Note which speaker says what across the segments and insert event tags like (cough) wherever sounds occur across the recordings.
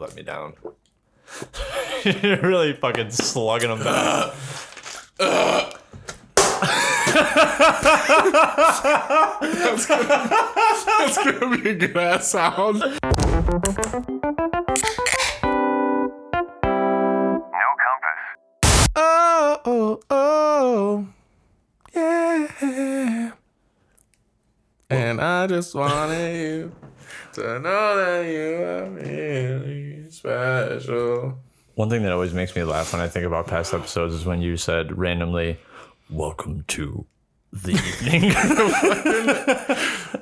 Speaker 1: let me down. You're (laughs) really fucking slugging them back.
Speaker 2: That's gonna be a good ass sound.
Speaker 3: No compass.
Speaker 2: Oh, oh, oh, yeah. And I just wanted you to know that you are really special.
Speaker 1: One thing that always makes me laugh when I think about past episodes is when you said randomly, "Welcome to the evening." (laughs)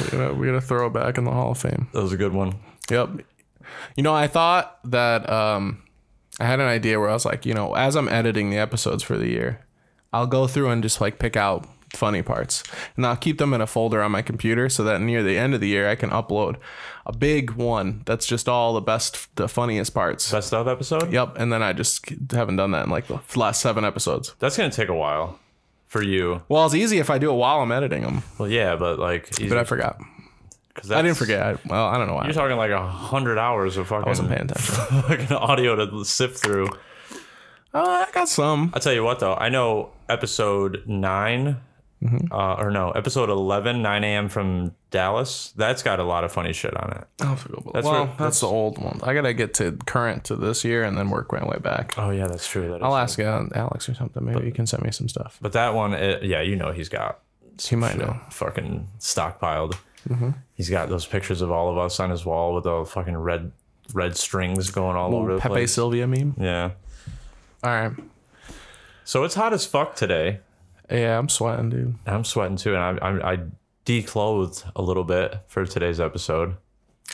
Speaker 2: We're gonna, we're gonna throw it back in the Hall of Fame.
Speaker 1: that was a good one.
Speaker 2: Yep. You know, I thought that um, I had an idea where I was like, you know, as I'm editing the episodes for the year, I'll go through and just like pick out funny parts and I'll keep them in a folder on my computer so that near the end of the year, I can upload a big one that's just all the best, the funniest parts.
Speaker 1: Best of episode.
Speaker 2: Yep. And then I just haven't done that in like the last seven episodes.
Speaker 1: That's gonna take a while for you.
Speaker 2: Well, it's easy if I do it while I'm editing them,
Speaker 1: Well, yeah, but like,
Speaker 2: but I forgot. I didn't forget. I, well, I don't know why.
Speaker 1: You're talking like a hundred hours of fucking,
Speaker 2: I wasn't paying
Speaker 1: (laughs)
Speaker 2: attention.
Speaker 1: fucking audio to sift through.
Speaker 2: Uh, I got some.
Speaker 1: I'll tell you what though, I know episode 9
Speaker 2: Mm-hmm.
Speaker 1: uh, or no, episode 11, 9 a.m. from Dallas. That's got a lot of funny shit on it.
Speaker 2: I'll have to go below.
Speaker 1: That's
Speaker 2: well,
Speaker 1: where-
Speaker 2: that's, the old one. I gotta get to current to this year and then work my way back.
Speaker 1: Oh yeah, that's true. That is
Speaker 2: I'll ask uh, Alex or something. Maybe he can send me some stuff.
Speaker 1: But that one, uh yeah, you know he's got.
Speaker 2: He might know.
Speaker 1: Fucking stockpiled.
Speaker 2: Mm-hmm.
Speaker 1: He's got those pictures of all of us on his wall with the fucking red red strings going all over the
Speaker 2: Pepe
Speaker 1: place.
Speaker 2: Sylvia meme.
Speaker 1: Yeah.
Speaker 2: All right.
Speaker 1: So it's hot as fuck today.
Speaker 2: Yeah, I'm sweating, dude.
Speaker 1: I'm sweating too, and I I, I declothed a little bit for today's episode.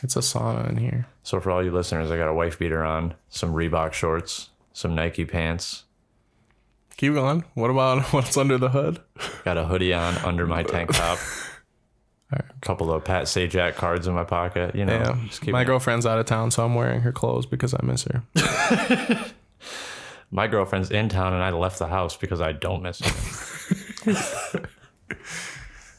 Speaker 2: It's a sauna in here.
Speaker 1: So for all you listeners, I got a wife beater on, some Reebok shorts, some Nike pants,
Speaker 2: Keep going. What about (laughs) what's under the hood?
Speaker 1: got a hoodie on under my
Speaker 2: (laughs)
Speaker 1: tank top. A couple of Pat Sajak cards in my pocket, you know.
Speaker 2: Yeah.
Speaker 1: Just keep
Speaker 2: my girlfriend's out of town, so I'm wearing her clothes because I miss her.
Speaker 1: my girlfriend's in town and I left the house because I don't miss her. I'm
Speaker 2: (laughs)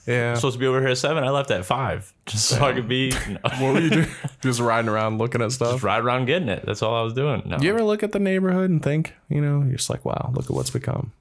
Speaker 2: Yeah.
Speaker 1: supposed to be over here at seven. I left at five just so I could be
Speaker 2: what were you doing? (laughs) Just riding around looking at stuff.
Speaker 1: right around getting it. That's all I was doing. No.
Speaker 2: You ever look at the neighborhood and think, you know, you're just like, wow, look at what's become.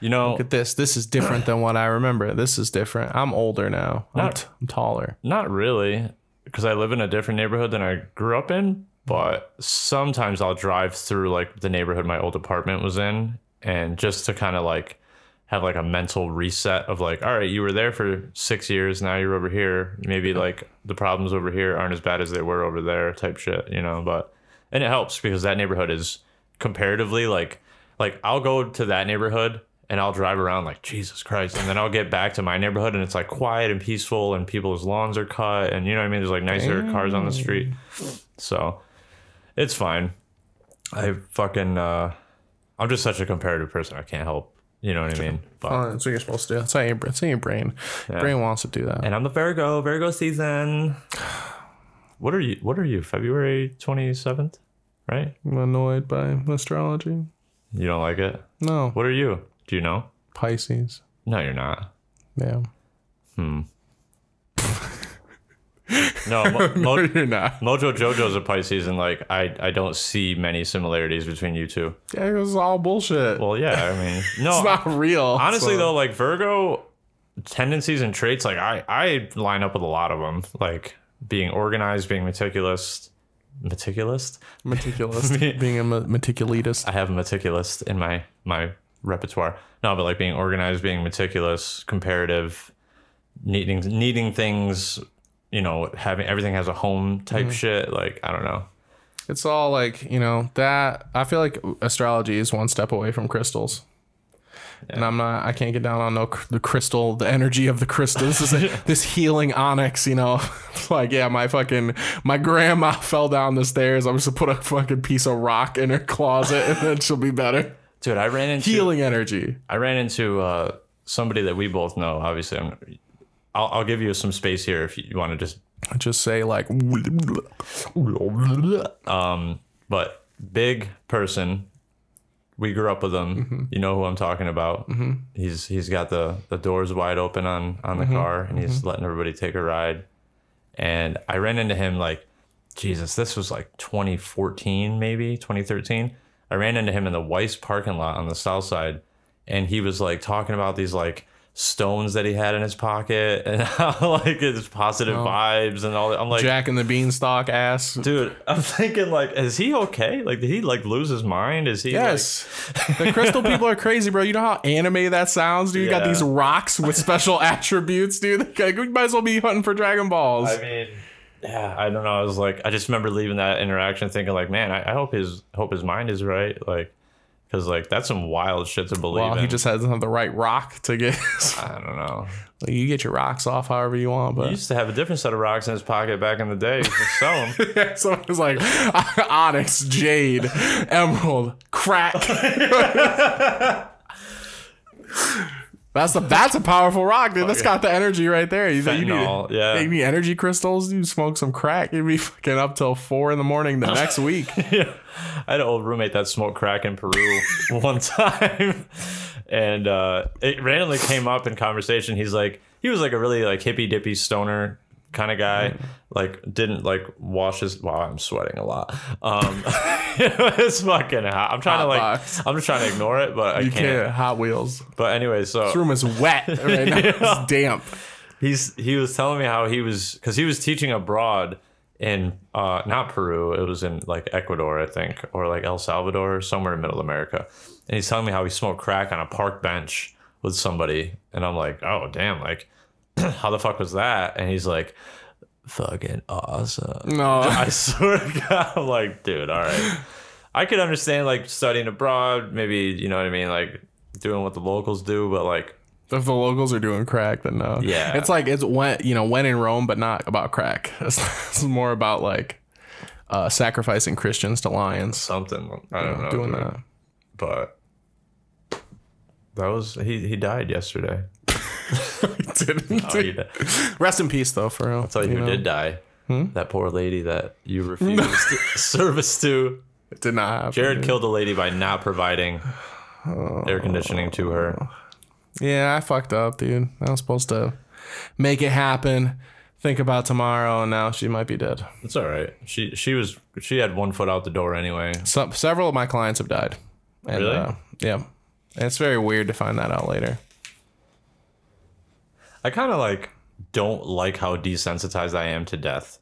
Speaker 1: You know,
Speaker 2: Look at this. This is different than what I remember. This is different. I'm older now. I'm,
Speaker 1: Not-
Speaker 2: t- I'm taller.
Speaker 1: not really because I live in a different neighborhood than I grew up in, but sometimes I'll drive through like the neighborhood my old apartment was in and just to kind of like have like a mental reset of like, all right, you were there for six years. Now you're over here. Maybe like the problems over here aren't as bad as they were over there type shit, you know, but, and it helps because that neighborhood is comparatively like, like I'll go to that neighborhood and I'll drive around like Jesus Christ. And then I'll get back to my neighborhood and it's like quiet and peaceful and people's lawns are cut. And you know what I mean? There's like nicer cars on the street. So it's fine. I fucking, uh, I'm just such a comparative person. I can't help. You know what I mean? But,
Speaker 2: Oh, that's what you're supposed to do. That's how your, that's how your brain. Brain wants to do that.
Speaker 1: and I'm a Virgo. Virgo season. What are you? What are you? February 27th, right?
Speaker 2: I'm annoyed by astrology.
Speaker 1: You don't like it.
Speaker 2: No.
Speaker 1: What are you? Do you know?
Speaker 2: Pisces.
Speaker 1: No, you're
Speaker 2: (laughs)
Speaker 1: not.
Speaker 2: Yeah.
Speaker 1: No, Mo- Mo-
Speaker 2: Oh, (laughs) you're not.
Speaker 1: Mojo Jojo's a Pisces, and like I, I don't see many similarities between you two.
Speaker 2: Yeah, it was all bullshit.
Speaker 1: Well, yeah, I mean,
Speaker 2: (laughs) it's
Speaker 1: no,
Speaker 2: not real.
Speaker 1: honestly
Speaker 2: so-
Speaker 1: though, like Virgo tendencies and traits, like I, I line up with a lot of them, like being organized, being meticulous, meticulous.
Speaker 2: meticulous. (laughs) being a me- meticulatist.
Speaker 1: I have meticulous in my my repertoire. No, but like being organized, being meticulous, comparative, needing needing things, you know, having everything has a home type
Speaker 2: Mm-hmm.
Speaker 1: shit. Like I don't know.
Speaker 2: It's all like, you know, that. I feel like astrology is one step away from crystals. And I'm not, I can't get down on no cr- the crystal, the energy of the crystal. This is (laughs) this healing onyx, you know. (laughs) It's like, yeah, my fucking, my grandma (laughs) fell down the stairs. I'm just gonna put a fucking piece of rock in her closet and then she'll be (laughs) better.
Speaker 1: Dude, I ran into
Speaker 2: Healing energy.
Speaker 1: I ran into uh, somebody that we both know. Obviously, I'm. I'll, I'll give you some space here if you want to just
Speaker 2: I just say, like, (laughs)
Speaker 1: but big person. We grew up with him. You know who I'm talking about. He's he's got the the doors wide open on on the car, and he's letting everybody take a ride. And I ran into him like Jesus, this was like 2014, maybe 2013. I ran into him in the Weiss parking lot on the south side, and he was like talking about these like stones that he had in his pocket (laughs) and how like his positive
Speaker 2: Oh.
Speaker 1: vibes and all that. I'm like,
Speaker 2: Jack and the Beanstalk ass.
Speaker 1: dude, I'm (laughs) thinking like, is he okay? Like, did he like lose his mind? Is he like-
Speaker 2: Yes. (laughs) the crystal people are crazy, bro. You know how anime that sounds, dude? You got
Speaker 1: Yeah.
Speaker 2: these rocks with special (laughs) attributes, dude. (laughs) Like, we might as well be hunting for Dragon Balls.
Speaker 1: I mean, yeah, I don't know. I was like, I just remember leaving that interaction thinking like, man, I, I hope his hope his mind is right, like, because like that's some wild shit to believe.
Speaker 2: well,
Speaker 1: in.
Speaker 2: he just hasn't had the right rock to get. (laughs)
Speaker 1: I don't know.
Speaker 2: Like, you get your rocks off however you want,
Speaker 1: He
Speaker 2: but
Speaker 1: used to have a different set of rocks in his pocket back in the day. He could sell 'em.
Speaker 2: (laughs) yeah, so it's like (laughs) onyx, jade, emerald, (laughs) crack. that's the that's a powerful rock, dude. That's got the energy right there. You, you
Speaker 1: Fentanyl,
Speaker 2: need,
Speaker 1: yeah.
Speaker 2: you need energy crystals. You smoke some crack, you'd be fucking up till four in the morning the next week.
Speaker 1: (laughs) yeah. I had an old roommate that smoked crack in Peru
Speaker 2: (laughs)
Speaker 1: one time, (laughs) and uh, it randomly came up in conversation. He's like, he was like a really like hippy dippy stoner kind of guy.
Speaker 2: Mm-hmm.
Speaker 1: Like, didn't like wash his. Wow, I'm sweating a lot. Um, (laughs) it's fucking hot. I'm trying
Speaker 2: Hot
Speaker 1: to like,
Speaker 2: box.
Speaker 1: I'm just trying to ignore it, but I
Speaker 2: You
Speaker 1: can't.
Speaker 2: can't Hot Wheels.
Speaker 1: But anyway, so
Speaker 2: This room is wet right
Speaker 1: (laughs)
Speaker 2: now. It's damp.
Speaker 1: he's he was telling me how he was because he was teaching abroad in uh not Peru, it was in like Ecuador, I think, or like El Salvador, somewhere in Middle America. And he's telling me how he smoked crack on a park bench with somebody, and I'm like, oh damn, like (clears throat) how the fuck was that? And he's like, fucking awesome.
Speaker 2: No.
Speaker 1: I (laughs) swear to God, I'm like, dude, all right. I could understand like studying abroad, maybe you know what I mean, like doing what the locals do, but like
Speaker 2: If the locals are doing crack, then no.
Speaker 1: Yeah.
Speaker 2: It's like it's when you know when in Rome, but not about crack. (laughs) It's, it's more about like uh, sacrificing Christians to lions.
Speaker 1: something, I don't know,
Speaker 2: doing
Speaker 1: Oh, dude. (laughs)
Speaker 2: that.
Speaker 1: but that was he he died yesterday.
Speaker 2: Didn't
Speaker 1: Oh, you,
Speaker 2: do- Rest in peace, though, for real.
Speaker 1: so you,
Speaker 2: know?
Speaker 1: did die. That poor lady that you refused service to.
Speaker 2: It did not happen.
Speaker 1: Jared
Speaker 2: dude.
Speaker 1: killed a lady by not providing air conditioning to her.
Speaker 2: Yeah, I fucked up, dude. I was supposed to make it happen. Think about tomorrow, and now she might be dead.
Speaker 1: It's all right. She she was she had one foot out the door anyway.
Speaker 2: Some, several of my clients have died. And,
Speaker 1: Really?
Speaker 2: Uh, yeah. And it's very weird to find that out later.
Speaker 1: I kind of like don't like how desensitized I am to death.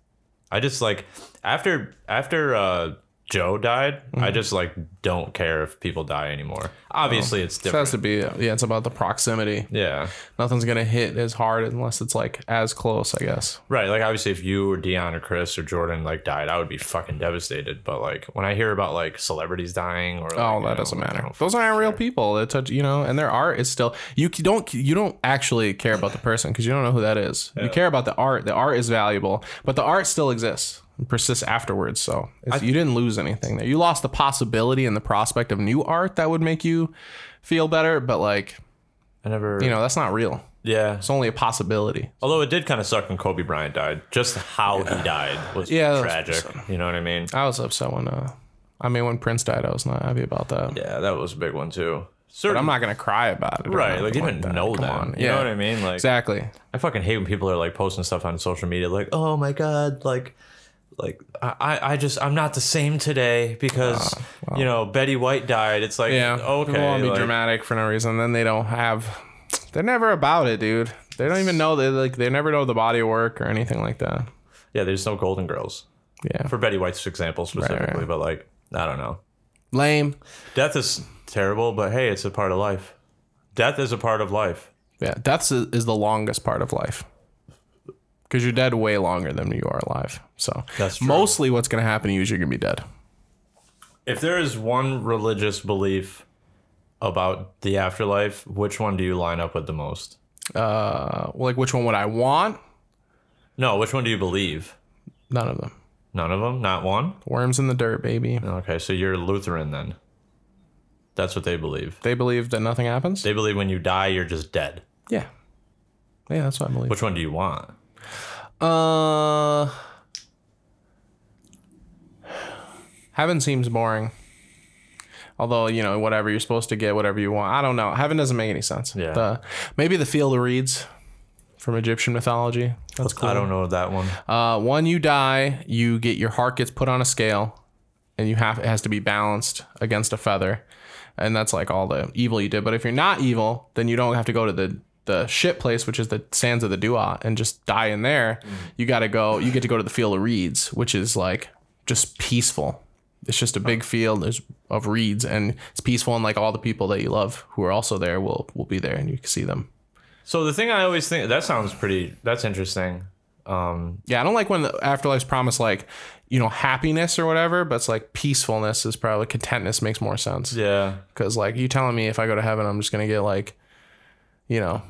Speaker 1: I just like after after uh Joe died, I just like don't care if people die anymore. Obviously, it's
Speaker 2: It has
Speaker 1: different.
Speaker 2: to be. uh, Yeah, it's about the proximity.
Speaker 1: Yeah.
Speaker 2: nothing's gonna hit as hard unless it's like as close, I guess.
Speaker 1: Right. Like obviously if you or Dion or Chris or Jordan like died, I would be fucking devastated. But like when I hear about like celebrities dying or like,
Speaker 2: Oh,
Speaker 1: you
Speaker 2: that
Speaker 1: know,
Speaker 2: doesn't
Speaker 1: like, I
Speaker 2: matter.
Speaker 1: don't
Speaker 2: Those aren't real people. That touch, you know, and their art is still. You c- don't you don't actually
Speaker 1: (sighs)
Speaker 2: care about the person because you don't know who that is. You care about the art. The art is valuable, but the art still exists and persists afterwards. So it's, you didn't lose anything there. You lost the possibility and the prospect of new art that would make you feel better, but like
Speaker 1: I never
Speaker 2: you know, that's not real.
Speaker 1: Yeah.
Speaker 2: It's only a possibility.
Speaker 1: Although it did kind of suck when Kobe Bryant died. Just how he died was
Speaker 2: Yeah, that was
Speaker 1: tragic. You know what I mean?
Speaker 2: I was upset when uh, I mean when Prince died, I was not happy about that.
Speaker 1: Yeah, that was a big one too.
Speaker 2: But
Speaker 1: Certain,
Speaker 2: I'm not gonna cry about it. or
Speaker 1: right. Like
Speaker 2: nothing
Speaker 1: you didn't
Speaker 2: that.
Speaker 1: know
Speaker 2: Come
Speaker 1: that.
Speaker 2: on.
Speaker 1: You know what I mean? Like
Speaker 2: Exactly.
Speaker 1: I fucking hate when people are like posting stuff on social media, like, "Oh my god, like, like I- I, I just, I'm not the same today because you know Betty White died." It's like,
Speaker 2: Ah, Yeah.
Speaker 1: yeah, okay,
Speaker 2: People want to be
Speaker 1: like,
Speaker 2: dramatic for no reason. Then they don't have. They're never about it, dude. They don't even know. They like. They never know the body of work or anything like that.
Speaker 1: yeah, there's no Golden Girls
Speaker 2: Yeah.
Speaker 1: for Betty White's example specifically, but like, I don't know,
Speaker 2: Lame.
Speaker 1: death is terrible, but hey, it's a part of life. Death is a part of life.
Speaker 2: Yeah. Death is, is the longest part of life. Because you're dead way longer than you are alive. So
Speaker 1: That's true.
Speaker 2: mostly what's gonna happen to you is you're gonna be dead.
Speaker 1: If there is one religious belief about the afterlife, which one do you line up with the most?
Speaker 2: Uh, like which one would I want?
Speaker 1: No, which one do you believe?
Speaker 2: None of them.
Speaker 1: None of them. Not one.
Speaker 2: Worms in the dirt, baby.
Speaker 1: Okay, so you're Lutheran then. That's what they believe.
Speaker 2: They believe that nothing happens.
Speaker 1: They believe when you die, you're just dead.
Speaker 2: Yeah. Yeah, that's what I believe.
Speaker 1: Which one do you want?
Speaker 2: Uh, heaven seems boring. Although you know whatever you're supposed to get, whatever you want. I don't know. Heaven doesn't make any sense.
Speaker 1: Yeah.
Speaker 2: The, maybe the field of reeds. from Egyptian mythology. That's cool.
Speaker 1: I don't know that one.
Speaker 2: Uh, when you die, you get your heart gets put on a scale, and you have it has to be balanced against a feather, and that's like all the evil you did. But if you're not evil, then you don't have to go to the the shit place, which is the sands of the Dua, and just die in there. You gotta go. You get to go to the field of reeds, which is like just peaceful. It's just a big field there's of reeds, and it's peaceful, and like all the people that you love who are also there will will be there, and you can see them.
Speaker 1: So the thing I always think that sounds pretty. That's interesting. Um,
Speaker 2: Yeah, I don't like when the afterlife's promise like, you know, happiness or whatever, but it's like peacefulness is probably contentness makes more sense.
Speaker 1: yeah.
Speaker 2: Cause like you telling me if I go to heaven, I'm just gonna get like, you know,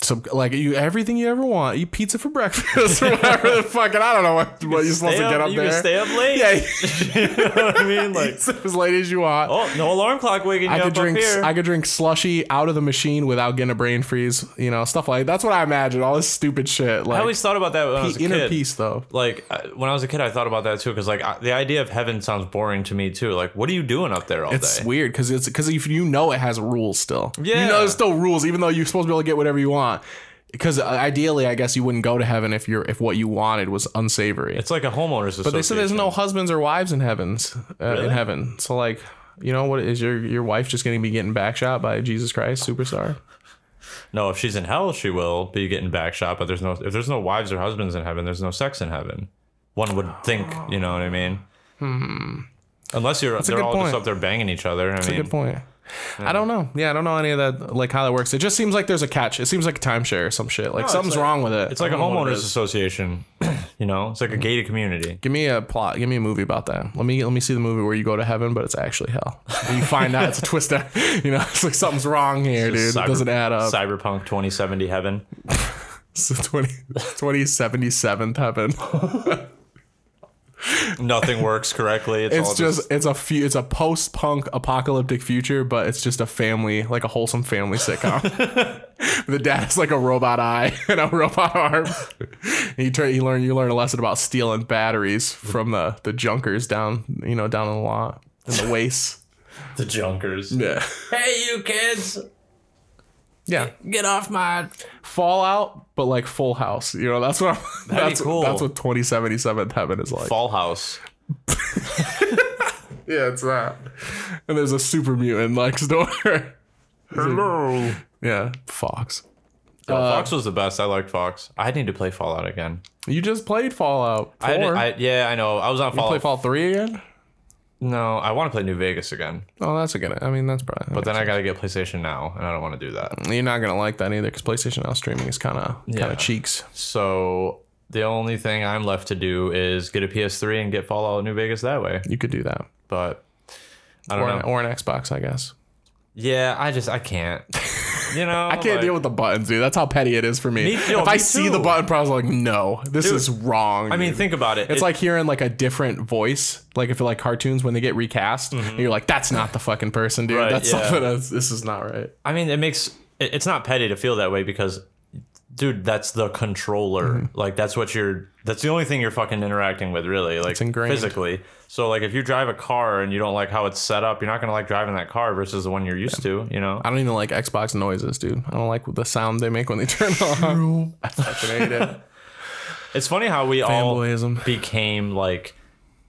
Speaker 2: some like you everything you ever want. Eat pizza for (laughs) breakfast or whatever the fucking I don't know what, what you're supposed
Speaker 1: Stay
Speaker 2: to get
Speaker 1: up-
Speaker 2: up
Speaker 1: you
Speaker 2: there.
Speaker 1: can stay up late.
Speaker 2: yeah,
Speaker 1: (laughs)
Speaker 2: (laughs)
Speaker 1: you know what I mean? Like,
Speaker 2: it's as late as you want.
Speaker 1: oh, no alarm clock waking you
Speaker 2: I
Speaker 1: up
Speaker 2: could drink
Speaker 1: up here.
Speaker 2: I could drink slushy out of the machine without getting a brain freeze, you know, stuff like that's what I imagine. All this stupid shit.
Speaker 1: I
Speaker 2: Like
Speaker 1: always thought about that when I was a
Speaker 2: inner
Speaker 1: kid.
Speaker 2: peace though.
Speaker 1: Like I- when I was a kid, I thought about that too. Because like I, the idea of heaven sounds boring to me too. Like, what are you doing up there all
Speaker 2: It's
Speaker 1: day?
Speaker 2: weird because it's because if you know it has rules still, you
Speaker 1: Yeah.
Speaker 2: know there's still rules even though you're supposed to be able to get whatever you want. Because uh, ideally, I guess you wouldn't go to heaven if you're if what you wanted was unsavory.
Speaker 1: It's like a homeowners association.
Speaker 2: but they said there's no husbands or wives in heavens uh, in heaven. So like, you know what is your your wife just going to be getting backshot by Jesus Christ superstar?
Speaker 1: No, if she's in hell, she will be getting back shot. But there's no if there's no wives or husbands in heaven, there's no sex in heaven. One would think, you know what I mean? Hmm. Unless you're
Speaker 2: a
Speaker 1: they're
Speaker 2: good
Speaker 1: all
Speaker 2: point.
Speaker 1: just up there banging each other. I mean,
Speaker 2: Good point. I don't know. Yeah, I don't know any of that like how that works. It just seems like there's a catch. It seems like a timeshare or some shit. Like
Speaker 1: it's
Speaker 2: something's
Speaker 1: like-
Speaker 2: wrong with it.
Speaker 1: it's like
Speaker 2: I
Speaker 1: a
Speaker 2: don't know what it
Speaker 1: homeowners
Speaker 2: is.
Speaker 1: association. (clears throat) you know, it's like
Speaker 2: Mm-hmm.
Speaker 1: a gated community.
Speaker 2: Give me a plot. Give me a movie about that. Let me let me see the movie where you go to heaven, but it's actually hell. And you find out it's a twist. out- (laughs) You know, it's like something's wrong here, dude.
Speaker 1: Cyber-
Speaker 2: it doesn't add up.
Speaker 1: Cyberpunk 2070 heaven.
Speaker 2: it's the 20, 2077th heaven.
Speaker 1: Nothing works correctly. It's, all
Speaker 2: It's just it's a few. It's a post punk apocalyptic future, but it's just a family, like a wholesome family sitcom. the dad's like a robot eye (laughs) and a robot arm. And you try you learn you learn a lesson about stealing batteries from the the junkers down you know down in the lot in the waste.
Speaker 1: the junkers.
Speaker 2: Yeah.
Speaker 1: Hey, you kids,
Speaker 2: Yeah.
Speaker 1: get off my.
Speaker 2: Fallout, but like Full House. You know, that's what
Speaker 1: (laughs)
Speaker 2: I'm,
Speaker 1: be
Speaker 2: that's
Speaker 1: cool.
Speaker 2: that's what 2077 Heaven is like.
Speaker 1: Fall house.
Speaker 2: yeah, it's that. (laughs) And there's a super mutant next door. (laughs)
Speaker 1: Hello.
Speaker 2: yeah, Fox. Uh,
Speaker 1: Fox was the best. I liked Fox. I need to play Fallout again.
Speaker 2: You just played Fallout 4.
Speaker 1: I, had- I yeah, I know. I was on
Speaker 2: play
Speaker 1: Fallout.
Speaker 2: Fallout 3 again?
Speaker 1: no, I want to play New Vegas again,
Speaker 2: Oh, that's a good. I mean, that's probably.
Speaker 1: but then I got to get PlayStation Now, and I don't want to do that.
Speaker 2: you're not gonna like that either because PlayStation Now streaming is kind of kind
Speaker 1: Yeah.
Speaker 2: of cheeks.
Speaker 1: So the only thing I'm left to do is get a PS3 and get Fallout New Vegas that way.
Speaker 2: You could do that,
Speaker 1: But I
Speaker 2: or
Speaker 1: don't
Speaker 2: an,
Speaker 1: know.
Speaker 2: or an Xbox, I guess.
Speaker 1: Yeah, I just I can't. (laughs) You know,
Speaker 2: I can't deal with the buttons, dude. That's how petty it is for me.
Speaker 1: Me- yo,
Speaker 2: if I
Speaker 1: me
Speaker 2: see the
Speaker 1: too.
Speaker 2: button press, I'm like, no, this
Speaker 1: Dude,
Speaker 2: is wrong.
Speaker 1: I mean, think about it.
Speaker 2: It's
Speaker 1: It-
Speaker 2: like hearing like a different voice, like if like cartoons when they get recast, and you're like, "That's not the fucking person, dude.
Speaker 1: Mm-hmm. Right,
Speaker 2: That's
Speaker 1: yeah.
Speaker 2: something else. This is not right."
Speaker 1: I mean, it makes it, it's not petty to feel that way because, dude, that's the controller.
Speaker 2: Mm-hmm.
Speaker 1: Like that's what you're. That's the only thing you're fucking interacting with, really. Like
Speaker 2: ingrained.
Speaker 1: physically. So like, if you drive a car and you don't like how it's set up, you're not gonna like driving that car versus the one you're used to. You know.
Speaker 2: I don't even like Xbox noises, dude. I don't like the sound they make when they turn (laughs) on. I fucking hate it.
Speaker 1: It's funny how we (laughs)
Speaker 2: Fanboyism.
Speaker 1: all became like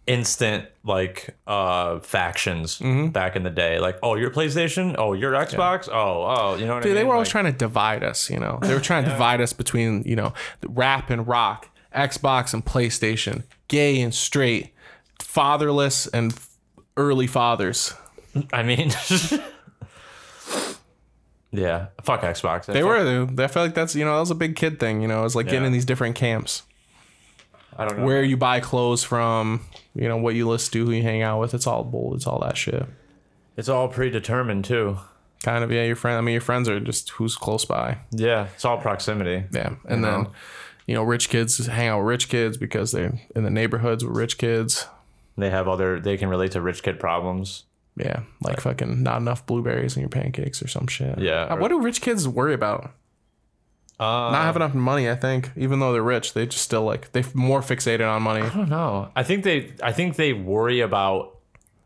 Speaker 1: instant like uh factions
Speaker 2: Mm-hmm.
Speaker 1: back in the day. Like, oh, you're PlayStation. Oh, you're Xbox. Oh, oh, you know what I mean?
Speaker 2: Dude, they were always
Speaker 1: Like,
Speaker 2: trying to divide us, you know. They were trying to divide us between, you know, the rap and rock, Xbox and PlayStation, gay and straight, fatherless and f- early fathers.
Speaker 1: I mean. (laughs) Yeah, fuck Xbox.
Speaker 2: They were, dude. I feel like that's, you know, that was a big kid thing, you know. It was like getting
Speaker 1: Yeah.
Speaker 2: in these different camps.
Speaker 1: I don't know.
Speaker 2: where you buy clothes from, you know, what you listen to, who you hang out with. It's all bull. It's all that shit.
Speaker 1: It's all predetermined too.
Speaker 2: Kind of, yeah, your friend. I mean, your friends are just who's close by.
Speaker 1: Yeah, it's all proximity.
Speaker 2: Yeah. And then, you know, rich kids hang out with rich kids because they're in the neighborhoods with rich kids.
Speaker 1: They have other. They can relate to rich kid problems.
Speaker 2: Yeah. Like fucking not enough blueberries in your pancakes or some shit.
Speaker 1: Yeah,
Speaker 2: Uh,
Speaker 1: or-
Speaker 2: What do rich kids worry about?
Speaker 1: Uh,
Speaker 2: Not having enough money, I think. Even though they're rich, they just still like, they're more fixated on money.
Speaker 1: I don't know. I think they. I think they worry about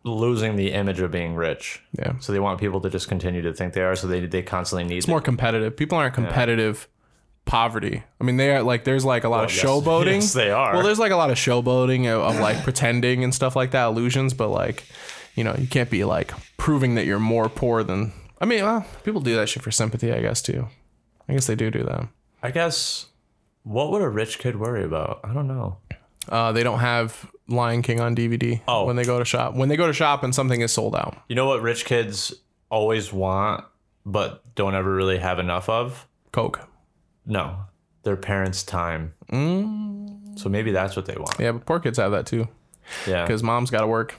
Speaker 1: losing the image of being rich.
Speaker 2: Yeah.
Speaker 1: So they want people to just continue to think they are. So they they constantly need.
Speaker 2: It's more competitive. People aren't competitive poverty. I mean, they are like there's like a lot of
Speaker 1: yes.
Speaker 2: showboating.
Speaker 1: Yes, they are.
Speaker 2: Well, there's like a lot of showboating of, of like pretending and stuff like that, illusions. But like, you know, you can't be like proving that you're more poor than. I mean, well, people do that shit for sympathy, I guess too. I guess they do do that.
Speaker 1: I guess what would a rich kid worry about? I don't know.
Speaker 2: Uh, they don't have Lion King on DVD
Speaker 1: Oh.
Speaker 2: when they go to shop. When they go to shop and something is sold out.
Speaker 1: You know what rich kids always want but don't ever really have enough of?
Speaker 2: Coke.
Speaker 1: No, their parents' time. So maybe that's what they want.
Speaker 2: Mm. Yeah, but poor kids have that too
Speaker 1: Yeah.
Speaker 2: because mom's got to work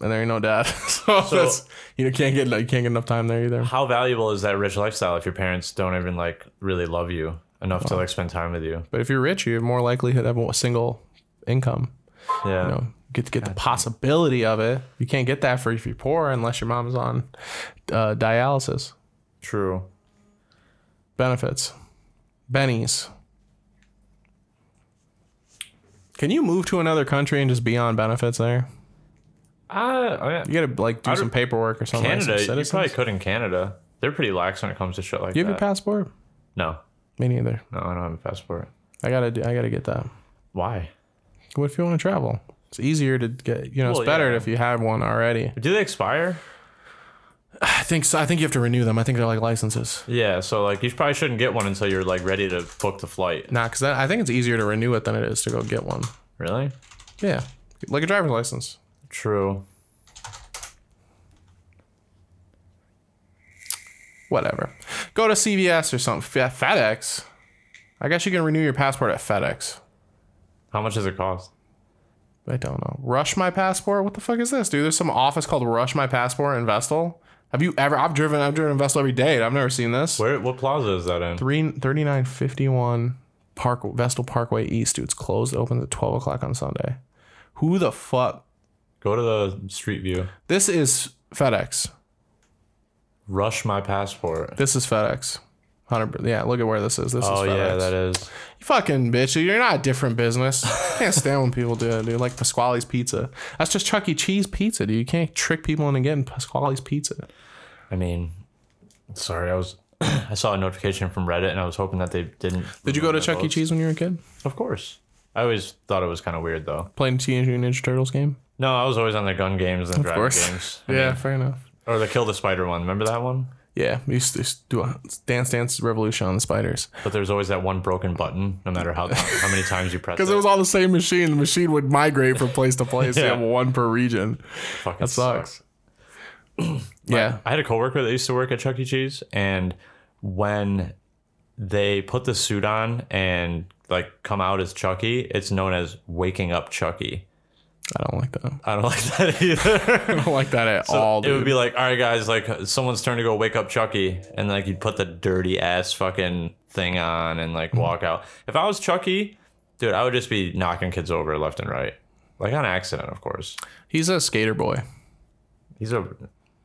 Speaker 2: and there ain't no dad. (laughs) so, that's, you can't get you can't get enough time there either.
Speaker 1: How valuable is that rich lifestyle if your parents don't even like really love you enough
Speaker 2: Oh.
Speaker 1: to like spend time with you?
Speaker 2: But if you're rich, you're more likely to have a single income.
Speaker 1: Yeah.
Speaker 2: You know, get to get the possibility of it. You can't get that for if you're poor unless your mom's on uh, dialysis
Speaker 1: True.
Speaker 2: benefits. Bennies. Can you move to another country and just be on benefits there?
Speaker 1: I, I mean,
Speaker 2: You gotta like do
Speaker 1: I'd-
Speaker 2: some paperwork or something. like some
Speaker 1: Canada, you
Speaker 2: citizens.
Speaker 1: probably could in Canada. They're pretty lax when it comes to shit like
Speaker 2: you have your
Speaker 1: that.
Speaker 2: passport?
Speaker 1: no,
Speaker 2: Me neither.
Speaker 1: no, I don't have a passport.
Speaker 2: I gotta do, I gotta get that.
Speaker 1: Why?
Speaker 2: What if you want to travel? It's easier to get. You know,
Speaker 1: Well,
Speaker 2: it's better
Speaker 1: yeah.
Speaker 2: if you have one already.
Speaker 1: Do they expire?
Speaker 2: I think so. I think you have to renew them. I think they're like licenses.
Speaker 1: Yeah, so like you probably shouldn't get one until you're like ready to book the flight.
Speaker 2: Nah, because I think it's easier to renew it than it is to go get one.
Speaker 1: Really?
Speaker 2: Yeah, like a driver's license.
Speaker 1: True.
Speaker 2: Whatever. Go to CVS or something. F- FedEx. I guess you can renew your passport at FedEx.
Speaker 1: How much does it cost?
Speaker 2: I don't know. Rush My Passport? What the fuck is this, dude? There's some office called Rush My Passport in Vestal. Have you ever? I've driven. I've driven Vestal every day. And I've never seen this.
Speaker 1: Where? What plaza is that in?
Speaker 2: Three thirty-nine fifty-one Park Vestal Parkway East. Dude, it's closed. It opens at twelve o'clock on Sunday. Who the fuck?
Speaker 1: Go to the Street View.
Speaker 2: This is FedEx.
Speaker 1: Rush my passport.
Speaker 2: This is FedEx. Hundred. Yeah, look at where this is. This
Speaker 1: Oh
Speaker 2: is FedEx.
Speaker 1: yeah, that is.
Speaker 2: You fucking bitch. You're not a different business. I can't stand when people do that, dude. Like Pasquale's Pizza. That's just Chuck E. Cheese pizza, dude. You can't trick people into getting Pasquale's Pizza.
Speaker 1: I mean, sorry, I was. (clears throat) I saw a notification from Reddit, and I was hoping that they didn't.
Speaker 2: Did you go to
Speaker 1: remove my
Speaker 2: Chuck E.
Speaker 1: votes.
Speaker 2: Cheese when you were a kid?
Speaker 1: Of course. I always thought it was kind of weird though.
Speaker 2: Playing Teenage Mutant Ninja Turtles game?
Speaker 1: No, I was always on the gun games and dragon
Speaker 2: course.
Speaker 1: games,
Speaker 2: Yeah, fair enough.
Speaker 1: or the kill the spider one. Remember that one?
Speaker 2: Yeah, we used to just do a dance dance revolution on the spiders.
Speaker 1: But there's always that one broken button, no matter how how many times you
Speaker 2: (laughs)
Speaker 1: press it.
Speaker 2: Because it was all the same machine. The machine would migrate from place to place. You
Speaker 1: Yeah.
Speaker 2: have one per region.
Speaker 1: Fucking
Speaker 2: That sucks. yeah.
Speaker 1: I had a coworker that used to work at Chuck E. Cheese, and when they put the suit on and like come out as Chucky, it's known as waking up Chucky.
Speaker 2: I don't like that.
Speaker 1: I don't (laughs) like that either.
Speaker 2: I don't like that at all,
Speaker 1: it would
Speaker 2: dude.
Speaker 1: be like, all right, guys, like someone's turn to go wake up Chucky, and like you'd put the dirty ass fucking thing on and
Speaker 2: Mm-hmm.
Speaker 1: like walk out. If I was Chucky, dude, I would just be knocking kids over left and right, like on accident, of course.
Speaker 2: he's a skater boy.
Speaker 1: He's a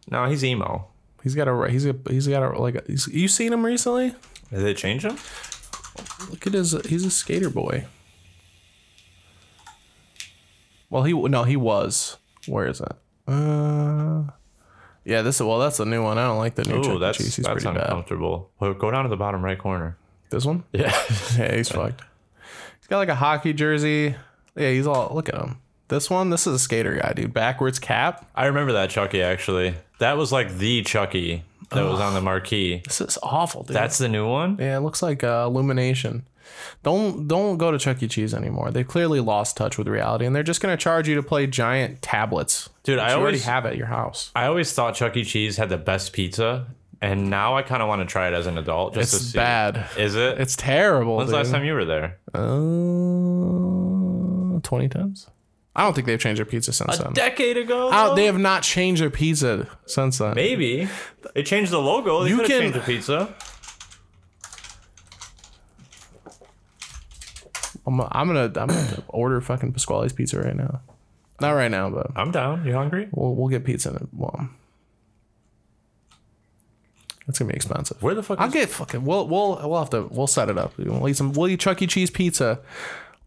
Speaker 1: no, he's emo.
Speaker 2: He's got a he's a he's got a like a, he's- you seen him recently?
Speaker 1: Did they change him?
Speaker 2: Look at his he's a skater boy. Well, he no, he was. Where is it? Uh Yeah, this well, that's a new one. I don't like the new Chuck
Speaker 1: Ooh,
Speaker 2: E.
Speaker 1: that's
Speaker 2: Cheese. He's
Speaker 1: that's
Speaker 2: pretty bad.
Speaker 1: uncomfortable. Well, go down to the bottom right corner. (laughs)
Speaker 2: This one?
Speaker 1: Yeah,
Speaker 2: Yeah, he's fucked. He's got like a hockey jersey. Yeah, he's all look at him. This one, this is a skater guy, dude. Backwards cap.
Speaker 1: I remember that Chucky actually. That was like the Chucky that was on the marquee.
Speaker 2: This is awful, dude.
Speaker 1: That's the new one.
Speaker 2: yeah, it looks like uh, Illumination. Don't don't go to Chuck E. Cheese anymore. They've clearly lost touch with reality, and they're just gonna charge you to play giant tablets.
Speaker 1: Dude,
Speaker 2: which
Speaker 1: I
Speaker 2: you already
Speaker 1: always-
Speaker 2: have at your house.
Speaker 1: I always thought Chuck E. Cheese had the best pizza, and now I kind of want to try it as an adult just to
Speaker 2: It's
Speaker 1: see.
Speaker 2: bad.
Speaker 1: Is it?
Speaker 2: It's terrible.
Speaker 1: When's the last time you were there?
Speaker 2: Uh, Twenty times. I don't think they've changed their pizza since then.
Speaker 1: decade ago.
Speaker 2: I don't- they have not changed their pizza since then.
Speaker 1: Maybe they changed the logo. They
Speaker 2: You
Speaker 1: could have
Speaker 2: can-
Speaker 1: changed the pizza.
Speaker 2: I'm, I'm gonna I'm
Speaker 1: (clears throat)
Speaker 2: gonna order fucking Pasquale's pizza right now. Not right now, but
Speaker 1: I'm down. You hungry?
Speaker 2: we'll we'll get pizza in a well. That's gonna be expensive.
Speaker 1: Where the fuck?
Speaker 2: I'll
Speaker 1: Is...
Speaker 2: get fucking we'll we'll we'll have to we'll set it up. We'll eat some we'll eat Chuck E. Cheese pizza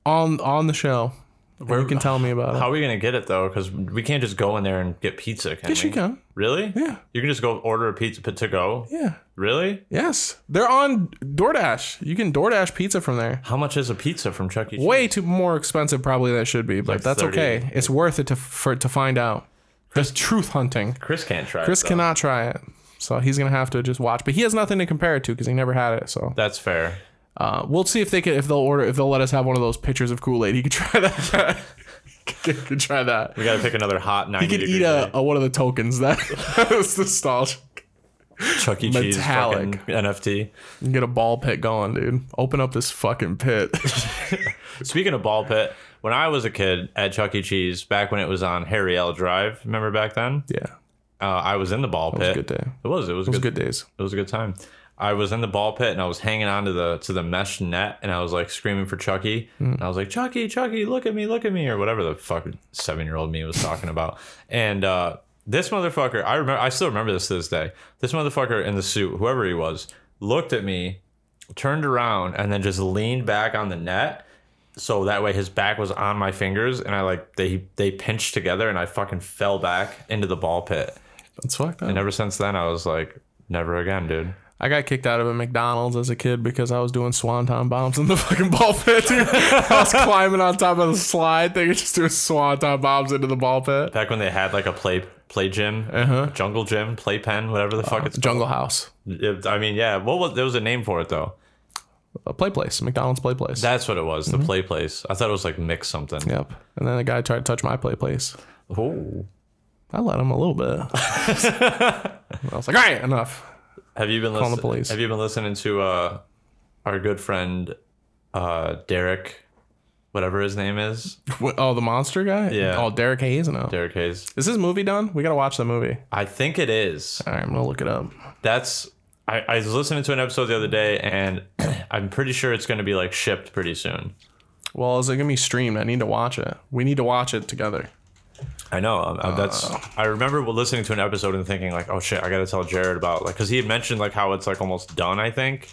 Speaker 2: on on the show. Where you can tell me about
Speaker 1: How are we gonna get it though? Because we can't just go in there and get pizza. Can
Speaker 2: it. Yes,
Speaker 1: we?
Speaker 2: you can.
Speaker 1: Really?
Speaker 2: Yeah.
Speaker 1: You can just go order a pizza to go.
Speaker 2: Yeah.
Speaker 1: Really?
Speaker 2: Yes. They're on DoorDash. You can DoorDash pizza from there.
Speaker 1: How much is a pizza from Chuck E. Cheese?
Speaker 2: Way too more expensive probably that should be, but
Speaker 1: like
Speaker 2: that's
Speaker 1: 30.
Speaker 2: okay. It's worth it to for to find out. Just truth hunting.
Speaker 1: Chris can't try. it,
Speaker 2: Chris
Speaker 1: though.
Speaker 2: cannot try it. So he's gonna have to just watch, but he has nothing to compare it to because he never had it. So
Speaker 1: That's fair.
Speaker 2: uh, we'll see if they can, if they'll order, if they'll let us have one of those pictures of Kool Aid. He could try that. (laughs) He could try that.
Speaker 1: We gotta pick another hot ninety.
Speaker 2: He could
Speaker 1: degree
Speaker 2: eat a,
Speaker 1: day.
Speaker 2: a one of the tokens. (laughs) That that's nostalgic.
Speaker 1: Chuck E. Cheese
Speaker 2: metallic.
Speaker 1: fucking NFT.
Speaker 2: And Get a ball pit going, dude. Open up this fucking pit. (laughs)
Speaker 1: Speaking of ball pit, when I was a kid at Chuck E. Cheese, back when it was on Harry L. Drive, remember back then?
Speaker 2: yeah,
Speaker 1: Uh, I was in the ball
Speaker 2: it was
Speaker 1: pit.
Speaker 2: a good day.
Speaker 1: It was. It was,
Speaker 2: It was
Speaker 1: good.
Speaker 2: good days.
Speaker 1: It was a good time. I was in the ball pit and I was hanging on to the to the mesh net and I was like screaming for Chucky. And I was like, Chucky, Chucky, look at me, look at me, or whatever the fuck seven year old me was talking about. And uh, this motherfucker, I remember I still remember this to this day. This motherfucker in the suit, whoever he was, looked at me, turned around, and then just leaned back on the net. So that way his back was on my fingers and I like they they pinched together and I fucking fell back into the ball pit.
Speaker 2: That's fucked up.
Speaker 1: And ever since then I was like, never again, dude.
Speaker 2: I got kicked out of a McDonald's as a kid because I was doing swanton bombs in the (laughs) fucking ball pit. Dude. I was climbing on top of the slide thing and just doing swanton bombs into the ball pit.
Speaker 1: Back when they had like a play play gym,
Speaker 2: Uh-huh.
Speaker 1: jungle gym, playpen, whatever the fuck it's.
Speaker 2: Jungle House,
Speaker 1: It, I mean, yeah. What was there was a name for it though?
Speaker 2: a play place, McDonald's play place.
Speaker 1: That's what it was.
Speaker 2: Mm-hmm.
Speaker 1: The play place. I thought it was like mix something.
Speaker 2: yep. And then the guy tried to touch my play place.
Speaker 1: Oh.
Speaker 2: I let him a little bit. I was like, all right, enough.
Speaker 1: Have you been
Speaker 2: the
Speaker 1: listening?
Speaker 2: police.
Speaker 1: Have you been listening to uh, our good friend, uh, Derek, whatever his name is,
Speaker 2: What, oh, the monster guy?
Speaker 1: Yeah.
Speaker 2: Oh, Derek Hayes? No.
Speaker 1: Derek Hayes.
Speaker 2: Is this movie done? We got to watch the movie.
Speaker 1: I think it is.
Speaker 2: All right, I'm going to look it up.
Speaker 1: That's. I, I was listening to an episode the other day, and (clears throat) I'm pretty sure it's going to be like shipped pretty soon.
Speaker 2: Well, is it going to be streamed? I need to watch it. We need to watch it together.
Speaker 1: I know. Um, uh, that's. I remember listening to an episode and thinking like, "Oh shit, I gotta tell Jared about like," because he had mentioned like how it's like almost done, I think,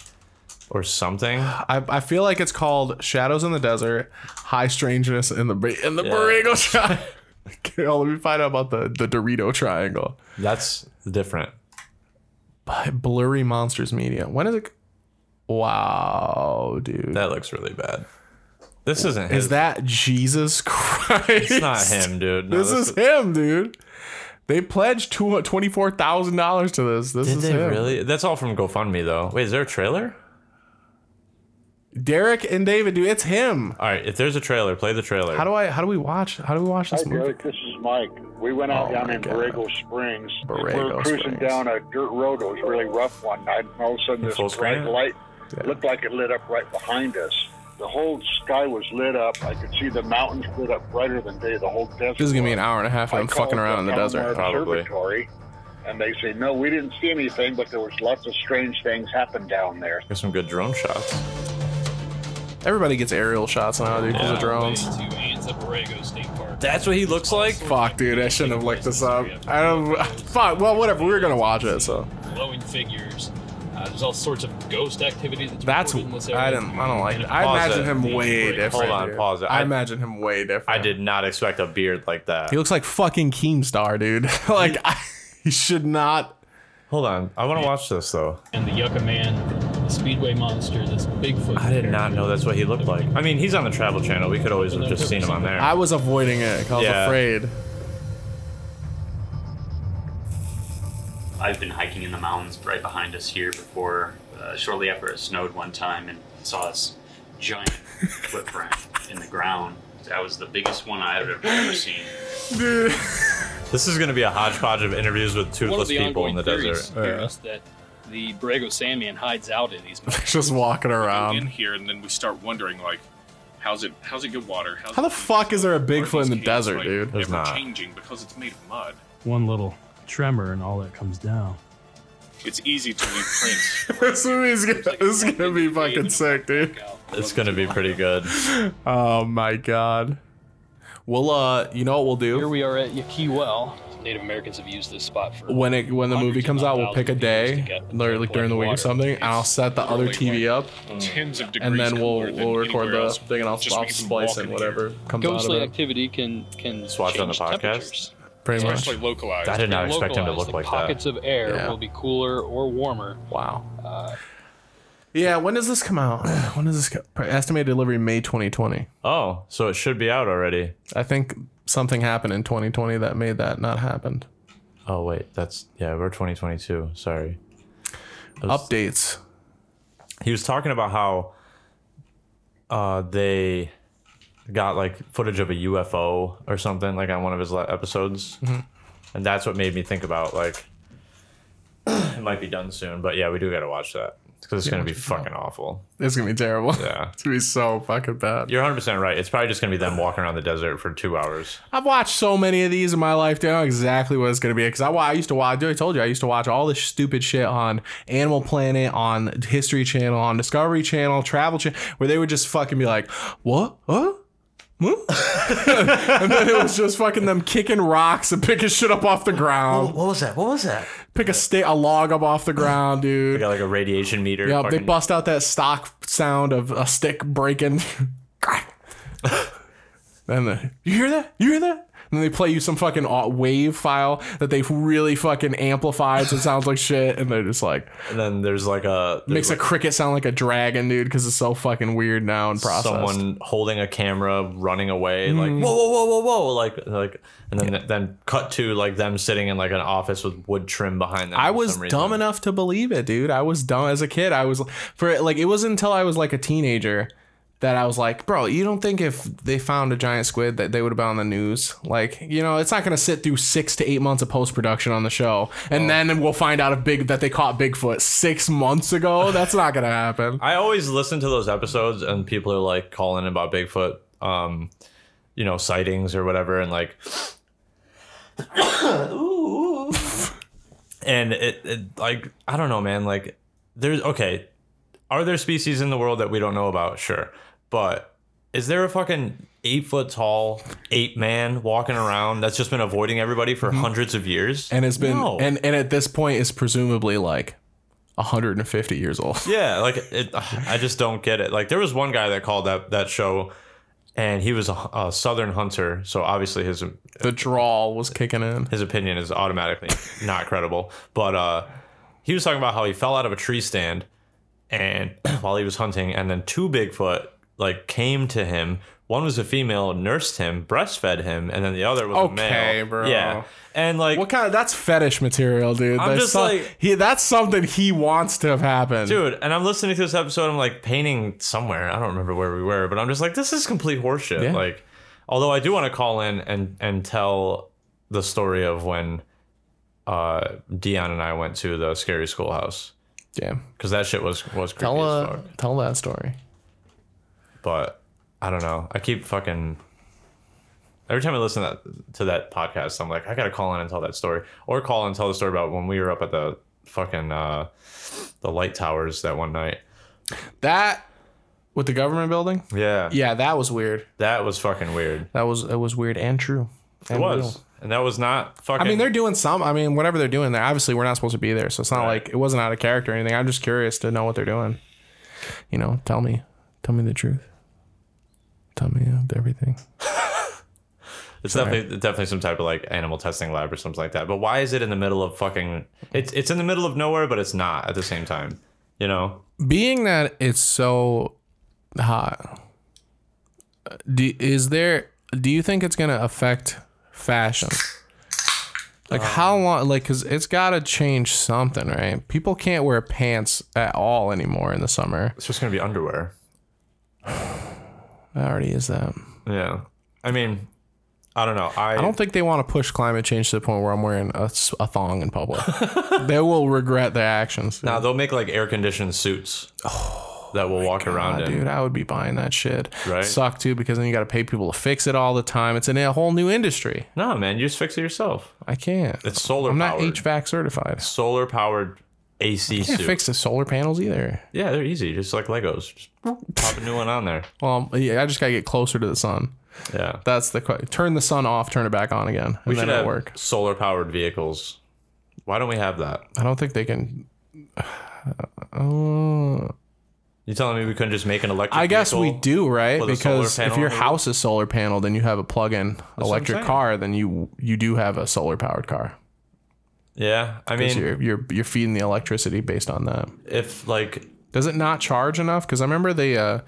Speaker 1: or something.
Speaker 2: I, I feel like it's called Shadows in the Desert, High Strangeness in the Ba- in the Borrego
Speaker 1: (laughs)
Speaker 2: Triangle. okay, well, let me find out about the, the Dorito Triangle.
Speaker 1: That's different.
Speaker 2: By Blurry Monsters Media. When is it? Wow, dude.
Speaker 1: That looks really bad. This isn't. His.
Speaker 2: Is that Jesus Christ?
Speaker 1: It's not him, dude. No,
Speaker 2: This is him, dude. They pledged two- $24,000 to this. This
Speaker 1: Did
Speaker 2: is
Speaker 1: they
Speaker 2: him.
Speaker 1: really? That's all from GoFundMe though. Wait, is there a trailer?
Speaker 2: Derek and David, dude, it's him.
Speaker 1: All right, if there's a trailer, play the trailer.
Speaker 2: How do I how do we watch? How do we watch this
Speaker 3: Hi,
Speaker 2: movie?
Speaker 3: Derek. This is Mike. We went out
Speaker 2: Oh,
Speaker 3: down
Speaker 2: my
Speaker 3: in
Speaker 2: God.
Speaker 3: Borrego Springs. we
Speaker 2: Borrego
Speaker 3: were cruising
Speaker 2: Springs.
Speaker 3: down a dirt road. It was really rough one night, and all of a sudden this
Speaker 1: Full
Speaker 3: bright
Speaker 1: screen?
Speaker 3: light looked like it lit up right behind us. The whole sky was lit up. I could see the mountains lit up brighter than day. The whole desert.
Speaker 2: This is gonna be
Speaker 3: was.
Speaker 2: an hour and a half
Speaker 3: I
Speaker 2: of them
Speaker 3: called
Speaker 2: fucking around in the
Speaker 3: Palomar
Speaker 2: desert.
Speaker 1: probably.
Speaker 3: Observatory, And they say, no, we didn't see anything, but there was lots of strange things happen down there.
Speaker 1: There's some good drone shots.
Speaker 2: Everybody gets aerial shots now, dude, because of drones.
Speaker 4: To Anza Borrego State Park.
Speaker 1: That's what he looks like.
Speaker 2: Fuck, dude, I shouldn't have looked this up. I don't. (laughs) Fuck. Well, whatever. We were gonna watch it, so
Speaker 4: Glowing figures. Uh, there's all sorts of ghost activity that's
Speaker 2: that's.
Speaker 4: reported in this
Speaker 2: I
Speaker 4: area.
Speaker 2: didn't. I don't like it. I
Speaker 1: Pause
Speaker 2: imagine
Speaker 1: it.
Speaker 2: him way
Speaker 4: Hold
Speaker 2: different.
Speaker 1: on,
Speaker 2: dude.
Speaker 1: pause it.
Speaker 2: I
Speaker 1: I-
Speaker 2: imagine him way different.
Speaker 1: I did not expect a beard like that.
Speaker 2: He looks like fucking Keemstar, dude. (laughs) like I, he should not.
Speaker 1: Hold on, I want to watch this though.
Speaker 4: And the Yucca Man, the Speedway Monster, this Bigfoot.
Speaker 1: I did not know that's what he looked like. I mean, he's on the Travel Channel. We could always have just seen him on there.
Speaker 2: I was avoiding it. 'cause I was
Speaker 1: Yeah.
Speaker 2: afraid.
Speaker 5: I've been hiking in the mountains right behind us here before, uh, shortly after it snowed one time, and saw this giant footprint in the ground. That was the biggest one I have ever seen.
Speaker 2: Dude.
Speaker 1: This is going to be a hodgepodge of interviews with
Speaker 4: One of
Speaker 1: toothless
Speaker 4: the
Speaker 1: people
Speaker 4: ongoing
Speaker 1: in the
Speaker 4: theories
Speaker 1: desert.
Speaker 4: here is that the Borrego Sandman hides out in these
Speaker 2: (laughs)
Speaker 4: mountains.
Speaker 2: Just walking
Speaker 6: in
Speaker 2: around.
Speaker 6: here, and then we start wondering like, how's it? How's it get water? How's
Speaker 2: How the
Speaker 6: it-
Speaker 2: fuck is there a Bigfoot in the
Speaker 6: Are these caves,
Speaker 2: desert,
Speaker 6: like,
Speaker 2: dude?
Speaker 1: There's
Speaker 6: ever
Speaker 1: not.
Speaker 6: changing because it's made of mud.
Speaker 7: one little tremor and all that comes down.
Speaker 6: It's easy to
Speaker 2: (laughs)
Speaker 6: leave prints.
Speaker 2: this movie's gonna, this is gonna be fucking sick, dude.
Speaker 1: It's going to be pretty good.
Speaker 2: Oh my god. We'll uh, you know what we'll
Speaker 4: Here
Speaker 2: do?
Speaker 4: we are at Yaqui Well. Native Americans have used this spot for
Speaker 2: when it when the movie
Speaker 4: Hundreds
Speaker 2: comes
Speaker 4: of
Speaker 2: out, we'll pick a
Speaker 4: thousands of
Speaker 2: day,
Speaker 4: years to get
Speaker 2: literally like
Speaker 4: to
Speaker 2: during the week or
Speaker 4: water.
Speaker 2: something, and I'll set the other TV up,
Speaker 6: Tens of degrees.
Speaker 2: and then we'll
Speaker 6: cooler than
Speaker 2: we'll record
Speaker 6: anywhere
Speaker 2: the
Speaker 6: else.
Speaker 2: thing, and I'll,
Speaker 6: Just
Speaker 2: I'll
Speaker 6: we can
Speaker 2: splice
Speaker 6: walk
Speaker 2: in
Speaker 6: here.
Speaker 2: whatever comes out of
Speaker 8: Ghostly
Speaker 2: it.
Speaker 8: activity can can
Speaker 1: Swatch on the
Speaker 8: change
Speaker 1: podcast?
Speaker 8: temperatures.
Speaker 2: Pretty much.
Speaker 6: Especially localized.
Speaker 1: I did not
Speaker 8: They're
Speaker 1: expect him to
Speaker 8: localized,
Speaker 1: look like
Speaker 8: pockets
Speaker 1: that.
Speaker 8: of air
Speaker 2: Yeah.
Speaker 8: will be cooler or warmer.
Speaker 2: Wow. yeah. When does this come out? (sighs) When does this co- estimated delivery May 2020?
Speaker 1: Oh, so it should be out already.
Speaker 2: I think something happened in 2020 that made that not happen.
Speaker 1: Oh wait, that's yeah, we're 2022. Sorry.
Speaker 2: Updates.
Speaker 1: He was talking about how uh they got like footage of a UFO or something like on one of his la- episodes.
Speaker 4: Mm-hmm.
Speaker 1: And that's what made me think about like (clears throat) it might be done soon, but yeah, we do got to watch that cuz it's going to be fucking awful.
Speaker 2: It's gonna be terrible.
Speaker 1: Yeah.
Speaker 2: (laughs) it's gonna be so fucking bad.
Speaker 1: You're 100% right. It's probably just going to be them walking around the desert for 2 hours.
Speaker 2: I've watched so many of these in my life. dude. I know exactly what it's gonna be because I, wa- I used to watch. I told you I used to watch all this stupid shit on Animal Planet, on History Channel, on Discovery Channel, Travel Channel, where they would just fucking be like, "What? Huh?" Huh?" (laughs) and then it was just fucking them kicking rocks and picking shit up off the
Speaker 9: (laughs)
Speaker 2: ground.
Speaker 1: What was that? What was that?
Speaker 2: Pick a sta a log up off the ground,
Speaker 1: They
Speaker 2: dude.
Speaker 1: got like a radiation meter.
Speaker 2: Yeah, they
Speaker 1: fucking-
Speaker 2: bust out that stock sound of a stick breaking. (laughs) Crack. and the, you hear that? You hear that? And then they play you some fucking au- wave file that they've really fucking amplified, so it sounds like shit. And they're just like
Speaker 1: and then there's like a there's
Speaker 2: makes a cricket sound like a dragon, dude, because it's so fucking weird now and processed. Mm.
Speaker 1: someone holding a camera running away like whoa whoa whoa whoa whoa like like and then then cut to like them sitting in like an office with wood trim behind them
Speaker 2: I
Speaker 1: for
Speaker 2: was
Speaker 1: some reason.
Speaker 2: dumb enough to believe it, dude. I was dumb as a kid. I was for like it wasn't until I was like a teenager that I was like, bro, you don't think if they found a giant squid that they would have been on the news? Like, you know, it's not gonna sit through six to eight months of post production on the show, and then we'll find out if big that they caught Bigfoot six
Speaker 1: (laughs)
Speaker 2: months ago. That's not gonna happen.
Speaker 1: I always listen to those episodes and people are like calling about Bigfoot um you know sightings or whatever and
Speaker 2: (coughs)
Speaker 1: like (coughs) Ooh. and it, it like I don't know man like there's okay are there species in the world that we don't know about sure but is there a fucking eight foot tall ape man walking around that's just been avoiding everybody for hundreds of years
Speaker 2: Mm-hmm. And it's been
Speaker 1: No.
Speaker 2: and and at this point is presumably like 150 years old.
Speaker 1: Yeah, like it, I just don't get it. Like there was one guy that called that that show, and he was a, a southern hunter, so obviously his
Speaker 2: The drawl was kicking in.
Speaker 1: his opinion is automatically not credible. But uh, he was talking about how he fell out of a tree stand, and (clears throat) while he was hunting, and then two Bigfoot like came to him. One was a female, nursed him, breastfed him, and then the other was a male.
Speaker 2: Okay, bro.
Speaker 1: Yeah, and like
Speaker 2: What kind of that's fetish material, dude.
Speaker 1: I'm
Speaker 2: That's
Speaker 1: just
Speaker 2: some-
Speaker 1: like-
Speaker 2: he, that's something he wants to have happen.
Speaker 1: Dude, and I'm listening to this episode. I'm like painting somewhere. I don't remember where we were, but I'm just like, this is complete horseshit.
Speaker 2: Yeah.
Speaker 1: Like, although I do want to call in and and tell the story of when uh Dion and I went to the scary schoolhouse
Speaker 2: Damn.
Speaker 1: because that shit was was creepy
Speaker 2: Tell
Speaker 1: as
Speaker 2: uh,
Speaker 1: fuck.
Speaker 2: tell that story.
Speaker 1: But I don't know. I keep fucking. Every time I listen to that, to that podcast, I'm like, I gotta call in and tell that story, or call and tell the story about when we were up at the fucking uh, the light towers that one night.
Speaker 2: That with the government building?
Speaker 1: Yeah,
Speaker 2: Yeah, that was weird.
Speaker 1: that was fucking weird.
Speaker 2: That was it was weird and true.
Speaker 1: It was. And that was not fucking.
Speaker 2: I mean, they're doing some. I mean, whatever they're doing there. Obviously, we're not supposed to be there, so it's not like it wasn't out of character or anything. I'm just curious to know what they're doing. You know, tell me, tell me the truth. Tell me everything.
Speaker 1: it's definitely definitely some type of like animal testing lab or something like that. But why is it in the middle of fucking? It's it's in the middle of nowhere, but it's not at the same time. You know,
Speaker 2: being that it's so hot do, is there do you think it's going to affect fashion like how long like because it's got to change something right people can't wear pants at all anymore in the summer
Speaker 1: it's just gonna be underwear.
Speaker 2: that already is that
Speaker 1: Yeah, I mean, I don't know. I,
Speaker 2: i don't think they want to push climate change to the point where i'm wearing a, s- a thong in public they will regret their actions
Speaker 1: Now they'll make like air conditioned suits that will walk around
Speaker 2: Ah,
Speaker 1: in.
Speaker 2: Oh dude, I would be buying that shit.
Speaker 1: Right.
Speaker 2: Suck too, because then you got to pay people to fix it all the time. It's in a whole new industry.
Speaker 1: No, man, you just fix it yourself.
Speaker 2: I can't.
Speaker 1: It's solar.
Speaker 2: I'm not
Speaker 1: powered.
Speaker 2: HVAC certified.
Speaker 1: Solar powered AC
Speaker 2: Can't
Speaker 1: suit.
Speaker 2: fix the solar panels either.
Speaker 1: yeah, they're easy. Just like Legos, just pop a new one on there.
Speaker 2: Well, yeah, I just gotta get closer to the sun.
Speaker 1: Yeah.
Speaker 2: That's the question. Turn the sun off, turn it back on again, and
Speaker 1: We
Speaker 2: then
Speaker 1: should
Speaker 2: it'll
Speaker 1: have
Speaker 2: work.
Speaker 1: solar powered vehicles. Why don't we have that?
Speaker 2: I don't think they can. (sighs) Uh,
Speaker 1: You telling me we couldn't just make an electric?
Speaker 2: I guess we
Speaker 1: vehicle?
Speaker 2: do, right?
Speaker 1: with a solar
Speaker 2: Because if
Speaker 1: panel
Speaker 2: your
Speaker 1: on it?
Speaker 2: house is solar paneled and you have a plug-in
Speaker 1: I'm
Speaker 2: electric
Speaker 1: saying.
Speaker 2: car, then you you do have a solar powered car.
Speaker 1: Yeah, I
Speaker 2: 'Cause
Speaker 1: mean,
Speaker 2: you're, you're you're feeding the electricity based on that.
Speaker 1: if like
Speaker 2: Does it not charge enough? Because I remember they, uh,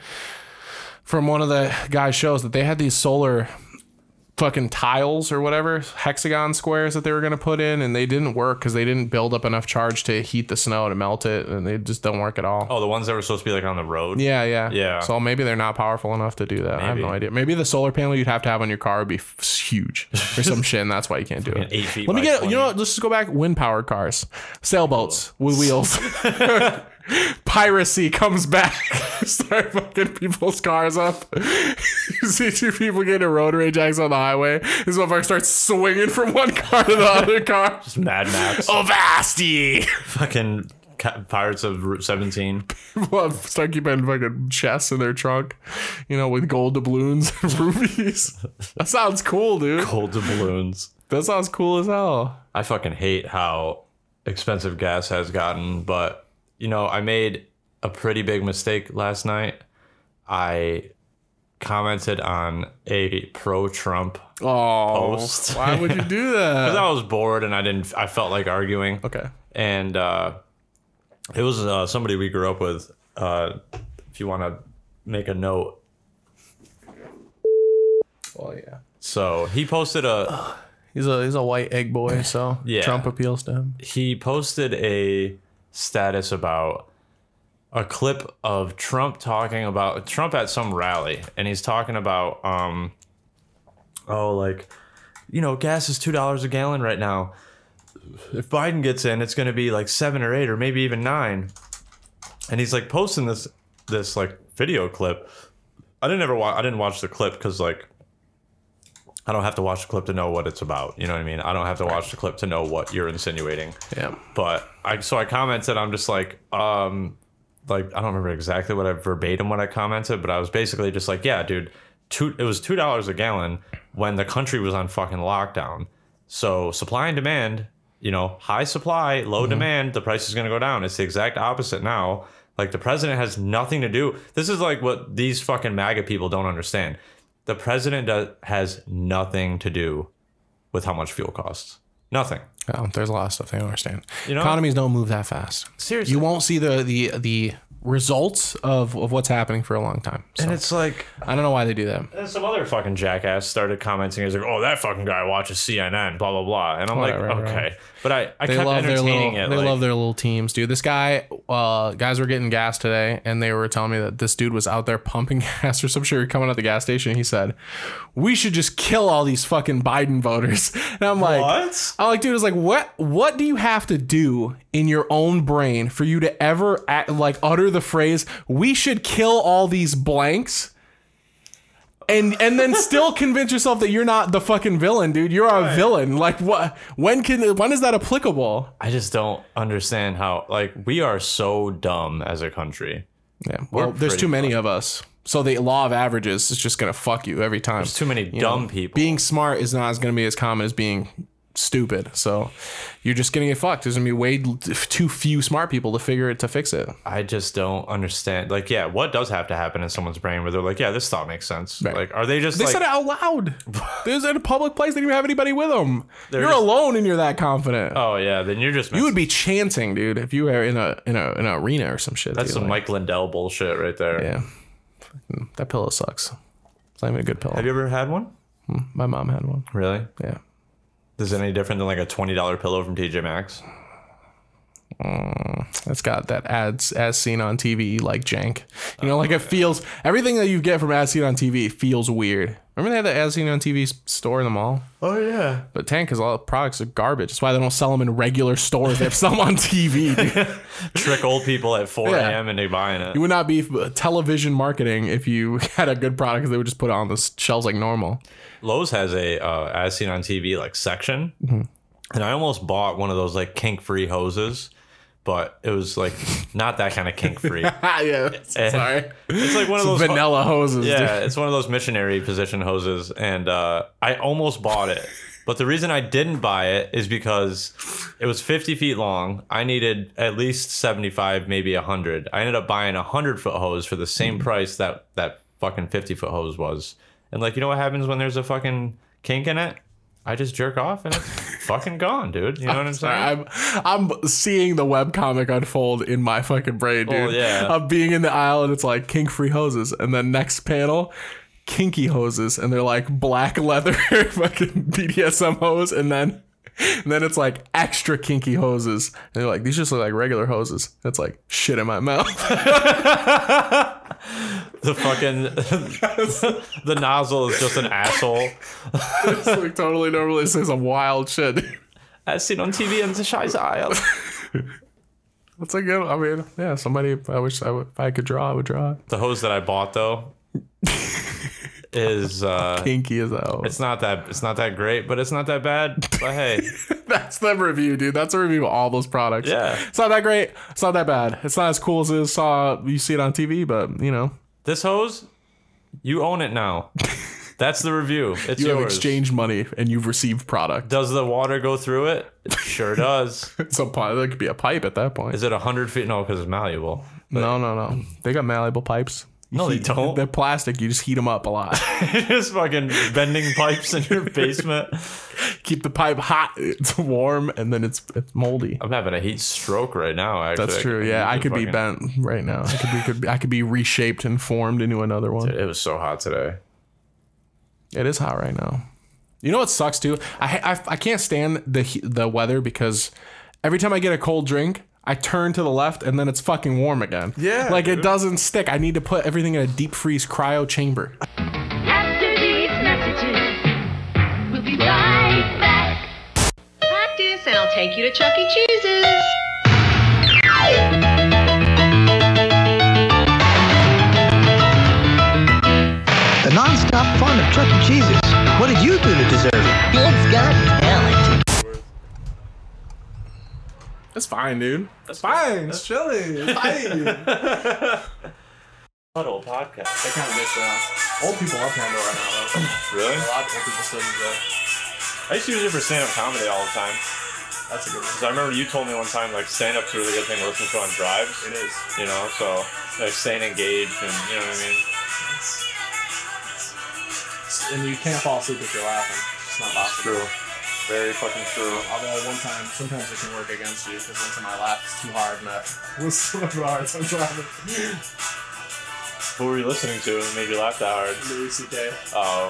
Speaker 2: from one of the guys' shows, that they had these solar fucking tiles or whatever, hexagon squares that they were going to put in, and they didn't work because they didn't build up enough charge to heat the snow to melt it, and they just don't work at all.
Speaker 1: oh the ones that were supposed to be like on the road.
Speaker 2: Yeah, yeah.
Speaker 1: Yeah.
Speaker 2: So maybe they're not powerful enough to do that. I have
Speaker 1: Maybe.
Speaker 2: no idea. Maybe the solar panel you'd have to have on your car would be f- huge or
Speaker 1: (laughs)
Speaker 2: some shit, and that's why you can't do it.
Speaker 1: Eight feet.
Speaker 2: Let me
Speaker 1: by
Speaker 2: get,
Speaker 1: 20.
Speaker 2: you know what? Let's just go back. Wind powered cars, sailboats with wheels.
Speaker 1: (laughs)
Speaker 2: (laughs) Piracy comes back. (laughs) Start fucking people's cars up. (laughs) you see two people getting a road rage accident on the highway. This motherfucker starts swinging from one car to the
Speaker 1: (laughs)
Speaker 2: other car.
Speaker 1: Just (laughs) Mad
Speaker 2: (laughs)
Speaker 1: Max,
Speaker 2: Oh. Avasti!
Speaker 1: fucking Ca- Pirates of Route 17.
Speaker 2: People have start keeping fucking chests in their trunk, you know, with gold doubloons and (laughs) rubies. That sounds cool, dude.
Speaker 1: Cold doubloons.
Speaker 2: That sounds cool as hell.
Speaker 1: I fucking hate how expensive gas has gotten, but you know, I made a pretty big mistake last night. I commented on a pro Trump
Speaker 2: Oh,
Speaker 1: Post.
Speaker 2: why would you (laughs) do
Speaker 1: because
Speaker 2: that?
Speaker 1: I was bored and I didn't I felt like arguing.
Speaker 2: Okay.
Speaker 1: And uh it was uh, somebody we grew up with uh if you want to make a note
Speaker 2: Well, yeah.
Speaker 1: So he posted a
Speaker 2: He's a he's a white egg boy, so
Speaker 1: Yeah.
Speaker 2: Trump appeals to him.
Speaker 1: he posted a status about a clip of Trump talking about Trump at some rally and he's talking about um oh like you know gas is two dollars a gallon right now. If Biden gets in, it's gonna be like seven or eight or maybe even nine. And he's like posting this this like video clip. I didn't ever watch I didn't watch the clip because like I don't have to watch the clip to know what it's about. You know what I mean? I don't have to watch the clip to know what you're insinuating
Speaker 2: Yeah.
Speaker 1: but I so I commented. I'm just like, um, like I don't remember exactly what I verbatim what I commented, but I was basically just like, yeah, dude, two. It was two dollars a gallon when the country was on fucking lockdown. So supply and demand, you know, high supply, low demand, the price is gonna go down. It's the exact opposite now. Like the president has nothing to do. This is like what these fucking MAGA people don't understand. The president does, has nothing to do with how much fuel costs. Nothing.
Speaker 2: Oh, there's a lot of stuff they don't understand.
Speaker 1: You know-
Speaker 2: Economies don't move that fast.
Speaker 1: Seriously.
Speaker 2: You won't see the the the results of, of what's happening for a long time. So
Speaker 1: And it's like
Speaker 2: I don't know why they do that.
Speaker 1: And some other fucking jackass started commenting. He's like, "Oh, that fucking guy watches CNN." Blah blah blah. And I'm
Speaker 2: Right,
Speaker 1: like,
Speaker 2: right, right.
Speaker 1: "Okay," but I I
Speaker 2: they
Speaker 1: kept
Speaker 2: love their
Speaker 1: entertaining
Speaker 2: little
Speaker 1: it.
Speaker 2: they
Speaker 1: like,
Speaker 2: love their little teams, dude. This guy, uh, guys were getting gas today, and they were telling me that this dude was out there pumping (laughs) gas or some shit. We We're coming out the gas station. He said, "We should just kill all these fucking Biden voters." (laughs) And I'm like,
Speaker 1: What?
Speaker 2: I'm like, dude, it's like, what? What do you have to do in your own brain for you to ever act, like utter the phrase "We should kill all these blanks"? and and then still convince yourself that you're not the fucking villain, dude. You're a villain. Like what? When can? When is that applicable?
Speaker 1: I just don't understand how like we are so dumb as a country.
Speaker 2: Yeah. Well,
Speaker 1: We're
Speaker 2: there's
Speaker 1: pretty
Speaker 2: too many of us, so the law of averages is just gonna fuck you every time.
Speaker 1: There's too many dumb people.
Speaker 2: being smart is not as gonna be as common as being stupid. So you're just gonna get fucked. There's gonna be way l- too few smart people to figure it to fix it.
Speaker 1: I just don't understand. Like, yeah, what does have to happen in someone's brain where they're like, "Yeah, this thought makes sense."
Speaker 2: Right.
Speaker 1: Like, are they just
Speaker 2: They
Speaker 1: like,
Speaker 2: said uh, it out (laughs) loud. They was at a public place. They didn't even have anybody with them. You're
Speaker 1: just-
Speaker 2: alone, and you're that confident.
Speaker 1: "Oh yeah," then you're just
Speaker 2: you would be chanting, dude, if you were in a in a in an arena or some shit.
Speaker 1: that's
Speaker 2: dude.
Speaker 1: some
Speaker 2: Like-
Speaker 1: Mike Lindell bullshit right there.
Speaker 2: Yeah. Fucking- That pillow sucks. It's not even a good pillow.
Speaker 1: Have you ever had one?
Speaker 2: My mom had one.
Speaker 1: Really?
Speaker 2: Yeah.
Speaker 1: Is it any different than like a twenty dollar pillow from TJ Maxx?
Speaker 2: It's got that ads as seen on TV like jank. You
Speaker 1: Oh,
Speaker 2: know, like it feels everything that you get from as seen on TV feels weird. Remember they had the as seen on TV s- store in the mall?
Speaker 1: Oh yeah.
Speaker 2: But Tank is all the products are garbage. That's why they don't sell them in regular stores. They have some on TV.
Speaker 1: (laughs)
Speaker 2: dude.
Speaker 1: Trick old people at four
Speaker 2: Yeah.
Speaker 1: a.m. into buying it.
Speaker 2: You would not be f- uh, television marketing if you (laughs) had a good product 'cause they would just put it on the s- shelves like normal.
Speaker 1: Lowe's has a uh, as seen on TV like section, and I almost bought one of those like kink free hoses, but it was like not that kind of kink free.
Speaker 2: yeah. (laughs) Sorry.
Speaker 1: It's like Ah, one of
Speaker 2: Some
Speaker 1: those
Speaker 2: vanilla hoses.
Speaker 1: Yeah,
Speaker 2: Dude.
Speaker 1: it's one of those missionary position hoses, and uh, I almost bought it. But the reason I didn't buy it is because it was 50 feet long. I needed at least 75, maybe 100. I ended up buying a 100 foot hose for the same price that that fucking 50 foot hose was. And like, you know what happens when there's a fucking kink in it? I just jerk off and it's (laughs) fucking gone, dude. You know what I'm saying?
Speaker 2: Sorry, I'm I'm seeing the webcomic unfold in my fucking brain, dude.
Speaker 1: Well, yeah.
Speaker 2: I'm being in the aisle and it's like kink free hoses, and then next panel, kinky hoses, and they're like black leather (laughs) fucking BDSM hose, and then and then it's like extra kinky hoses, and they're like these just look like regular hoses. And it's like shit in my mouth. (laughs)
Speaker 1: the (laughs) fucking the nozzle is just an asshole.
Speaker 2: it's like totally normally says some wild shit. (laughs) dude.
Speaker 1: As seen on TV in the Scheiße Isle.
Speaker 2: That's a good. I mean, yeah. Somebody, I wish I would, if I could draw, I would draw it.
Speaker 1: The hose that I bought though is uh
Speaker 2: Kinky as hell.
Speaker 1: it's not that it's not that great, but it's not that bad. But hey,
Speaker 2: (laughs) That's the review, dude. That's a review of all those products.
Speaker 1: Yeah.
Speaker 2: It's not that great. It's not that bad. It's not as cool as it is saw you see it on TV, but you know,
Speaker 1: this hose, you own it now. That's the review. It's
Speaker 2: you
Speaker 1: yours.
Speaker 2: have exchanged money and you've received product. (laughs)
Speaker 1: Does the water go through it? It sure does.
Speaker 2: It's a pipe. That could be a pipe at that point.
Speaker 1: Is it hundred feet? No, because it's malleable.
Speaker 2: no, no, no. They got malleable pipes.
Speaker 1: No, they
Speaker 2: Heat-
Speaker 1: (laughs) don't.
Speaker 2: They're plastic. You just heat them up
Speaker 1: (laughs)
Speaker 2: a lot.
Speaker 1: Just fucking bending pipes in your basement.
Speaker 2: Keep the pipe hot. It's warm and then it's it's moldy.
Speaker 1: I'm having a heat stroke right now. Actually,
Speaker 2: That's true. Yeah, I could be
Speaker 1: fucking-
Speaker 2: bent right now. I could be, could be I could be reshaped and formed into another one.
Speaker 1: It was so hot today.
Speaker 2: It is hot right now. You know what sucks too? I I, I can't stand the he- the weather because every time I get a cold drink, I turn to the left and then it's fucking warm again.
Speaker 1: Yeah,
Speaker 2: like it doesn't stick. I need to put everything in a deep freeze cryo chamber.
Speaker 10: After these messages, we'll be right back. Practice, and I'll take you to Chuck E. Cheese's.
Speaker 11: The non-stop fun of Chuck E. Cheese's. What did you do to deserve it? Kids got talent.
Speaker 2: That's fine, dude. That's fine. It's chilly. It's
Speaker 8: (laughs)
Speaker 2: fine.
Speaker 1: Huddle podcast.
Speaker 8: That kind of gets uh, old people love Pandora now.
Speaker 1: (laughs) Really?
Speaker 8: Though. A lot of old people still use that.
Speaker 1: I used to use it for stand up comedy all the time.
Speaker 8: That's a good one.
Speaker 1: Because I remember you told me one time, like, stand up's a really good thing to listen to on drives. It is. You know, so, like, staying engaged and, you know what I mean?
Speaker 8: And you can't fall asleep if you're laughing. It's just not possible.
Speaker 1: Very fucking true.
Speaker 8: Although one time, sometimes it can work against you because one time I laughed too hard and I (laughs) was so hard. So I'm
Speaker 1: (laughs)
Speaker 8: driving.
Speaker 1: Who were you listening to that made you laugh that hard?
Speaker 8: Louis C.K.
Speaker 1: Oh.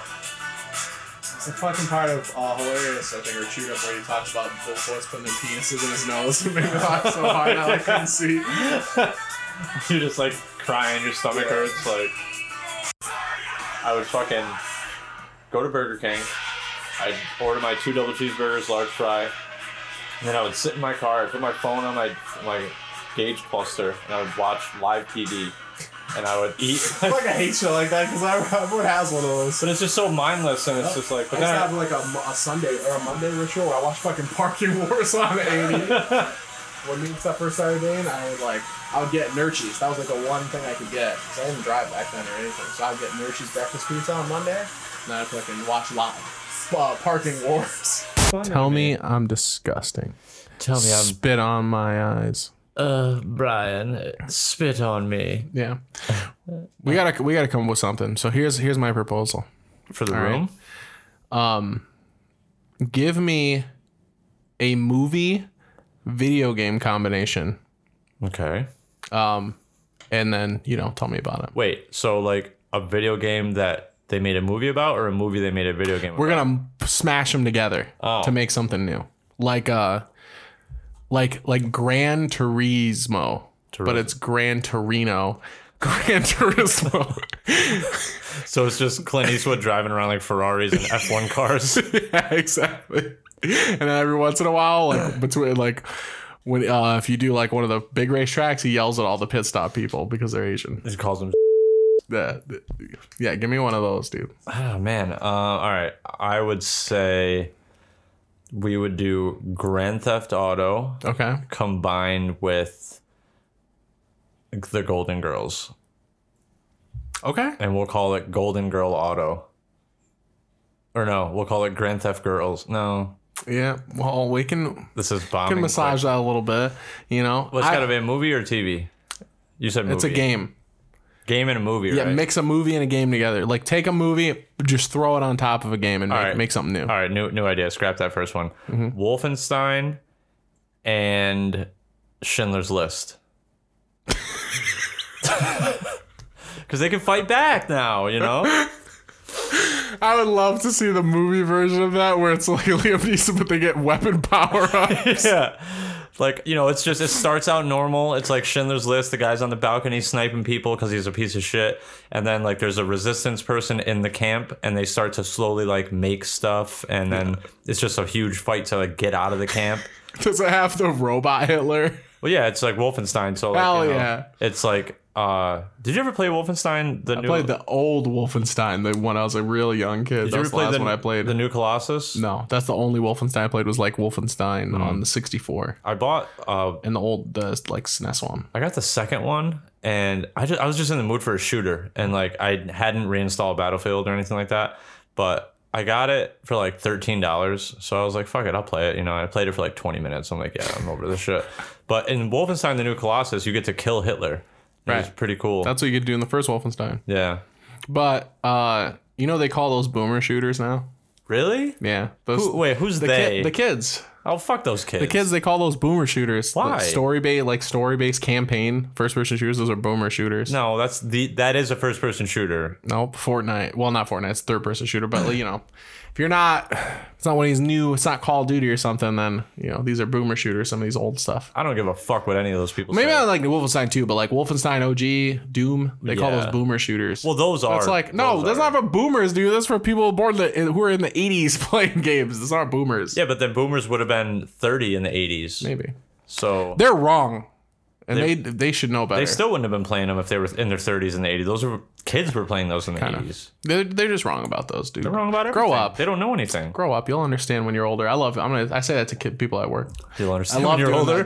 Speaker 8: It's a fucking part of uh, Hilarious, I think, or Chewed Up, where he talks about the boys putting their penises in his nose and making it laugh so hard I like, couldn't see.
Speaker 1: You're just, like, crying, your stomach
Speaker 8: Yeah.
Speaker 1: hurts. Like, I would fucking go to Burger King. I'd order my two double cheeseburgers, large fry. And then I would sit in my car, I'd put my phone on my, my gauge cluster, and I would watch live TV. And I would
Speaker 8: (laughs)
Speaker 1: eat.
Speaker 8: Fuck, I hate shit like that because everyone has one of those.
Speaker 1: But it's just so mindless, and it's just like. But
Speaker 8: I used to have
Speaker 1: then
Speaker 8: like a, mo- a Sunday or a Monday ritual where I watch fucking Parking Wars on A&E.
Speaker 1: I,
Speaker 8: when me and stuff first started dating, I would like, I would get Nurchie's. That was like the one thing I could get because I didn't drive back then or anything. So I'd get Nurchie's breakfast pizza on Monday, and I'd fucking watch live uh, Parking Wars.
Speaker 2: Tell me I'm disgusting.
Speaker 1: tell me,
Speaker 2: Spit on my eyes.
Speaker 1: uh, Brian, spit on me
Speaker 2: Yeah. (laughs) We gotta we gotta come up with something. So here's here's my proposal.
Speaker 1: for the
Speaker 2: All right.
Speaker 1: room.
Speaker 2: give me a movie video game combination
Speaker 1: Okay.
Speaker 2: and then you know tell me about it
Speaker 1: Wait. So like a video game that they made a movie about, or a movie they made a video game.
Speaker 2: we're gonna smash them together
Speaker 1: Oh.
Speaker 2: to make something new like uh like like gran turismo but it's gran torino (laughs) gran turismo (laughs)
Speaker 1: about? So it's just Clint Eastwood driving around like Ferraris and F1 cars.
Speaker 2: (laughs) yeah, exactly. And then every once in a while, like between like when uh, if you do like one of the big racetracks, he yells at all the pit stop people because they're Asian.
Speaker 1: He calls them.
Speaker 2: Yeah, yeah.
Speaker 1: Ah,
Speaker 2: Give me one of those, dude.
Speaker 1: Oh man. Uh, all right. I would say we would do Grand Theft Auto
Speaker 2: Okay.
Speaker 1: combined with the Golden Girls,
Speaker 2: Okay.
Speaker 1: and we'll call it Golden Girl Auto. Or no, we'll call it Grand Theft Girls. No,
Speaker 2: Yeah. Well, we can
Speaker 1: this is bombing.
Speaker 2: can massage that a little bit. You know,
Speaker 1: What's
Speaker 2: I-
Speaker 1: got to be a movie or TV? You said movie.
Speaker 2: it's a game.
Speaker 1: Game and a movie,
Speaker 2: Yeah,
Speaker 1: right?
Speaker 2: mix a movie and a game together. Like take a movie, just throw it on top of a game and make,
Speaker 1: right.
Speaker 2: make something new.
Speaker 1: All right, new new idea. Scrap that first one. Wolfenstein and Schindler's List. (laughs) Because they can fight back now, you know.
Speaker 2: I would love to see the movie version of that where it's like (laughs) Liam Neeson, but they get weapon power
Speaker 1: (laughs)
Speaker 2: up.
Speaker 1: yeah, like you know, it's just it starts out normal. It's like Schindler's List. The guy's on the balcony sniping people because he's a piece of shit, and then like there's a resistance person in the camp, and they start to slowly like make stuff, and then it's just a huge fight to like get out of the camp.
Speaker 2: Does it have the robot Hitler?
Speaker 1: Well, yeah, it's like Wolfenstein. So like,
Speaker 2: Hell
Speaker 1: you know,
Speaker 2: yeah.
Speaker 1: it's like. Uh, did you ever play Wolfenstein? The
Speaker 2: I
Speaker 1: new.
Speaker 2: played the old Wolfenstein, the one I was a real young kid.
Speaker 1: did
Speaker 2: that
Speaker 1: you
Speaker 2: was
Speaker 1: ever
Speaker 2: the
Speaker 1: play
Speaker 2: last
Speaker 1: the,
Speaker 2: one I played.
Speaker 1: the new Colossus?
Speaker 2: no, that's the only Wolfenstein I played was like Wolfenstein
Speaker 1: Mm.
Speaker 2: on the 64
Speaker 1: I bought. Uh,
Speaker 2: and the old the like SNES one.
Speaker 1: I got the second one, and I just, I was just in the mood for a shooter, and like I hadn't reinstalled Battlefield or anything like that, but I got it for like thirteen dollars, so I was like, "Fuck it, I'll play it." You know, I played it for like twenty minutes. I'm like, "Yeah, I'm over this shit." But in Wolfenstein: The New Colossus, you get to kill Hitler. It was
Speaker 2: Right.
Speaker 1: pretty cool.
Speaker 2: That's what you could do in the first Wolfenstein.
Speaker 1: yeah.
Speaker 2: But uh, you know they call those boomer shooters now.
Speaker 1: Really?
Speaker 2: Yeah. Those,
Speaker 1: Who, wait, who's
Speaker 2: the
Speaker 1: they?
Speaker 2: Ki- the kids.
Speaker 1: oh, fuck those kids.
Speaker 2: The kids they call those boomer shooters.
Speaker 1: Why?
Speaker 2: Story based like story based campaign first person shooters. Those are boomer shooters.
Speaker 1: No, that's the that is a first person shooter.
Speaker 2: Nope, Fortnite. Well, not Fortnite. It's third person shooter, but like, you know, if you're not, it's not one of these new. It's not Call of Duty or something. Then you know these are boomer shooters. Some of these old stuff.
Speaker 1: I don't give a fuck what any of those people
Speaker 2: Maybe
Speaker 1: say.
Speaker 2: I like Wolfenstein too, but like Wolfenstein OG, Doom. They call
Speaker 1: Yeah.
Speaker 2: those boomer shooters.
Speaker 1: well, those are.
Speaker 2: that's like no,
Speaker 1: those
Speaker 2: that's
Speaker 1: are.
Speaker 2: not for boomers, dude. That's for people born the, who are in the '80s (laughs) playing games. Those aren't boomers.
Speaker 1: Yeah, but then boomers would have been 30 in the 80s.
Speaker 2: maybe
Speaker 1: So
Speaker 2: they're wrong, and they they, should know better.
Speaker 1: they still wouldn't have been playing them if they were in their 30s and the 80s. Those were kids were playing those in the 80s.
Speaker 2: they're, they're just wrong about those, dude.
Speaker 1: They're wrong about everything.
Speaker 2: Grow up.
Speaker 1: They don't know anything.
Speaker 2: Grow up. You'll understand when you're older. I love. I'm gonna. I say that to kid, people at work.
Speaker 1: You'll
Speaker 2: I
Speaker 1: understand when
Speaker 2: love
Speaker 1: you're
Speaker 2: doing
Speaker 1: older,
Speaker 2: that,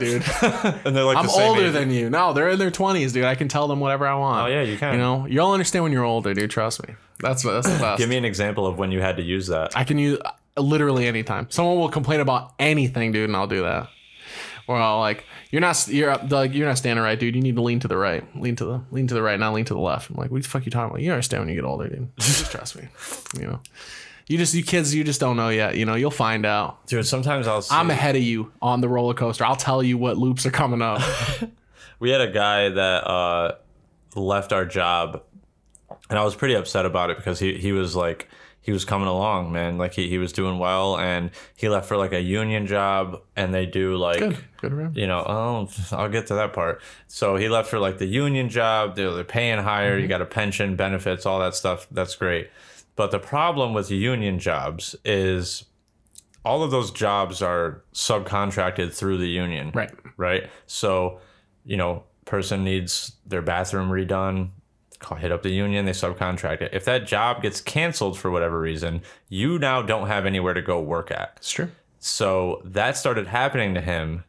Speaker 1: (laughs)
Speaker 2: dude.
Speaker 1: and they're like
Speaker 2: I'm
Speaker 1: the same
Speaker 2: older
Speaker 1: age.
Speaker 2: than you. No, they're in their 20s, dude. I can tell them whatever I want.
Speaker 1: Oh, yeah, you can.
Speaker 2: You know, you'll understand when you're older, dude. Trust me. That's that's the best.
Speaker 1: Give me an example of when you had to use that.
Speaker 2: I can use uh, literally anytime. Someone will complain about anything, dude, and I'll do that. Or I'll like, you're not you're up, Doug, you're not standing right, dude. You need to lean to the right, lean to the lean to the right, not lean to the left. I'm like, what the fuck you talking about? You understand when you get older, (laughs) dude. Just trust me. You know, you just you kids, you just don't know yet. You know, you'll find out.
Speaker 1: Dude, sometimes I'll see,
Speaker 2: I'm ahead of you on the roller coaster. I'll tell you what loops are coming (laughs) up.
Speaker 1: we had a guy that uh, left our job and I was pretty upset about it because he, he was like he was coming along, man. Like he, he was doing well and he left for like a union job and they do like
Speaker 2: Good, good for him.
Speaker 1: you know, oh, (laughs) I'll get to that part. So he left for like the union job. They're, they're paying higher. You got a pension, benefits, all that stuff. That's great. But the problem with union jobs is all of those jobs are subcontracted through the union.
Speaker 2: Right.
Speaker 1: Right. So, you know, person needs their bathroom redone. Call, hit up the union. They subcontract it. If that job gets canceled for whatever reason, you now don't have anywhere to go work at.
Speaker 2: It's true.
Speaker 1: So that started happening to him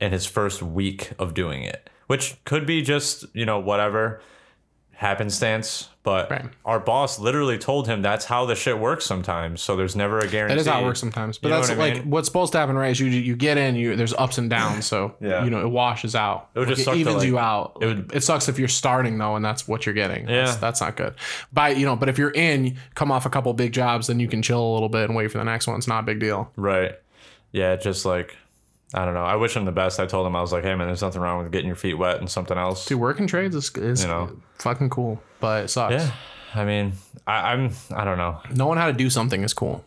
Speaker 1: in his first week of doing it, which could be just, you know, whatever happenstance. But
Speaker 2: Right.
Speaker 1: our boss literally told him that's how the shit works sometimes. So there's never a guarantee.
Speaker 2: That is how it works sometimes. But
Speaker 1: You know
Speaker 2: that's
Speaker 1: what I
Speaker 2: like
Speaker 1: mean?
Speaker 2: what's supposed to happen, right? Is you you get in, you there's ups and downs, so
Speaker 1: (laughs) Yeah.
Speaker 2: you know it washes out.
Speaker 1: It would just suck
Speaker 2: like, it
Speaker 1: to,
Speaker 2: evens
Speaker 1: like-
Speaker 2: you out. It,
Speaker 1: it would-
Speaker 2: sucks if you're starting though, and that's what you're getting. that's,
Speaker 1: Yeah.
Speaker 2: that's not good. But you know, but if you're in, come off a couple big jobs, then you can chill a little bit and wait for the next one. It's not a big deal.
Speaker 1: Right. Yeah. Just like, I don't know. I wish him the best. I told him, I was like, hey, man, there's nothing wrong with getting your feet wet and something else.
Speaker 2: Dude, working trades is, is
Speaker 1: You know.
Speaker 2: fucking cool, but it sucks.
Speaker 1: yeah. I mean, I, I'm, I don't know.
Speaker 2: Knowing how to do something is cool,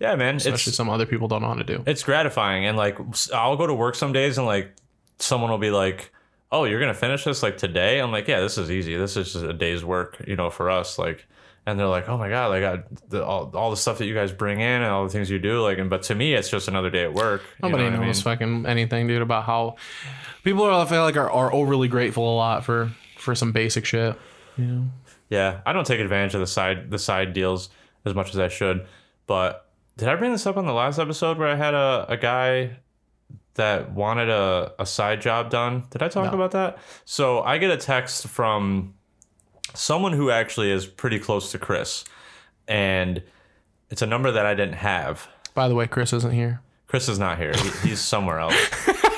Speaker 1: Yeah, man.
Speaker 2: especially
Speaker 1: it's,
Speaker 2: some other people don't know how to do.
Speaker 1: it's gratifying and like s- i'll go to work some days and like someone will be like oh you're gonna finish this like today i'm like yeah this is easy this is just a day's work you know for us like and they're like oh my god like I, the, all, all the stuff that you guys bring in and all the things you do like and but to me it's just another day at work you
Speaker 2: Nobody
Speaker 1: know what I
Speaker 2: knows
Speaker 1: mean?
Speaker 2: fucking anything, dude, about how people are. I feel like are, are overly grateful a lot for for some basic shit.
Speaker 1: yeah i don't take advantage of the side the side deals as much as i should but Did I bring this up on the last episode where I had a, a guy that wanted a, a side job done? Did I talk
Speaker 2: No.
Speaker 1: about that? So I get a text from someone who actually is pretty close to Chris, and it's a number that I didn't have.
Speaker 2: By the way, Chris isn't here. (laughs)
Speaker 1: Chris is not here. He, he's somewhere else.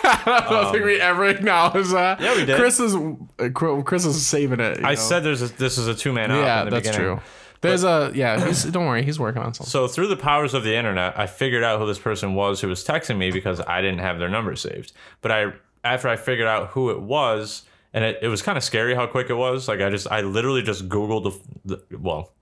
Speaker 2: I don't think we ever acknowledged that.
Speaker 1: Um, Yeah, we did.
Speaker 2: Chris is uh, Qu- Chris is saving it. you
Speaker 1: I
Speaker 2: know?
Speaker 1: said there's a, this is a two man op.
Speaker 2: yeah,
Speaker 1: in the
Speaker 2: that's
Speaker 1: beginning.
Speaker 2: true. There's a yeah. He's, don't worry, he's working
Speaker 1: (laughs)
Speaker 2: on something.
Speaker 1: So through the powers of the internet, I figured out who this person was who was texting me because I didn't have their number saved. But I after I figured out who it was, and it, it was kind of scary how quick it was. Like I just I literally just googled the, the well,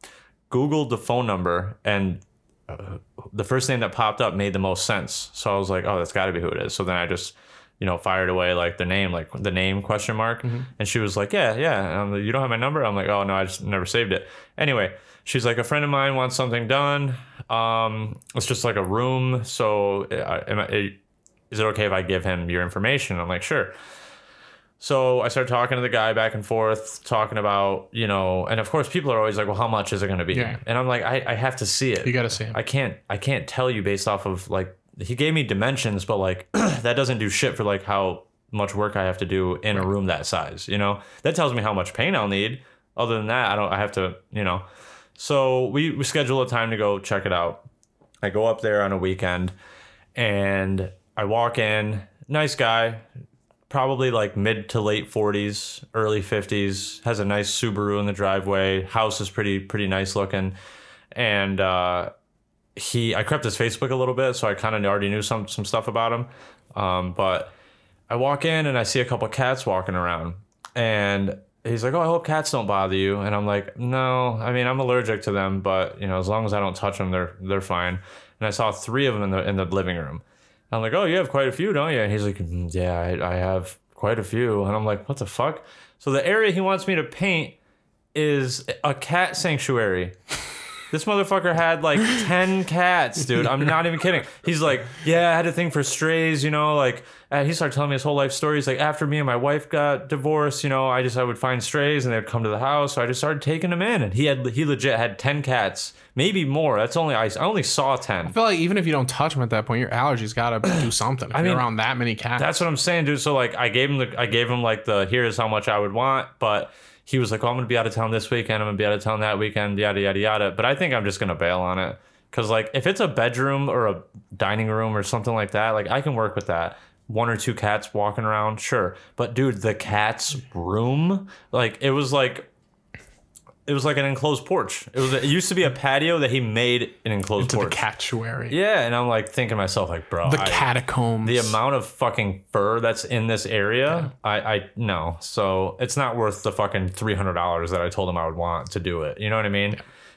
Speaker 1: googled the phone number and uh, the first name that popped up made the most sense. So I was like, oh, that's got to be who it is. So then I just you know fired away like the name like the name question mark and she was like yeah yeah and I'm like, you don't have my number i'm like oh no i just never saved it anyway she's like a friend of mine wants something done um it's just like a room so I, am I, is it okay if i give him your information i'm like sure so I started talking to the guy back and forth, talking about, you know, and of course people are always like, well, how much is it going to be?
Speaker 2: Yeah.
Speaker 1: And I'm like, I, I have to see it.
Speaker 2: You gotta see him.
Speaker 1: I can't I can't tell you based off of like he gave me dimensions, but like (clears throat) that doesn't do shit for like how much work I have to do in a room that size, you know? That tells me how much paint I'll need. Other than that, I don't I have to, you know. So we, we schedule a time to go check it out. I go up there on a weekend and I walk in, nice guy, probably like mid to late 40s, early 50s, has a nice Subaru in the driveway, house is pretty pretty nice looking. And uh he I crept his Facebook a little bit, so I kind of already knew some some stuff about him. Um, but I walk in and I see a couple cats walking around, and he's like, "Oh, I hope cats don't bother you." And I'm like, "No, I mean I'm allergic to them, but you know as long as I don't touch them, they're they're fine." And I saw three of them in the in the living room. And I'm like, "Oh, you have quite a few, don't you?" And he's like, "Mm, "Yeah, I, I have quite a few." And I'm like, "What the fuck?" So the area he wants me to paint is a cat sanctuary. This motherfucker had like 10 cats, dude. I'm not even kidding. He's like, yeah, I had a thing for strays, you know, like, and he started telling me his whole life story. He's like, after me and my wife got divorced, you know, I just, I would find strays and they would come to the house. So I just started taking them in and he had, he legit had 10 cats, maybe more. That's only, I, I only saw 10.
Speaker 2: I feel like even if you don't touch him at that point, your allergies gotta
Speaker 1: (clears throat)
Speaker 2: do something. If
Speaker 1: I
Speaker 2: you're
Speaker 1: mean,
Speaker 2: around that many cats,
Speaker 1: That's what I'm saying, dude. So like, I gave him the, I gave him like the, here's how much I would want, but he was like, oh, I'm gonna be out of town this weekend. I'm gonna be out of town that weekend. Yada yada yada. But I think I'm just gonna bail on it because like, if it's a bedroom or a dining room or something like that, like I can work with that. One or two cats walking around, sure. But dude, the cat's room, like it was like. It was like an enclosed porch. It was. It used to be a patio that he made an enclosed
Speaker 2: to the
Speaker 1: porch.
Speaker 2: catuary,
Speaker 1: yeah, and I'm like thinking to myself, like, bro,
Speaker 2: the
Speaker 1: I-
Speaker 2: catacombs.
Speaker 1: the amount of fucking fur that's in this area, I, I no. So it's not worth the fucking three hundred dollars that I told him I would want to do it. You know what I mean?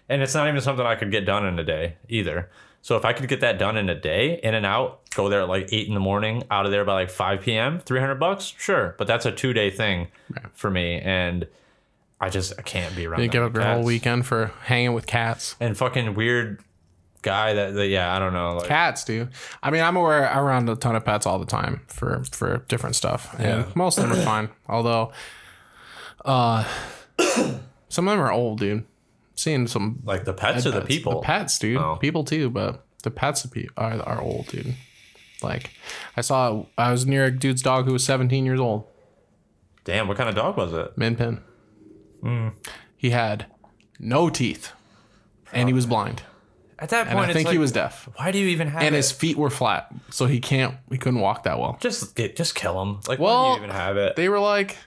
Speaker 1: And it's not even something I could get done in a day either. So if I could get that done in a day, in and out, go there at like eight in the morning, out of there by like five p.m., three hundred bucks, sure. But that's a two day thing for me, and I just I can't be around.
Speaker 2: You
Speaker 1: that
Speaker 2: give
Speaker 1: many
Speaker 2: up your whole
Speaker 1: cats.
Speaker 2: weekend for hanging with cats.
Speaker 1: and fucking weird guy that, that yeah I don't know like
Speaker 2: Cats, dude. I mean, I'm aware I around a ton of pets all the time for for different stuff, and
Speaker 1: Yeah.
Speaker 2: most of them are
Speaker 1: (coughs)
Speaker 2: fine. Although, uh, (coughs) some of them are old, dude. Seeing some
Speaker 1: like the pets or the
Speaker 2: pets.
Speaker 1: people.
Speaker 2: pets, dude.
Speaker 1: Oh.
Speaker 2: People too, but the pets pe- are are old, dude. Like, I saw I was near a dude's dog who was 17 years old.
Speaker 1: Damn, what kind of dog was it?
Speaker 2: Min Pin.
Speaker 1: Hmm.
Speaker 2: He had no teeth, and he was blind,
Speaker 1: At that
Speaker 2: and
Speaker 1: point,
Speaker 2: I
Speaker 1: it's
Speaker 2: think he
Speaker 1: like,
Speaker 2: was deaf.
Speaker 1: Why do you even have
Speaker 2: And
Speaker 1: it?
Speaker 2: his feet were flat, so he can't. He couldn't walk that well.
Speaker 1: just get just kill him. Like why
Speaker 2: Well,
Speaker 1: do you even have it?
Speaker 2: They were like,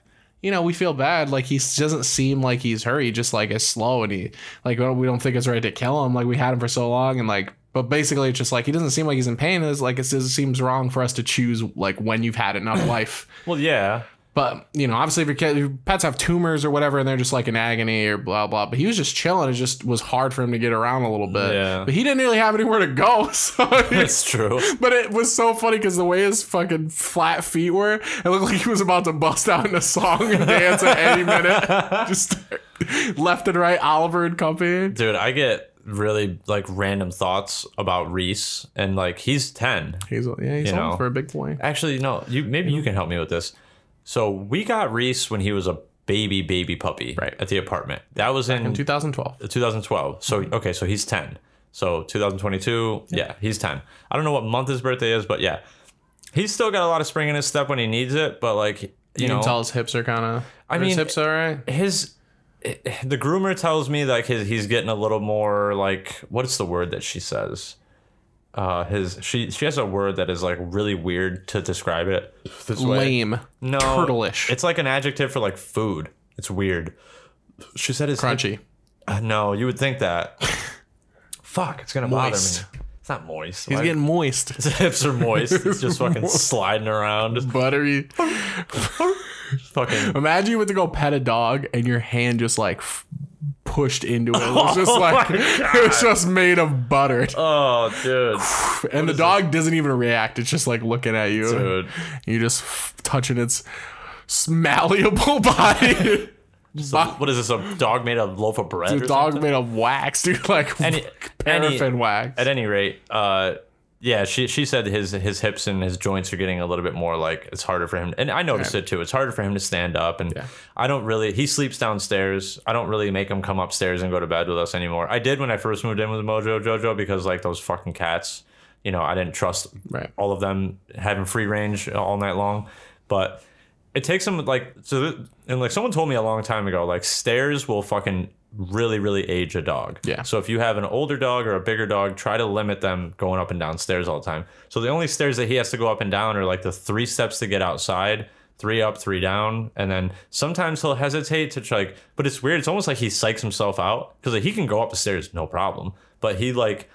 Speaker 2: you know, we feel bad. Like he doesn't seem like he's hurried. Just like is slow, and he like well, we don't think it's right to kill him. Like we had him for so long, and like. But basically, it's just like he doesn't seem like he's in pain. It's like it just seems wrong for us to choose like when you've had enough life.
Speaker 1: well, yeah, (laughs)
Speaker 2: But you know, obviously, if your, kid, if your pets have tumors or whatever, and they're just like in agony or blah blah. But he was just chilling. It just was hard for him to get around a little bit.
Speaker 1: Yeah.
Speaker 2: But he didn't really have anywhere to go. (laughs) So
Speaker 1: that's true.
Speaker 2: But it was so funny because the way his fucking flat feet were, it looked like he was about to bust out in a song and dance at
Speaker 1: (laughs)
Speaker 2: any minute. Just left and right, Oliver and company.
Speaker 1: Dude, I get really like random thoughts about Reese, and like he's ten.
Speaker 2: He's yeah, he's
Speaker 1: You
Speaker 2: old
Speaker 1: know.
Speaker 2: for a big boy.
Speaker 1: Actually, no, you maybe you can help me with this. So we got Reese when he was a baby, baby puppy,
Speaker 2: Right.
Speaker 1: at the apartment. That was in,
Speaker 2: In 2012,
Speaker 1: 2012. So okay, so he's ten. So 2022, yeah, he's 10. I don't know what month his birthday is, but yeah, he's still got a lot of spring in his step when he needs it. But like, you,
Speaker 2: You,
Speaker 1: know,
Speaker 2: can tell his hips are kind of.
Speaker 1: I
Speaker 2: his
Speaker 1: mean,
Speaker 2: hips are right.
Speaker 1: his the groomer tells me like his he's getting a little more like what's the word that she says uh his she she has a word that is like really weird to describe it this way.
Speaker 2: Lame.
Speaker 1: no
Speaker 2: Turtle-ish.
Speaker 1: it's like an adjective for like food it's weird she said his
Speaker 2: Crunchy.
Speaker 1: Uh, no you would think that fuck it's gonna
Speaker 2: Moist.
Speaker 1: bother me it's not moist
Speaker 2: He's
Speaker 1: Why-
Speaker 2: getting
Speaker 1: (laughs)
Speaker 2: moist.
Speaker 1: his hips are moist it's just fucking sliding around just
Speaker 2: (laughs) Buttery.
Speaker 1: (laughs) fucking
Speaker 2: Imagine you went to go pet a dog and your hand just like f- pushed into it. It was
Speaker 1: (laughs)
Speaker 2: just
Speaker 1: Oh
Speaker 2: like
Speaker 1: my
Speaker 2: (laughs) it was just made of butter,
Speaker 1: oh dude
Speaker 2: and the dog doesn't even react. It's just like looking at you.
Speaker 1: dude
Speaker 2: You just f- touching its s- malleable (laughs) body.
Speaker 1: Some- what is this a dog made of loaf of bread
Speaker 2: The
Speaker 1: or
Speaker 2: dog
Speaker 1: something?
Speaker 2: made of wax, dude. (laughs) Like
Speaker 1: Any-
Speaker 2: paraffin
Speaker 1: any-
Speaker 2: wax.
Speaker 1: at any rate, uh, yeah, she she said his his hips and his joints are getting a little bit more like it's harder for him, and I noticed it too. It's harder for him to stand up, and I don't really. He sleeps downstairs. I don't really make him come upstairs and go to bed with us anymore. I did when I first moved in with Mojo Jojo because like those fucking cats, you know, I didn't trust
Speaker 2: Right.
Speaker 1: all of them having free range all night long, but. It takes them like so, th- and like someone told me a long time ago, like stairs will fucking really, really age a dog.
Speaker 2: Yeah.
Speaker 1: So if you have an older dog or a bigger dog, try to limit them going up and down stairs all the time. So the only stairs that he has to go up and down are like the three steps to get outside, three up, three down, and then sometimes he'll hesitate to try, like. But it's weird. It's almost like he psychs himself out because like, he can go up the stairs no problem, but he like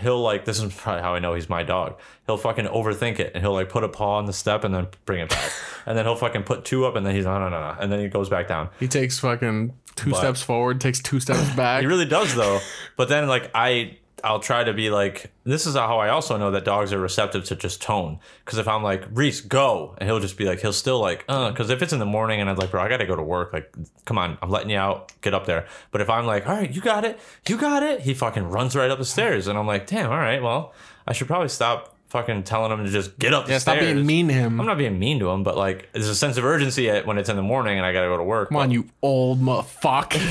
Speaker 1: he'll like this is (laughs) probably how I know he's my dog. He'll fucking overthink it and he'll like put a paw on the step and then bring it back. and then he'll fucking put two up and then he's no no no no and then he goes back down.
Speaker 2: he takes fucking two
Speaker 1: But-
Speaker 2: steps forward, takes two
Speaker 1: (clears throat)
Speaker 2: steps back.
Speaker 1: He really does though. But then like I I'll try to be like this is how I also know that dogs are receptive to just tone. Cause if I'm like, Reese, go and he'll just be like he'll still like, uh because if it's in the morning and I'm like, bro, I gotta go to work, like come on, I'm letting you out, get up there. But if I'm like, all right, you got it, you got it, he fucking runs right up the stairs and I'm like, damn, all right, well, I should probably stop fucking telling him to just get up the
Speaker 2: yeah, stop
Speaker 1: stairs.
Speaker 2: being mean to him.
Speaker 1: I'm not being mean to him, but like there's a sense of urgency at- when it's in the morning and I gotta go to work.
Speaker 2: Come on, you old motherfucker.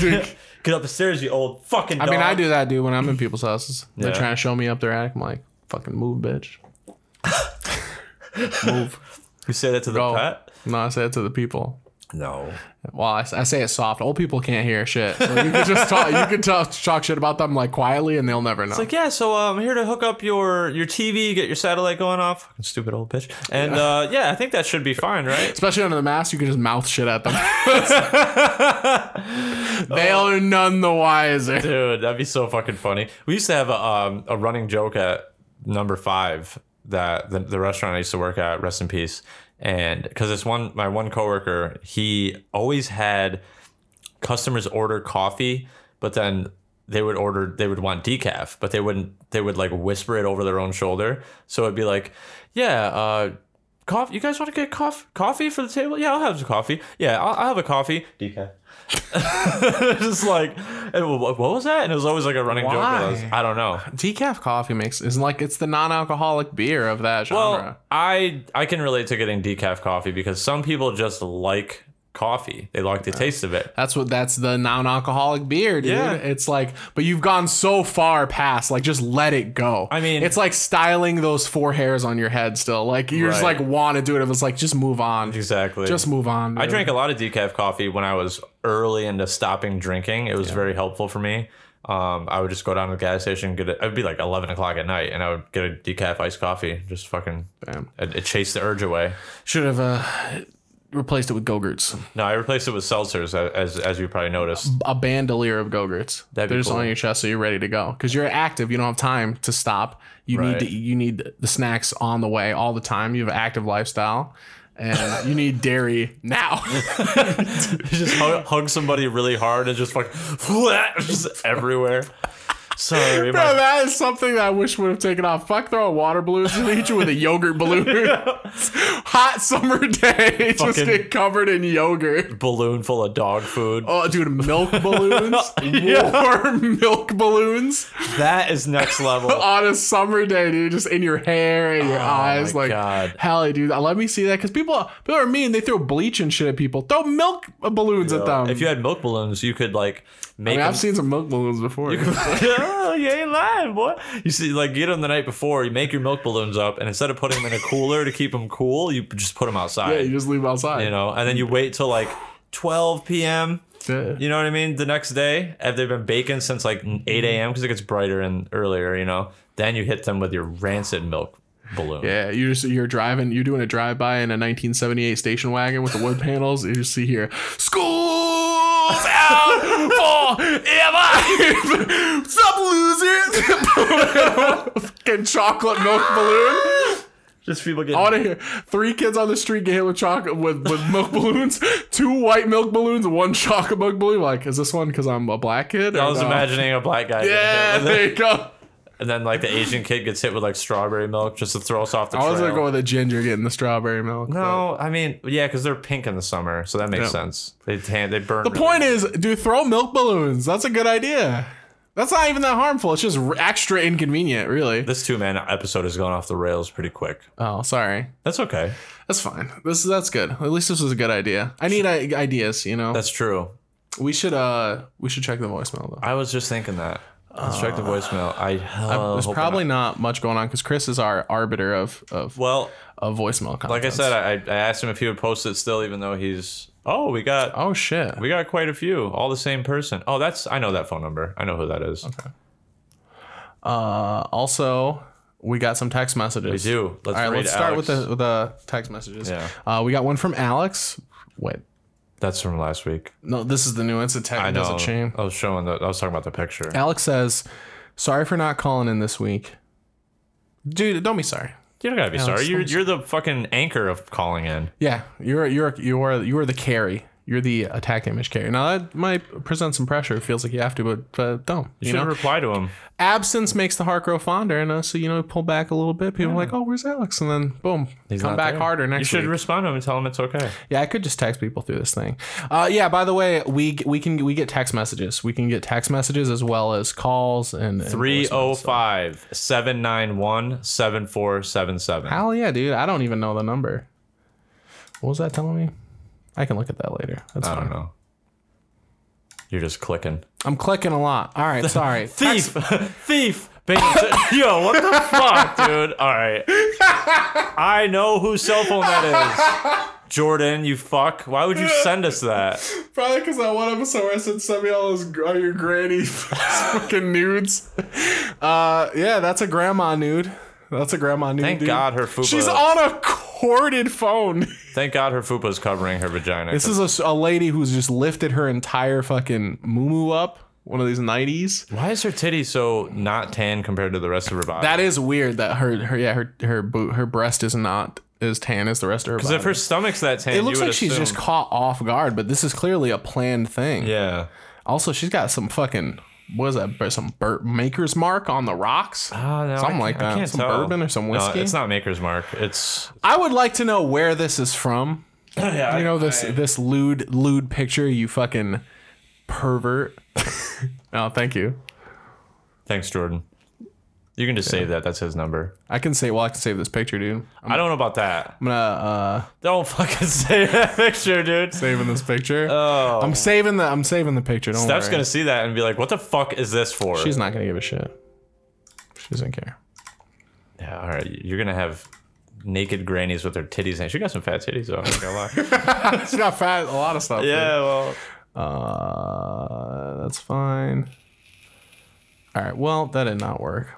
Speaker 1: (laughs)
Speaker 2: dude.
Speaker 1: Get up the stairs, you old fucking
Speaker 2: I mean, I
Speaker 1: dog.
Speaker 2: do that, dude. When I'm in people's houses, they're
Speaker 1: Yeah.
Speaker 2: trying to show me up their attic. I'm like, "Fucking move, bitch. move."
Speaker 1: You say that to the
Speaker 2: Go.
Speaker 1: pet?
Speaker 2: No, I say it to the people.
Speaker 1: No.
Speaker 2: Well, I, s- I say it soft. Old people can't hear shit. So you can just talk. You can talk, talk shit about them like quietly, and they'll never know.
Speaker 1: It's like, yeah, so uh, I'm here to hook up your your TV, get your satellite going off. Fucking stupid old bitch. And uh, yeah, I think that should be fine, right?
Speaker 2: Especially under the mask, you can just mouth shit (laughs) at them. they are none Oh. the
Speaker 1: (laughs)
Speaker 2: wiser.
Speaker 1: Dude, that'd be so fucking funny. We used to have a, um, a running joke at number five that the, the restaurant I used to work at, rest in peace. And because this one, my one coworker, he always had customers order coffee, but then they would order they would want decaf, but they wouldn't they would like whisper it over their own shoulder. So it'd be like, yeah, uh coffee you guys want to get coffee coffee for the table? Yeah, I'll have some coffee. Yeah, I'll, I'll have a coffee. (laughs) Decaf. just like and wha- what was that? And it was always like a running joke with us.
Speaker 2: Why?
Speaker 1: I don't know.
Speaker 2: Decaf coffee makes is like it's the non-alcoholic beer of that genre.
Speaker 1: Well, I I can relate to getting decaf coffee because some people just like coffee. They like the taste of it.
Speaker 2: That's what that's the non-alcoholic beer, dude.
Speaker 1: Yeah.
Speaker 2: It's like, but you've gone so far past, like just let it go.
Speaker 1: I mean-
Speaker 2: it's like styling those four hairs on your head still. Like you just
Speaker 1: Right.
Speaker 2: like want to do it. It's like just move on.
Speaker 1: Exactly.
Speaker 2: Just move on.
Speaker 1: I
Speaker 2: dude.
Speaker 1: drank a lot of decaf coffee when I was early into stopping drinking. It was very helpful for me. Um, I would just go down to the gas station, get it. It'd be like eleven o'clock at night, and I would get a decaf iced coffee. Just fucking,
Speaker 2: Bam.
Speaker 1: It, it chased the urge away.
Speaker 2: Should have uh, replaced it with Go-Gurts.
Speaker 1: No, I replaced it with seltzers, a- as as you probably
Speaker 2: (laughs)
Speaker 1: noticed.
Speaker 2: A bandolier of Go-Gurts.
Speaker 1: That'd be
Speaker 2: They're just
Speaker 1: cool.
Speaker 2: on your chest, so you're ready to go because you're active. You don't have time to stop. You
Speaker 1: Right.
Speaker 2: need to, you need the snacks on the way all the time. You have an active lifestyle, and you need dairy now. (laughs)
Speaker 1: just hug, hug somebody really hard and just like (laughs) just everywhere. Sorry, (laughs)
Speaker 2: Bro,
Speaker 1: my,
Speaker 2: that
Speaker 1: (laughs)
Speaker 2: is something that I wish would have taken off. Fuck throwing water balloons. They hit you with a yogurt balloon. hot summer day, (laughs) just
Speaker 1: Fucking-
Speaker 2: get covered in yogurt.
Speaker 1: Balloon full of dog food.
Speaker 2: Oh, dude, milk (laughs) balloons,
Speaker 1: Yeah.
Speaker 2: warm milk balloons
Speaker 1: That is next
Speaker 2: (laughs)
Speaker 1: level.
Speaker 2: on a summer day, dude. Just in your hair and your
Speaker 1: Oh
Speaker 2: eyes,
Speaker 1: my
Speaker 2: like
Speaker 1: God.
Speaker 2: Hallie, dude. Let me see that because people, people are mean. They throw bleach and shit at people. Throw milk balloons at them.
Speaker 1: If you had milk balloons, you could like
Speaker 2: I
Speaker 1: make
Speaker 2: mean,
Speaker 1: them.
Speaker 2: I've seen some milk balloons before. (laughs)
Speaker 1: oh, you ain't lying, boy. You see, like get them the night before. You make your milk balloons up, and instead of putting them in a cooler to keep them cool, you just put them
Speaker 2: yeah,
Speaker 1: outside.
Speaker 2: you just leave outside.
Speaker 1: you know, and then you wait till like 12 p.m.
Speaker 2: Yeah.
Speaker 1: You know what I mean? The next day, if they've been baking since like 8 a.m. because it gets brighter and earlier, you know, then you hit them with your rancid milk balloon.
Speaker 2: Yeah, you just you're driving, you're doing a drive by in a 1978 station wagon with the wood panels. You just see here, schools out forever. Sup, losers? (laughs) Fucking chocolate milk balloon.
Speaker 1: Just people
Speaker 2: I
Speaker 1: getting
Speaker 2: want to hear three kids on the street get hit with chocolate with, with milk balloons, two white milk balloons, one chocolate milk balloon. Like, is this one because I'm a black kid?
Speaker 1: I
Speaker 2: or
Speaker 1: was
Speaker 2: no?
Speaker 1: imagining a black guy. getting hit
Speaker 2: Yeah,
Speaker 1: with it.
Speaker 2: there you go.
Speaker 1: And then like the Asian kid gets hit with like strawberry milk just to throw us off the
Speaker 2: I
Speaker 1: trail.
Speaker 2: was gonna go with a ginger getting the strawberry milk. but-
Speaker 1: no, I mean yeah, because they're pink in the summer, so that makes
Speaker 2: Yeah.
Speaker 1: sense. They tan, they burn.
Speaker 2: The
Speaker 1: really-
Speaker 2: point is, dude, throw milk balloons. That's a good idea. That's not even that harmful. It's just r- extra inconvenient, really.
Speaker 1: this two man episode has gone off the rails pretty quick.
Speaker 2: Oh, sorry.
Speaker 1: That's okay.
Speaker 2: That's fine. This that's good. At least this was a good idea. I need I- ideas, you know.
Speaker 1: That's true.
Speaker 2: we should uh we should check the voicemail though.
Speaker 1: I was just thinking that. Let's check the voicemail. Ah. I uh,
Speaker 2: There's
Speaker 1: hope
Speaker 2: probably
Speaker 1: not.
Speaker 2: not. much going on because Chris is our arbiter of of,
Speaker 1: Well,
Speaker 2: of voicemail content.
Speaker 1: like I said, I, I asked him if he would post it still, even though he's oh we got
Speaker 2: oh shit.
Speaker 1: we got quite a few, all the same person. Oh, that's I know that phone number. I know who that is. Okay.
Speaker 2: Uh, also, we got some text messages.
Speaker 1: We do. Let's
Speaker 2: All right,
Speaker 1: read
Speaker 2: let's start
Speaker 1: Alex.
Speaker 2: with the with the text messages.
Speaker 1: Yeah.
Speaker 2: Uh, we got one from Alex. Wait,
Speaker 1: That's from last week.
Speaker 2: no, this is the new incident.
Speaker 1: I
Speaker 2: It
Speaker 1: know.
Speaker 2: doesn't change.
Speaker 1: I was showing the. I was talking about the picture.
Speaker 2: Alex says, "Sorry for not calling in this week." Dude, don't be sorry.
Speaker 1: You don't gotta be
Speaker 2: Alex,
Speaker 1: sorry. You're
Speaker 2: I'm
Speaker 1: you're the fucking anchor of calling in.
Speaker 2: Yeah, you're you're you're you're the carry. You're the attack image carry. Now that might present some pressure. It feels like you have to, but, but don't.
Speaker 1: You,
Speaker 2: You,
Speaker 1: should
Speaker 2: know,
Speaker 1: reply to him.
Speaker 2: absence makes the heart grow fonder, and uh, so you know, pull back a little bit. People are like, "Oh, where's Alex?" And then boom, come
Speaker 1: not
Speaker 2: back
Speaker 1: there.
Speaker 2: harder
Speaker 1: You
Speaker 2: next
Speaker 1: should
Speaker 2: week.
Speaker 1: respond to him and tell him it's okay.
Speaker 2: Yeah, I could just text people through this thing. Uh, yeah. By the way, we we can we get text messages. We can get text messages as well as calls and and voicemails.
Speaker 1: 305 791 7477.
Speaker 2: Hell yeah, dude. I don't even know the number. What was that telling me? I can look at that later. That's
Speaker 1: I don't
Speaker 2: fine.
Speaker 1: know. You're just clicking.
Speaker 2: I'm clicking a lot. All (laughs) right, sorry.
Speaker 1: Thief! (laughs) Thief! (laughs) Yo, what the fuck, dude? All right. I know whose cell phone that is. Jordan, you fuck. Why would you send us that?
Speaker 2: Probably because that one episode where I said send me all those all your granny (laughs) fucking nudes. Uh, yeah, that's a grandma nude. That's a grandma nude.
Speaker 1: Thank
Speaker 2: dude.
Speaker 1: God her fupa.
Speaker 2: She's on a corded phone.
Speaker 1: Thank God her fupa's covering her vagina.
Speaker 2: (laughs) This is a, s- a lady who's just lifted her entire fucking moo up. One of these 90s.
Speaker 1: Why is her titty so not tan compared to the rest of her body?
Speaker 2: That is weird. That her her yeah her her bo- her breast is not as tan as the rest of her.
Speaker 1: because if
Speaker 2: body.
Speaker 1: her stomach's that tan,
Speaker 2: it looks
Speaker 1: you would
Speaker 2: like she's
Speaker 1: assume-
Speaker 2: just caught off guard, but this is clearly a planned thing.
Speaker 1: Yeah.
Speaker 2: Also, she's got some fucking what is that? bur- Some bur- maker's mark on the rocks.
Speaker 1: Ah, no, I
Speaker 2: Something
Speaker 1: can't-
Speaker 2: like
Speaker 1: I
Speaker 2: that.
Speaker 1: can't
Speaker 2: Some
Speaker 1: tell.
Speaker 2: bourbon or some
Speaker 1: No,
Speaker 2: whiskey?
Speaker 1: it's not Maker's Mark. It's
Speaker 2: I would like to know where this is
Speaker 1: (clears throat)
Speaker 2: from. you know this this lewd lewd picture. You fucking pervert. (laughs) oh, thank you.
Speaker 1: thanks, Jordan. You can just save that. That's his number.
Speaker 2: I can say well, I can save this picture, dude. I'm
Speaker 1: I'm, I do not know about that.
Speaker 2: gonna uh,
Speaker 1: Don't fucking (laughs) save that picture, dude.
Speaker 2: saving this picture.
Speaker 1: Oh,
Speaker 2: I'm saving the I'm saving the picture. Don't
Speaker 1: Steph's
Speaker 2: worry.
Speaker 1: gonna see that and be like, "What the fuck is this for?"
Speaker 2: She's not gonna give a shit. She doesn't care.
Speaker 1: Yeah, all right, you're gonna have naked grannies with their titties. And she got some fat titties,
Speaker 2: (laughs)
Speaker 1: though. I'm not gonna lie.
Speaker 2: She's got fat. A lot of stuff. dude.
Speaker 1: yeah, well,
Speaker 2: Uh, that's fine. All right. Well, that did not work.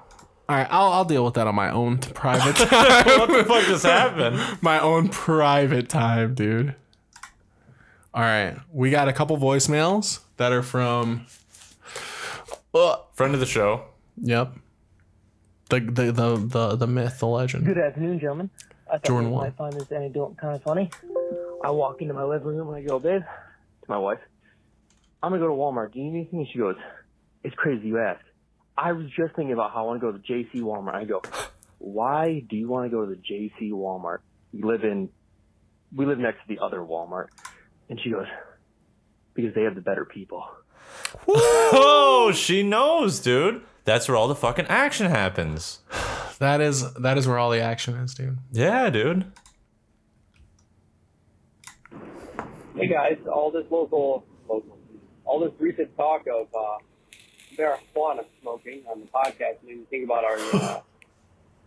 Speaker 2: All right. I'll I'll deal with that on my own t- (laughs) private
Speaker 1: what the fuck just
Speaker 2: (laughs)
Speaker 1: happened?
Speaker 2: my own private time, dude. All right. We got a couple voicemails that are from. Uh,
Speaker 1: Friend of the show.
Speaker 2: yep. The, the the the the myth, the legend.
Speaker 9: Good afternoon, gentlemen. I thought
Speaker 2: Jordan
Speaker 9: you
Speaker 2: Wall.
Speaker 9: might find this anecdote kind of funny. I walk into my living room and I go, babe, to my wife, I'm going to go to Walmart. Do you need anything? And she goes, it's crazy you ask. I was just thinking about how I want to go to JC Walmart. I go, why do you want to go to the JC Walmart? You live in we live next to the other Walmart. And she goes, because they have the better people.
Speaker 1: (laughs) Oh, she knows, dude. That's where all the fucking action happens.
Speaker 2: That is that is where all the action is, dude.
Speaker 1: Yeah, dude.
Speaker 12: Hey guys, all this local, local, all this recent talk of uh, marijuana smoking on the podcast made me think about our uh,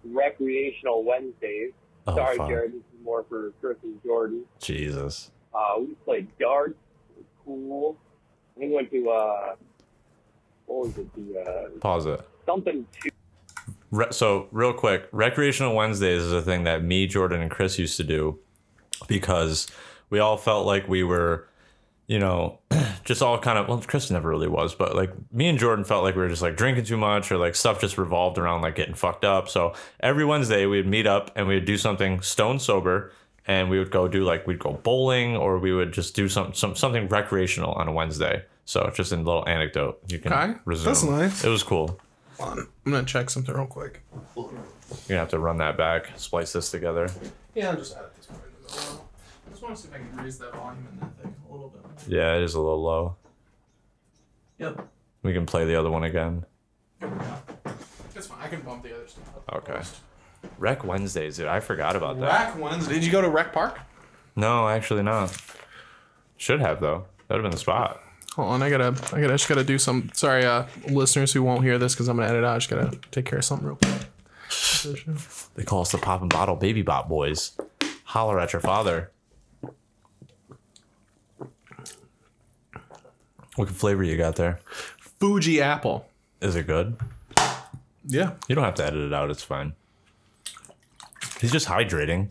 Speaker 12: recreational Wednesdays.
Speaker 1: Oh,
Speaker 12: Sorry,
Speaker 1: fuck.
Speaker 12: Jared, this is more for Chris and Jordan.
Speaker 1: Jesus.
Speaker 12: Uh, we played darts. It was cool. I think we went to uh, what was it? The uh,
Speaker 1: Pause it.
Speaker 12: something to
Speaker 1: Re- so real quick, recreational Wednesdays is a thing that me, Jordan, and Chris used to do because we all felt like we were, you know, (clears throat) just all kind of. Well, Chris never really was, but like me and Jordan felt like we were just like drinking too much or like stuff just revolved around like getting fucked up. So every Wednesday we'd meet up and we'd do something stone sober. And we would go do like we'd go bowling or we would just do some, some something recreational on a Wednesday. So just a little anecdote you can
Speaker 2: Okay.
Speaker 1: resume.
Speaker 2: That's nice.
Speaker 1: It was cool.
Speaker 2: I'm gonna check something real quick.
Speaker 1: You're gonna have to run that back, splice this together.
Speaker 2: Yeah, I'm just at this point. I just want to see if I can raise that volume in that thing a little bit.
Speaker 1: Yeah, it is a little low.
Speaker 2: Yep.
Speaker 1: We can play the other one again.
Speaker 2: That's fine. I can bump the other stuff.
Speaker 1: Okay. Rec Wednesdays, dude. I forgot about that.
Speaker 2: Rack ones. Did you go to Rec Park?
Speaker 1: No, actually not. Should have though. That'd have been the spot.
Speaker 2: Hold on, I gotta, I gotta, I just gotta do some. Sorry, uh, listeners who won't hear this because I'm gonna edit out. I just gotta take care of something real quick.
Speaker 1: They call us the Pop and Bottle Baby Bot Boys. Holler at your father. What flavor you got there?
Speaker 2: Fuji apple.
Speaker 1: Is it good?
Speaker 2: Yeah.
Speaker 1: You don't have to edit it out. It's fine. He's just hydrating.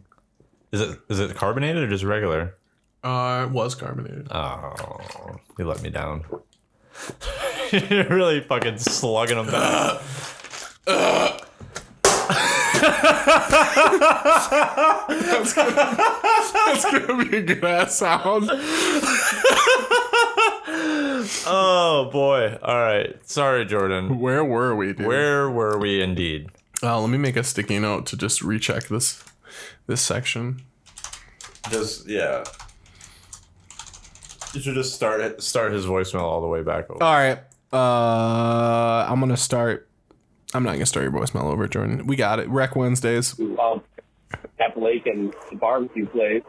Speaker 1: Is it is it carbonated or just regular?
Speaker 2: Uh, it was carbonated. (laughs)
Speaker 1: Oh, you let me down. (laughs) You're really fucking slugging them down.
Speaker 2: That's gonna, that's gonna be a good ass sound.
Speaker 1: oh boy. All right. Sorry, Jordan.
Speaker 2: Where were we, dude?
Speaker 1: Where were we indeed?
Speaker 2: Uh, let me make a sticky note to just recheck this, this section.
Speaker 1: Just yeah. You should just start it, start his voicemail all the way back over.
Speaker 2: All right. Uh, I'm gonna start. I'm not gonna start your voicemail over, Jordan. We got it. Rec Wednesdays.
Speaker 12: um, Cap Lake and the barbecue place.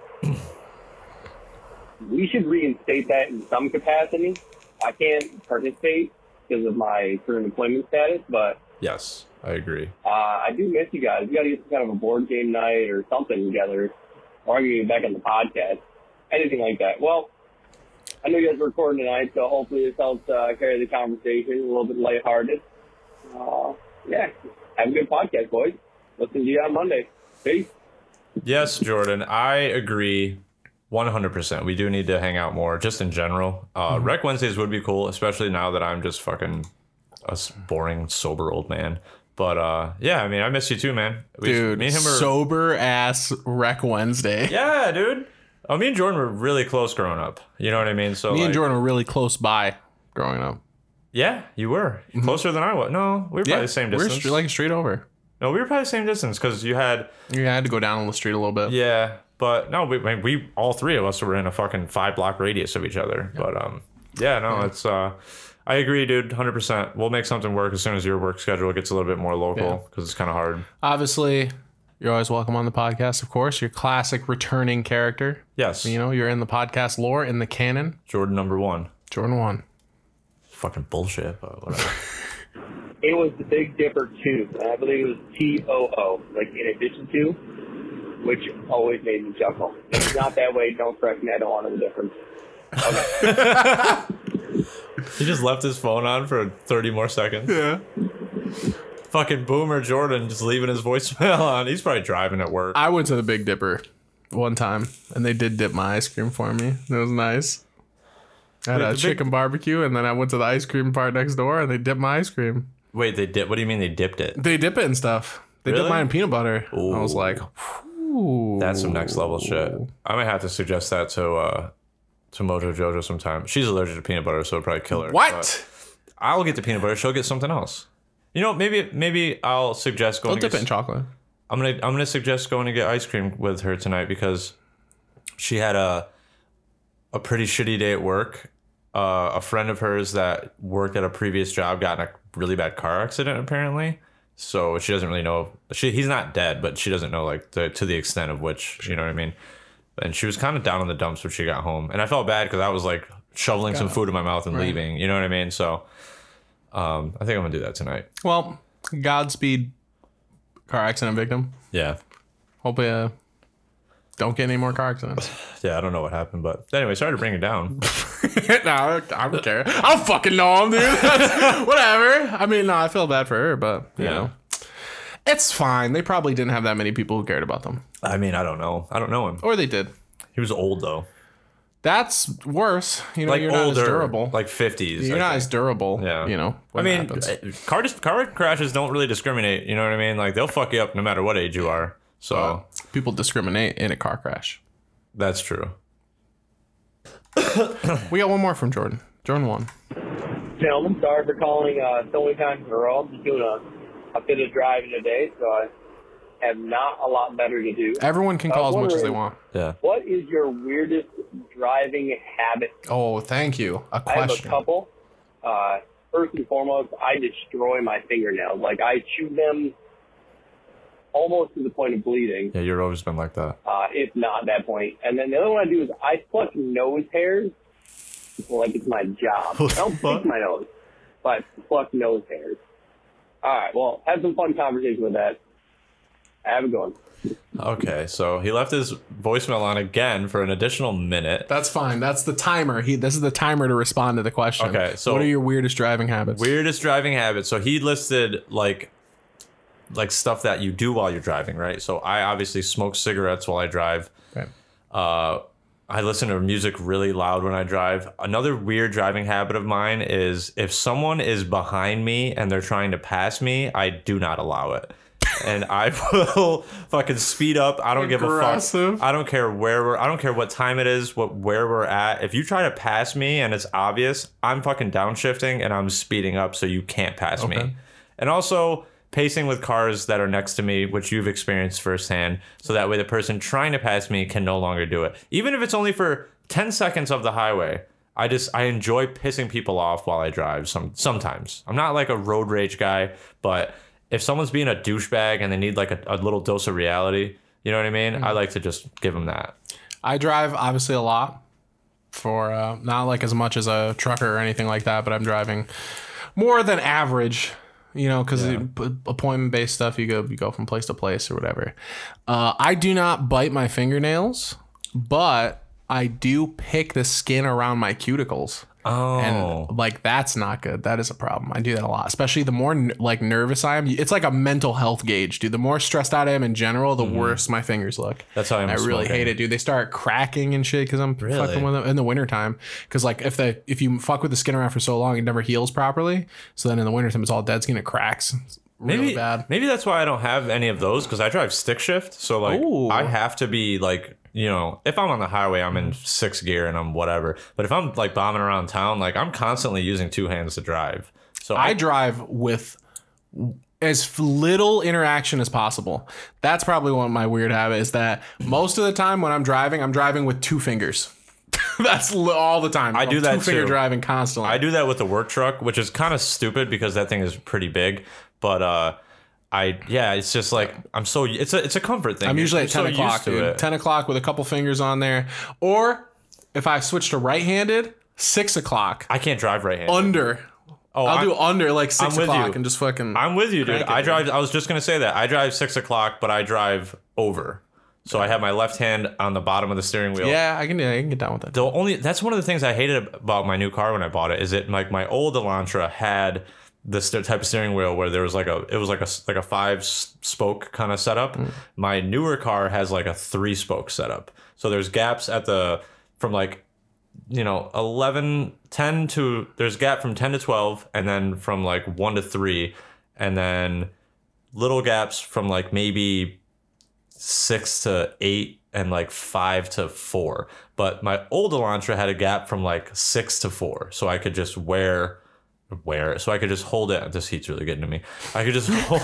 Speaker 12: We should reinstate that in some capacity. I can't participate because of my current employment status, but
Speaker 1: Yes, I agree.
Speaker 12: uh, I do miss you guys. We got to get some kind of a board game night or something together, or I can get back on the podcast, anything like that. Well, I know you guys are recording tonight, so hopefully this helps uh, carry the conversation a little bit lighthearted. Uh, yeah, have a good podcast, boys. Listen to you on Monday. Peace.
Speaker 1: Yes, Jordan, I agree 100%. We do need to hang out more just in general. Uh,
Speaker 2: Mm-hmm.
Speaker 1: Rec Wednesdays would be cool, especially now that I'm just fucking a s- boring, sober old man. But uh, yeah, I mean, I miss you too, man. We,
Speaker 2: Dude,
Speaker 1: me and him were.
Speaker 2: sober ass Rec Wednesday.
Speaker 1: yeah, dude. Oh, me and Jordan were really close growing up. You know what I mean? So
Speaker 2: me
Speaker 1: like-
Speaker 2: and Jordan were really close by growing up.
Speaker 1: Yeah, you were closer than I was. No, we were probably the same
Speaker 2: we Mm-hmm. were
Speaker 1: distance.
Speaker 2: stre- like straight over.
Speaker 1: no, we were probably the same distance because you had
Speaker 2: You had to go down the street a little bit.
Speaker 1: Yeah, but no, we, we, we all three of us were in a fucking five block radius of each other. But um, yeah, no, it's uh, I agree, dude, hundred percent. We'll make something work as soon as your work schedule gets a little bit more local
Speaker 2: Yeah.
Speaker 1: because it's kind of hard.
Speaker 2: Obviously, you're always welcome on the podcast. Of course, your classic returning character.
Speaker 1: Yes,
Speaker 2: You know, you're in the podcast lore, in the canon.
Speaker 1: Jordan number one,
Speaker 2: Jordan one.
Speaker 1: fucking bullshit, but
Speaker 2: (laughs)
Speaker 1: whatever.
Speaker 12: It was the Big Dipper too, and I believe it was T O O, like in addition to, which always made me chuckle. If it's not that way, don't correct me. I don't want to know the difference.
Speaker 1: he just left his phone on for thirty more seconds.
Speaker 2: Yeah.
Speaker 1: Fucking boomer Jordan just leaving his voicemail on. He's probably driving at work.
Speaker 2: I went to the Big Dipper one time, and they did dip my ice cream for me. It was nice. I had
Speaker 1: Wait,
Speaker 2: a
Speaker 1: the Big-
Speaker 2: chicken barbecue, and then I went to the ice cream part next door, and they dipped my ice cream.
Speaker 1: Wait, they dip. What do you mean they dipped it?
Speaker 2: They dip it in stuff. They
Speaker 1: Really?
Speaker 2: dip mine in peanut butter. I was
Speaker 1: Ooh.
Speaker 2: like, ooh.
Speaker 1: That's some next level shit. I might have to suggest that to uh to Mojo Jojo sometime. She's allergic to peanut butter, so it'll probably kill her.
Speaker 2: What?
Speaker 1: but I'll get the peanut butter. She'll get something else. You know, maybe maybe I'll suggest
Speaker 2: They'll
Speaker 1: going. To
Speaker 2: dip
Speaker 1: get,
Speaker 2: it in chocolate.
Speaker 1: I'm gonna I'm gonna suggest going to get ice cream with her tonight because she had a a pretty shitty day at work. Uh, a friend of hers that worked at a previous job got in a really bad car accident apparently. So she doesn't really know. She he's not dead, but she doesn't know like the, to the extent of which you know what I mean. And she was kind of down in the dumps when she got home, and I felt bad because I was like shoveling some
Speaker 2: God.
Speaker 1: food in my mouth and
Speaker 2: Right.
Speaker 1: leaving. You know what I mean? So um, I think I'm gonna do that tonight.
Speaker 2: Well, Godspeed, car accident victim.
Speaker 1: Yeah.
Speaker 2: Hopefully, uh, don't get any more car (laughs) accidents.
Speaker 1: Yeah, I don't know what happened, but anyway, sorry to bring it down.
Speaker 2: no, I don't- I don't care. I don't fucking know him, dude. (laughs) That's- whatever. I mean, no, I feel bad for her, but you
Speaker 1: Yeah.
Speaker 2: know, it's fine. They probably didn't have that many people who cared about them,
Speaker 1: I mean, I don't know. I don't know him.
Speaker 2: or they did.
Speaker 1: He was old though.
Speaker 2: That's worse. You know,
Speaker 1: like
Speaker 2: you're
Speaker 1: older,
Speaker 2: not as durable.
Speaker 1: like fifties.
Speaker 2: You're not as durable.
Speaker 1: Yeah.
Speaker 2: You know.
Speaker 1: I
Speaker 2: when it
Speaker 1: mean,
Speaker 2: happens.
Speaker 1: uh, car dis- car crashes don't really discriminate. You know what I mean? Like they'll fuck you up no matter what age you are. So
Speaker 2: people discriminate in a car crash.
Speaker 1: That's true.
Speaker 2: we got one more from Jordan. Jordan one.
Speaker 12: Gentlemen, sorry for calling uh, so many times in a row. I'm just doing a, a bit of driving today, so I have not a lot better to do.
Speaker 2: Everyone can
Speaker 12: I
Speaker 2: call
Speaker 12: was
Speaker 2: as much as they
Speaker 12: wondering,
Speaker 2: want.
Speaker 1: Yeah.
Speaker 12: What is your weirdest driving habit?
Speaker 2: Oh, thank you. A
Speaker 12: I have a
Speaker 2: question.
Speaker 12: couple. Uh, first and foremost, I destroy my fingernails. Like I chew them almost to the point of bleeding,
Speaker 1: Yeah, you're always been like that.
Speaker 12: uh, if not that point. And then the other one I do is I pluck nose hairs like it's my job. I don't pick my nose, but pluck nose hairs. All right. Well, have some fun conversation with that. Have a good one.
Speaker 1: Okay, so he left his voicemail on again for an additional minute.
Speaker 2: That's fine. That's the timer. He. This is the timer to respond to the question.
Speaker 1: Okay, so-
Speaker 2: what are your weirdest driving habits?
Speaker 1: Weirdest driving habit. So he listed like like stuff that you do while you're driving, right? So I obviously smoke cigarettes while I drive.
Speaker 2: Right.
Speaker 1: Uh, I listen to music really loud when I drive. Another weird driving habit of mine is if someone is behind me and they're trying to pass me, I do not allow it. And I (laughs) will fucking speed up. I don't give a
Speaker 2: Aggressive.
Speaker 1: fuck. I don't care where we're. I don't care what time it is. What where we're at. If you try to pass me and it's obvious, I'm fucking downshifting and I'm speeding up so you can't pass me. And also pacing with cars that are next to me, which you've experienced firsthand, so that way the person trying to pass me can no longer do it. Even if it's only for 10 seconds of the highway. I just I enjoy pissing people off while I drive some sometimes. I'm not like a road rage guy, but if someone's being a douchebag and they need like a, a little dose of reality, you know what I mean?
Speaker 2: Mm-hmm.
Speaker 1: I like to just give them that.
Speaker 2: I drive obviously a lot for uh, not like as much as a trucker or anything like that, but I'm driving more than average. You know, because appointment based stuff, you go you go from place to place or whatever. Uh, I do not bite my fingernails, but I do pick the skin around my cuticles.
Speaker 1: Oh,
Speaker 2: and like that's not good. That is a problem. I do that a lot, especially the more like nervous I am. It's like a mental health gauge, dude. The more stressed out I am in general, the worse my fingers look.
Speaker 1: Mm-hmm. That's how I'm.
Speaker 2: I really hate it, dude. They start cracking and shit because I'm fucking with them in the wintertime. Because like if the if you fuck with the skin around for so long, it never heals properly. So then in the wintertime, it's all dead skin. It cracks. It's
Speaker 1: Maybe
Speaker 2: really bad.
Speaker 1: maybe that's why I don't have any of those because I drive stick shift. So like
Speaker 2: Ooh.
Speaker 1: I have to be like you know if I'm on the highway I'm in six gear and I'm whatever. But if I'm like bombing around town, like I'm constantly using two hands to drive. So
Speaker 2: I drive with as f- little interaction as possible. That's probably one of my weird habit is that most of the time when I'm driving, I'm driving with two fingers. (laughs) That's li- all the time.
Speaker 1: I do that
Speaker 2: two finger
Speaker 1: too.
Speaker 2: driving constantly.
Speaker 1: I do that with the work truck, which is kind of stupid because that thing is pretty big. But uh, I yeah, it's just like I'm so it's a it's a comfort thing.
Speaker 2: I'm usually at 10
Speaker 1: so used
Speaker 2: o'clock, dude. 10 o'clock with a couple fingers on there. Or if I switch to right handed, six o'clock.
Speaker 1: I can't drive right handed.
Speaker 2: Under.
Speaker 1: Oh,
Speaker 2: I'll
Speaker 1: I'm-
Speaker 2: do under like
Speaker 1: I'm
Speaker 2: six
Speaker 1: with
Speaker 2: o'clock
Speaker 1: you.
Speaker 2: and just fucking.
Speaker 1: I'm with you, dude.
Speaker 2: Crank it,
Speaker 1: I drive. I was just gonna say that I drive six o'clock, but I drive over. So I have my left hand on the bottom of the steering wheel.
Speaker 2: yeah, I can, yeah, I can get down with it.
Speaker 1: The only that's one of the things I hated about my new car when I bought it is it like my old Elantra had this st- type of steering wheel where there was like a it was like a s- like a five s- spoke kind of setup.
Speaker 2: Mm.
Speaker 1: My newer car has like a three spoke setup. So there's gaps at the from like you know 11 10 to there's gap from 10 to 12 and then from like 1 to 3 and then little gaps from like maybe six to eight and like five to four. But my old Elantra had a gap from like six to four, so I could just wear wear it so I could just hold it. This heat's really getting to me. I could just (laughs) hold,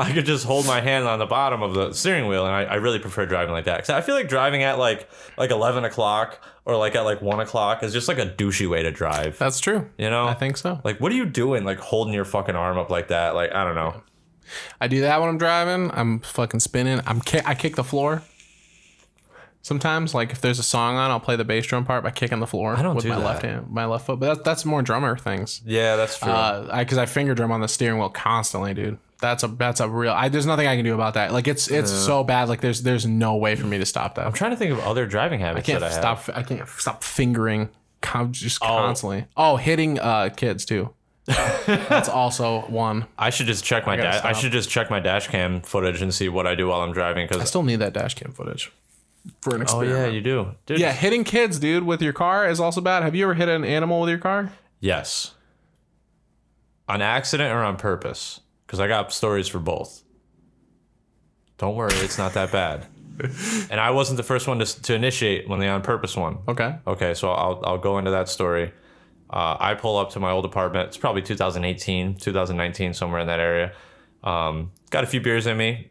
Speaker 1: I could just hold my hand on the bottom of the steering wheel, and I, I really prefer driving like that. Cause I feel like driving at like like eleven o'clock or like at like one o'clock is just like a douchey way to drive.
Speaker 2: That's true.
Speaker 1: You know, I
Speaker 2: think so.
Speaker 1: Like, what are you doing? Like holding your fucking arm up like that? Like I don't know.
Speaker 2: I do that when I'm driving. I'm fucking spinning. I'm ki- I kick the floor. Sometimes, like if there's a song on, I'll play the bass drum part by kicking the floor
Speaker 1: I don't
Speaker 2: with
Speaker 1: do
Speaker 2: my
Speaker 1: that.
Speaker 2: left hand, my left foot. But that's that's more drummer things.
Speaker 1: Yeah, that's true.
Speaker 2: Uh, I because I finger drum on the steering wheel constantly, dude. That's a that's a real. I, there's nothing I can do about that. Like it's it's
Speaker 1: Yeah.
Speaker 2: so bad. Like there's there's no way for me to stop that.
Speaker 1: I'm trying to think of other driving
Speaker 2: I
Speaker 1: habits
Speaker 2: can't
Speaker 1: that I
Speaker 2: stop.
Speaker 1: have.
Speaker 2: I can't stop fingering con- just constantly. Oh, hitting uh
Speaker 1: (laughs)
Speaker 2: kids too. that's also one.
Speaker 1: I should just check my
Speaker 2: I gotta
Speaker 1: da- I
Speaker 2: stop.
Speaker 1: should just check my dash cam footage and see what I do while I'm driving
Speaker 2: I
Speaker 1: because
Speaker 2: still need that dash cam footage for an
Speaker 1: oh
Speaker 2: experiment.
Speaker 1: yeah you do dude
Speaker 2: yeah, hitting kids, dude, with your car is also bad. Have you ever hit an animal with your car?
Speaker 1: Yes. On accident or on purpose? Because I got stories for both. Don't worry, it's not that
Speaker 2: (laughs)
Speaker 1: bad. And I wasn't the first one to, to initiate when the on purpose one.
Speaker 2: Okay.
Speaker 1: Okay, so I'll, I'll go into that story. Uh, I pull up to my old apartment. It's probably 2018, 2019, somewhere in that area. Um, got a few beers in me.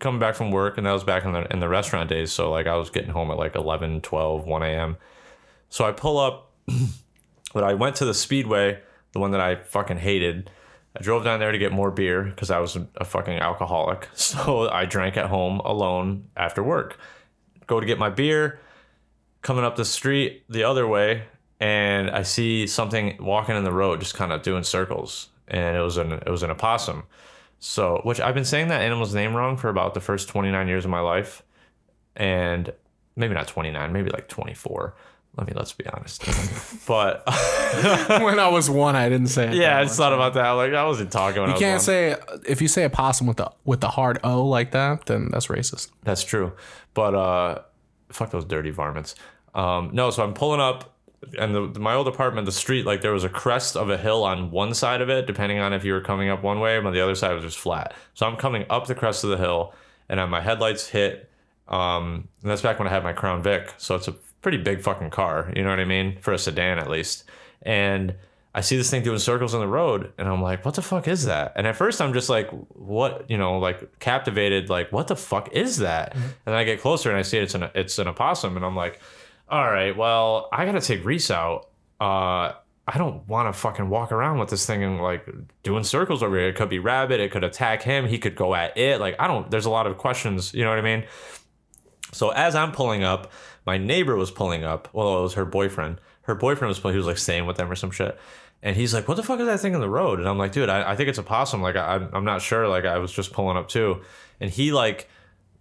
Speaker 1: Coming back from work, and that was back in the in the restaurant days. So like I was getting home at like 11, 12, 1 a.m. So I pull up, (clears throat) but I went to the Speedway, the one that I fucking hated. I drove down there to get more beer because I was a- a fucking alcoholic. (laughs) So I drank at home alone after work. Go to get my beer, coming up the street the other way, and I see something walking in the road, just kind of doing circles. And it was an it was an opossum. So which I've been saying that animal's name wrong for about the first 29 years of my life and maybe not 29 maybe like 24 let me let's be honest (laughs) but
Speaker 2: (laughs) when I was one, I didn't say it.
Speaker 1: yeah i just thought about that like i wasn't talking when I
Speaker 2: You
Speaker 1: was
Speaker 2: can't
Speaker 1: on.
Speaker 2: say if you say a possum with the with the hard O like that, then that's racist.
Speaker 1: That's true. But uh, fuck those dirty varmints. Um, no, so I'm pulling up, and the, my old apartment, the street, like there was a crest of a hill on one side of it, depending on if you were coming up one way, but the other side was just flat. So I'm coming up the crest of the hill, and uh, my headlights hit. Um, and that's back when I had my Crown Vic, so it's a pretty big fucking car. You know what I mean? For a sedan, at least. And I see this thing doing circles on the road, and I'm like, what the fuck is that? And at first, I'm just like, what, you know, like captivated, like, what the fuck is that? And then I get closer and I see it's an it's an opossum, and I'm like, all right, well, I gotta take Reese out. Uh, I don't want to fucking walk around with this thing and like doing circles over here. It could be rabbit. It could attack him. He could go at it. Like I don't. There's a lot of questions. You know what I mean? So as I'm pulling up, my neighbor was pulling up. Well, it was her boyfriend. Her boyfriend was pulling. He was like staying with them or some shit. And he's like, "What the fuck is that thing in the road?" And I'm like, "Dude, I, I think it's a possum. Like I, I'm- I'm not sure. Like I was just pulling up too." And he like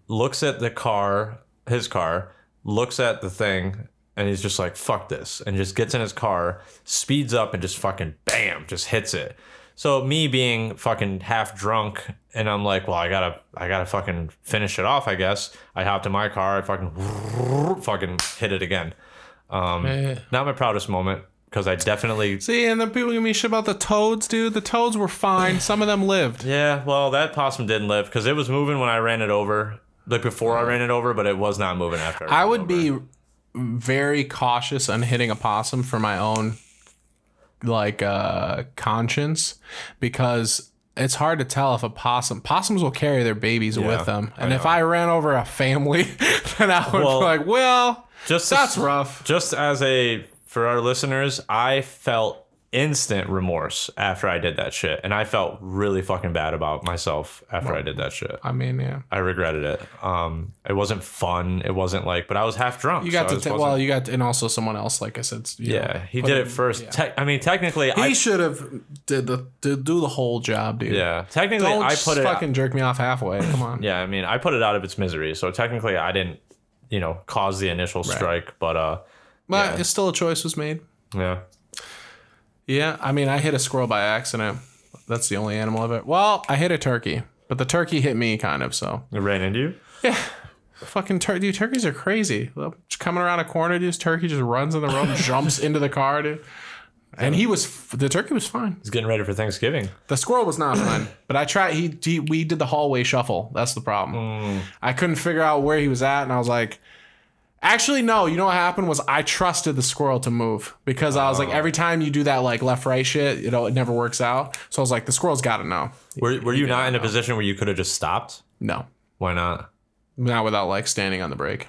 Speaker 1: looks at the car, his car, looks at the thing, and he's just like, fuck this. And just gets in his car, speeds up, and just fucking bam, just hits it. So me being fucking half drunk, and I'm like, well, I gotta, I gotta fucking finish it off, I guess. I hopped in my car, I fucking, (laughs) fucking hit it again. Um,
Speaker 2: Yeah.
Speaker 1: Not my proudest moment because I definitely
Speaker 2: See, and then people give me shit about the toads, dude. The toads were fine. Some of them lived.
Speaker 1: Yeah, well, that possum didn't live because it was moving when I ran it over, like before I ran it over, but it was not moving after. I ran
Speaker 2: I would be very cautious on hitting a possum for my own like uh conscience because it's hard to tell if a possum possums will carry their babies
Speaker 1: Yeah,
Speaker 2: with them.
Speaker 1: I
Speaker 2: And if
Speaker 1: know.
Speaker 2: I ran over a family, (laughs) then I would
Speaker 1: Well,
Speaker 2: be like, well,
Speaker 1: just (laughs)
Speaker 2: that's
Speaker 1: as-
Speaker 2: rough.
Speaker 1: Just as a for our listeners, I felt instant remorse after I did that shit, and I felt really fucking bad about myself after I did that shit.
Speaker 2: I mean, yeah.
Speaker 1: I regretted it. Um, it wasn't fun. It wasn't like, but I was half drunk.
Speaker 2: You got
Speaker 1: so I
Speaker 2: to
Speaker 1: just
Speaker 2: t-
Speaker 1: wasn't-
Speaker 2: well, you got and also someone else like I said. you know,
Speaker 1: yeah, he
Speaker 2: put
Speaker 1: did
Speaker 2: in-
Speaker 1: it first. Te- I mean, technically,
Speaker 2: He
Speaker 1: I
Speaker 2: should have did the did do the whole job, dude.
Speaker 1: yeah, technically
Speaker 2: Don't
Speaker 1: I
Speaker 2: just
Speaker 1: put it
Speaker 2: fucking jerk me off halfway. Come on.
Speaker 1: Yeah, I mean, I put it out of its misery. So technically, I didn't, you know, cause the initial strike, but uh,
Speaker 2: But it's still a choice was made.
Speaker 1: yeah,
Speaker 2: Yeah, I mean, I hit a squirrel by accident. That's the only animal I've ever. Well, I hit a turkey, but the turkey hit me kind of. So
Speaker 1: it ran into you.
Speaker 2: fucking tur- dude, turkeys are crazy. Just coming around a corner, dude, this turkey just runs in the road, jumps into the car, dude. And he was f- the turkey was fine.
Speaker 1: He's getting ready for Thanksgiving.
Speaker 2: The squirrel was
Speaker 1: (clears throat)
Speaker 2: not fine, but I tried. He, he we
Speaker 1: Mm.
Speaker 2: did the hallway shuffle. That's the problem. I couldn't figure out where he was at, and I was like, Actually, no. You know what happened was I trusted the squirrel to move because I
Speaker 1: Oh.
Speaker 2: was like, every time you do that like left right shit, you know, it never works out. So I was like, the squirrel's got to know.
Speaker 1: Were, were you not in a position where you could have just stopped?
Speaker 2: No,
Speaker 1: Why not?
Speaker 2: not without like standing on the brake.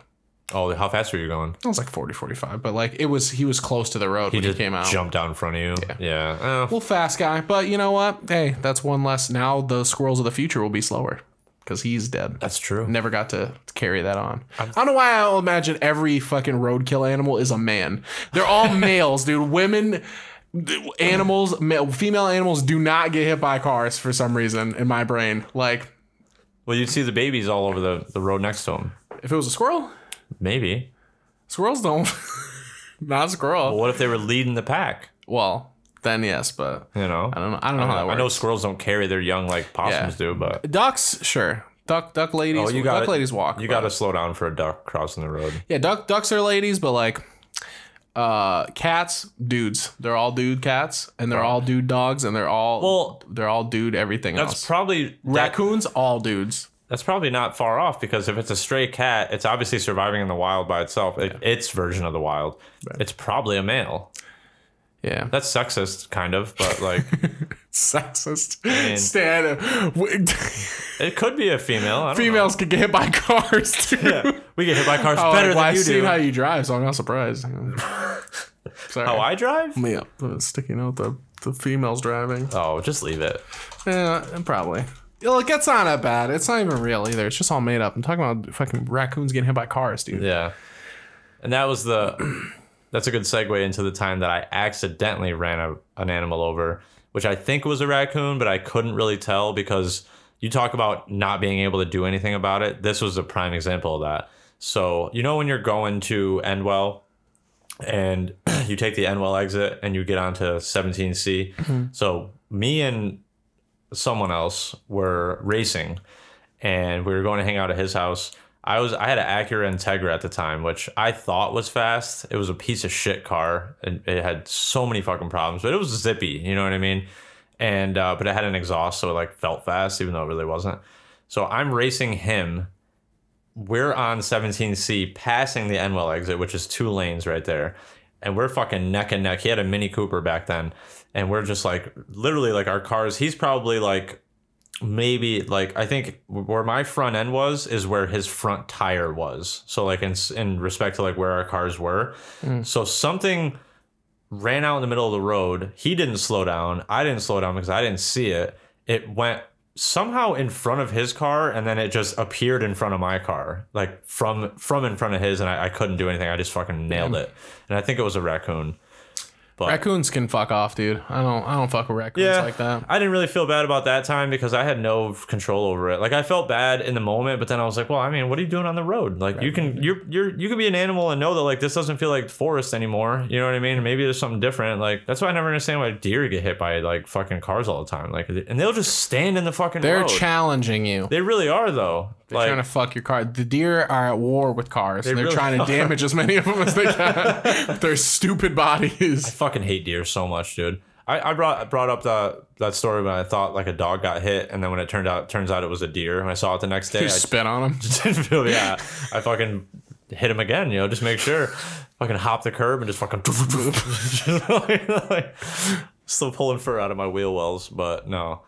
Speaker 1: Oh, how fast were you going?
Speaker 2: It was like 40, 45, but like it was he was close to the road
Speaker 1: He
Speaker 2: when
Speaker 1: just
Speaker 2: he came out.
Speaker 1: jumped out in front of you. Yeah. Eh,
Speaker 2: Well, fast guy, but you know what? Hey, that's one less. Now the squirrels of the future will be slower because he's dead.
Speaker 1: That's true.
Speaker 2: Never got to carry that on. I'm, I do not know why I imagine every fucking roadkill animal is a man.
Speaker 1: (laughs)
Speaker 2: They're all males, dude. Women, animals, ma- female animals do not get hit by cars for some reason in my brain. Like
Speaker 1: Well, you'd see the babies all over the, the road next to him.
Speaker 2: if it was a squirrel,
Speaker 1: Maybe.
Speaker 2: squirrels don't. (laughs) not a squirrel.
Speaker 1: What if they were leading the pack?
Speaker 2: Well, then yes, but
Speaker 1: You know,
Speaker 2: I don't know. I don't know how that
Speaker 1: Uh-huh. I
Speaker 2: works.
Speaker 1: know squirrels don't carry their young like possums do, but
Speaker 2: Ducks, sure. Duck, duck ladies.
Speaker 1: oh, you
Speaker 2: duck
Speaker 1: got
Speaker 2: ladies walk.
Speaker 1: You
Speaker 2: but-
Speaker 1: got to slow down for a duck crossing the road.
Speaker 2: Yeah, duck ducks are ladies, but like uh cats, dudes. They're all dude cats and they're all dude dogs and they're all
Speaker 1: Well,
Speaker 2: they're all dude everything
Speaker 1: That's
Speaker 2: else.
Speaker 1: probably that,
Speaker 2: Raccoons, all dudes.
Speaker 1: that's probably not far off because if it's a stray cat, it's obviously surviving in the wild by itself. It, Its version of the wild, it's probably a male.
Speaker 2: Yeah.
Speaker 1: That's sexist, kind of, but
Speaker 2: (laughs)
Speaker 1: like
Speaker 2: Sexist.
Speaker 1: mean-
Speaker 2: (laughs) Stan w-
Speaker 1: it could be a female. I don't
Speaker 2: (laughs) females could get hit by cars (laughs) too.
Speaker 1: know. Yeah, we get hit by cars
Speaker 2: (laughs) Oh,
Speaker 1: better
Speaker 2: well,
Speaker 1: than
Speaker 2: I've
Speaker 1: you
Speaker 2: seen
Speaker 1: do.
Speaker 2: how you drive, so I'm
Speaker 1: (laughs)
Speaker 2: not surprised. Sorry.
Speaker 1: How I drive?
Speaker 2: yeah, uh, sticking out the the females driving.
Speaker 1: Oh, just leave it.
Speaker 2: Yeah, probably. Look, it's not that bad. It's not even real either. It's just all made up. I'm talking about fucking raccoons getting hit by cars, dude.
Speaker 1: Yeah. And that was the (clears throat) that's a good segue into the time that I accidentally ran a, an animal over, which I think was a raccoon, but I couldn't really tell because you talk about not being able to do anything about it. This was a prime example of that. So, you know when you're going to Endwell and (clears throat) you take the Endwell exit and you get onto 17C. So, me and someone else were racing and we were going to hang out at his house. I was I had an Acura Integra at the time, which I thought was fast. It was a piece of shit car, and it had so many fucking problems. But it was zippy, you know what I mean? And uh, but it had an exhaust, so it like felt fast, even though it really wasn't. So I'm racing him. We're on 17C, passing the Enwell exit, which is two lanes right there, and we're fucking neck and neck. He had a Mini Cooper back then, and we're just like literally like our cars. He's probably like maybe like I think where my front end was is where his front tire was. So like in in respect to like where our cars were.
Speaker 2: Mm.
Speaker 1: So something ran out in the middle of the road. He didn't slow down. I didn't slow down because I didn't see it. It went somehow in front of his car and then it just appeared in front of my car like from from in front of his and i, I couldn't do anything i just fucking nailed
Speaker 2: Damn.
Speaker 1: it and i think it was a raccoon But-
Speaker 2: Raccoons can fuck off, dude. I don't I don't fuck with raccoons
Speaker 1: Yeah.
Speaker 2: like that.
Speaker 1: I didn't really feel bad about that time because I had no control over it. Like I felt bad in the moment, but then I was like, well, I mean, what are you doing on the road? Like you can you're you're you can be an animal and know that like this doesn't feel like forest anymore. You know what I mean? Maybe there's something different. Like that's why I never understand why deer get hit by like fucking cars all the time. Like and they'll just stand in the fucking
Speaker 2: They're
Speaker 1: road.
Speaker 2: challenging you.
Speaker 1: they really are though.
Speaker 2: They're
Speaker 1: like
Speaker 2: trying to fuck your car. The deer are at war with cars.
Speaker 1: They
Speaker 2: and They're
Speaker 1: really
Speaker 2: trying to
Speaker 1: are.
Speaker 2: damage as many of them as
Speaker 1: (laughs)
Speaker 2: they can. with Their stupid
Speaker 1: I
Speaker 2: bodies.
Speaker 1: fucking hate deer so much, dude. I, I brought I brought up the that story when I thought like a dog got hit, and then when it turned out turns out it was a deer, and I saw it the next day.
Speaker 2: You
Speaker 1: I
Speaker 2: spit on them.
Speaker 1: just (laughs) didn't feel yeah. I fucking hit him again, you know, just make sure. Fucking hop the curb and just fucking (laughs) still pulling fur out of my wheel wells, but no.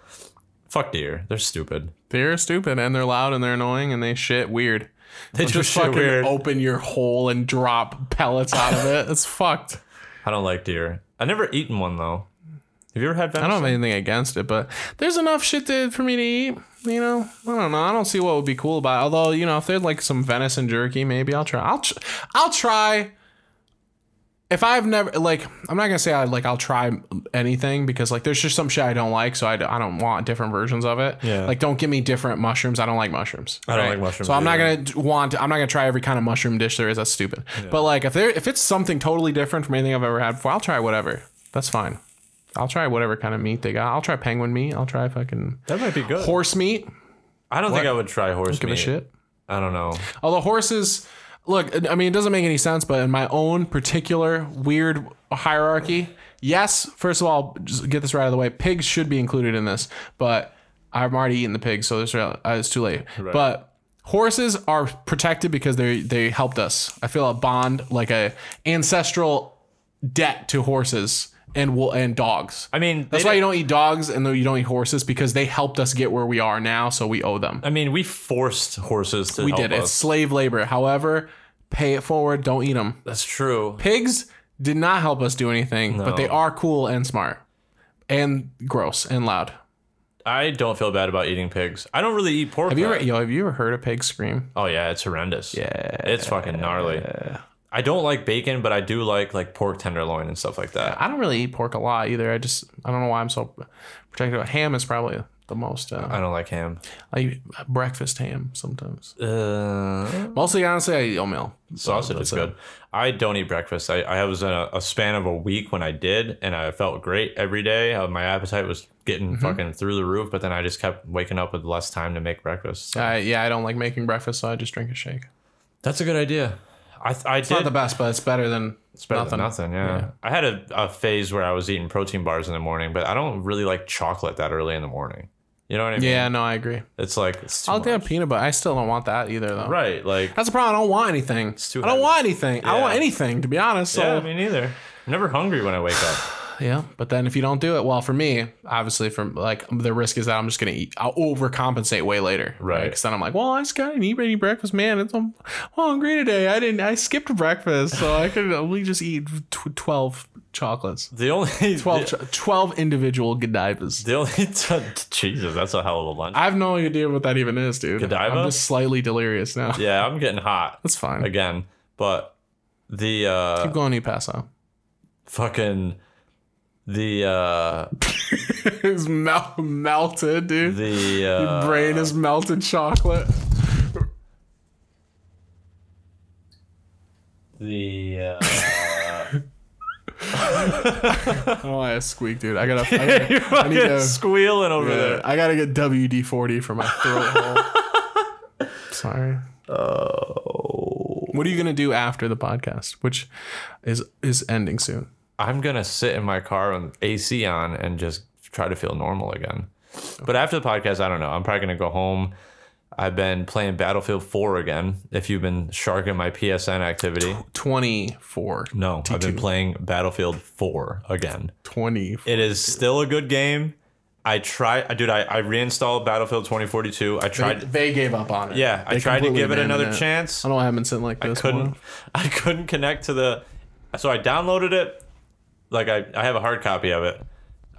Speaker 1: Fuck deer. They're stupid.
Speaker 2: They're stupid and they're loud and they're annoying and they shit weird.
Speaker 1: They
Speaker 2: They'll
Speaker 1: just shit
Speaker 2: fucking
Speaker 1: weird.
Speaker 2: open your hole and drop pellets out of it. It's fucked.
Speaker 1: I don't like deer. I never eaten one though. Have you ever had venison?
Speaker 2: I don't have anything against it, but there's enough shit to, for me to eat. You know, I don't know. I don't see what would be cool about. It. Although, you know, if there's like some venison jerky, maybe I'll try. I'll tr- I'll try. If I've never like, I'm not gonna say I like. I'll try anything because like, there's just some shit I don't like, so I, d- I don't want different versions of it.
Speaker 1: Yeah.
Speaker 2: Like, don't give me different mushrooms. I don't like mushrooms.
Speaker 1: I don't like mushrooms
Speaker 2: So I'm not
Speaker 1: either.
Speaker 2: gonna d- want. I'm not gonna try every kind of mushroom dish there is. That's stupid. But like, if there if it's something totally different from anything I've ever had before, I'll try whatever. That's fine. I'll try whatever kind of meat they got. I'll try penguin meat. I'll try fucking
Speaker 1: That might be good.
Speaker 2: horse meat.
Speaker 1: I don't think
Speaker 2: What?
Speaker 1: I would try horse
Speaker 2: Don't give
Speaker 1: meat.
Speaker 2: a shit.
Speaker 1: I don't know.
Speaker 2: Although horses, look, I mean, it doesn't make any sense, but in my own particular weird hierarchy, yes, first of all, just get this right out of the way. Pigs should be included in this, but I'm already eating the pig, so there's, uh, it's too late. But horses are protected because they they helped us. I feel a bond, like a ancestral debt to horses and wool and dogs.
Speaker 1: I mean,
Speaker 2: that's
Speaker 1: they
Speaker 2: why you
Speaker 1: didn't-
Speaker 2: don't eat dogs and you don't eat horses because they helped us get where we are now, so we owe them.
Speaker 1: I mean, we forced horses to
Speaker 2: we
Speaker 1: help
Speaker 2: did. It's
Speaker 1: us.
Speaker 2: slave labor. However, pay it forward. Don't
Speaker 1: (laughs)
Speaker 2: eat them.
Speaker 1: That's true.
Speaker 2: Pigs did not help us do anything, but they
Speaker 1: No.
Speaker 2: are cool and smart and gross and loud.
Speaker 1: I don't feel bad about eating pigs. I don't really eat pork.
Speaker 2: Have you
Speaker 1: though.
Speaker 2: ever, yo, have you ever heard a pig scream?
Speaker 1: Oh yeah, it's horrendous. Yeah, it's fucking gnarly.
Speaker 2: Uh,
Speaker 1: I don't like bacon, but I do like like pork tenderloin and stuff like that.
Speaker 2: I don't really eat pork a lot either. I just I don't know why I'm so protective. about Ham is probably the most. Uh,
Speaker 1: I don't like ham.
Speaker 2: I eat breakfast ham sometimes.
Speaker 1: Uh,
Speaker 2: Mostly, honestly, I eat oatmeal.
Speaker 1: sausage is good. I don't eat breakfast. I, I was in a, a span of a week when I did, and I felt great every day. Uh, my appetite was getting
Speaker 2: Mhm.
Speaker 1: fucking through the roof, but then I just kept waking up with less time to make breakfast.
Speaker 2: I, yeah, I don't like making breakfast, so I just drink a shake.
Speaker 1: That's a good idea. I, I
Speaker 2: It's
Speaker 1: did.
Speaker 2: not the best, but it's better than
Speaker 1: It's better than nothing,
Speaker 2: nothing.
Speaker 1: yeah. I had a, a phase where I was eating protein bars in the morning, but I don't really like chocolate that early in the morning. You know what I mean?
Speaker 2: Yeah, no, I agree.
Speaker 1: It's like it's too
Speaker 2: I'll get a peanut butter. I still don't want that either, though.
Speaker 1: right, like
Speaker 2: That's the problem. I don't want anything. I don't
Speaker 1: heavy.
Speaker 2: want anything. I don't want
Speaker 1: Yeah.
Speaker 2: anything, to be honest. So,
Speaker 1: yeah, me neither. I'm never hungry when I wake up.
Speaker 2: Yeah, but then if you don't do it, well, for me, obviously, from like the risk is that I'm just gonna eat. I'll overcompensate way later, right? Because then I'm like, well, I just gotta eat any breakfast, man. It's I'm hungry today. I didn't. I skipped breakfast, so I could only just eat tw- twelve chocolates.
Speaker 1: (laughs) The (laughs) only
Speaker 2: 12, cho- 12 individual Godivas.
Speaker 1: The only (laughs) t- Jesus, that's a hell of a lunch.
Speaker 2: I have no idea what that even is, dude.
Speaker 1: Godiva?
Speaker 2: I'm just slightly delirious now.
Speaker 1: yeah, I'm getting hot.
Speaker 2: That's fine.
Speaker 1: Again, but the uh
Speaker 2: Keep going, you pass out.
Speaker 1: fucking the uh
Speaker 2: (laughs) it's mel- melted, dude.
Speaker 1: (laughs) the
Speaker 2: Your
Speaker 1: uh
Speaker 2: brain is melted chocolate.
Speaker 1: (laughs) the uh
Speaker 2: I don't know why I squeaked, dude. I gotta. I,
Speaker 1: (laughs)
Speaker 2: gotta,
Speaker 1: You're
Speaker 2: I need
Speaker 1: fucking
Speaker 2: to.
Speaker 1: squealing over
Speaker 2: yeah,
Speaker 1: there.
Speaker 2: I gotta get WD forty for my throat hole.
Speaker 1: (laughs)
Speaker 2: Sorry.
Speaker 1: Oh.
Speaker 2: What are you gonna do after the podcast, which is is ending soon?
Speaker 1: I'm gonna sit in my car with AC on and just try to feel normal again. But after the podcast, I don't know. I'm probably gonna go home. I've been playing Battlefield 4 again. If you've been sharking my PSN activity,
Speaker 2: Twenty four.
Speaker 1: no, I've been
Speaker 2: T2.
Speaker 1: playing Battlefield 4 again.
Speaker 2: Twenty.
Speaker 1: It is still a good game. I try, dude. I, I reinstalled Battlefield 2042. I tried.
Speaker 2: They, they gave up on it.
Speaker 1: Yeah, I
Speaker 2: They
Speaker 1: tried to
Speaker 2: completely
Speaker 1: give it
Speaker 2: abandoned
Speaker 1: another chance.
Speaker 2: I don't know why I haven't sent like this.
Speaker 1: couldn't
Speaker 2: one.
Speaker 1: (laughs) I couldn't connect to the so I downloaded it like I, I have a hard copy of it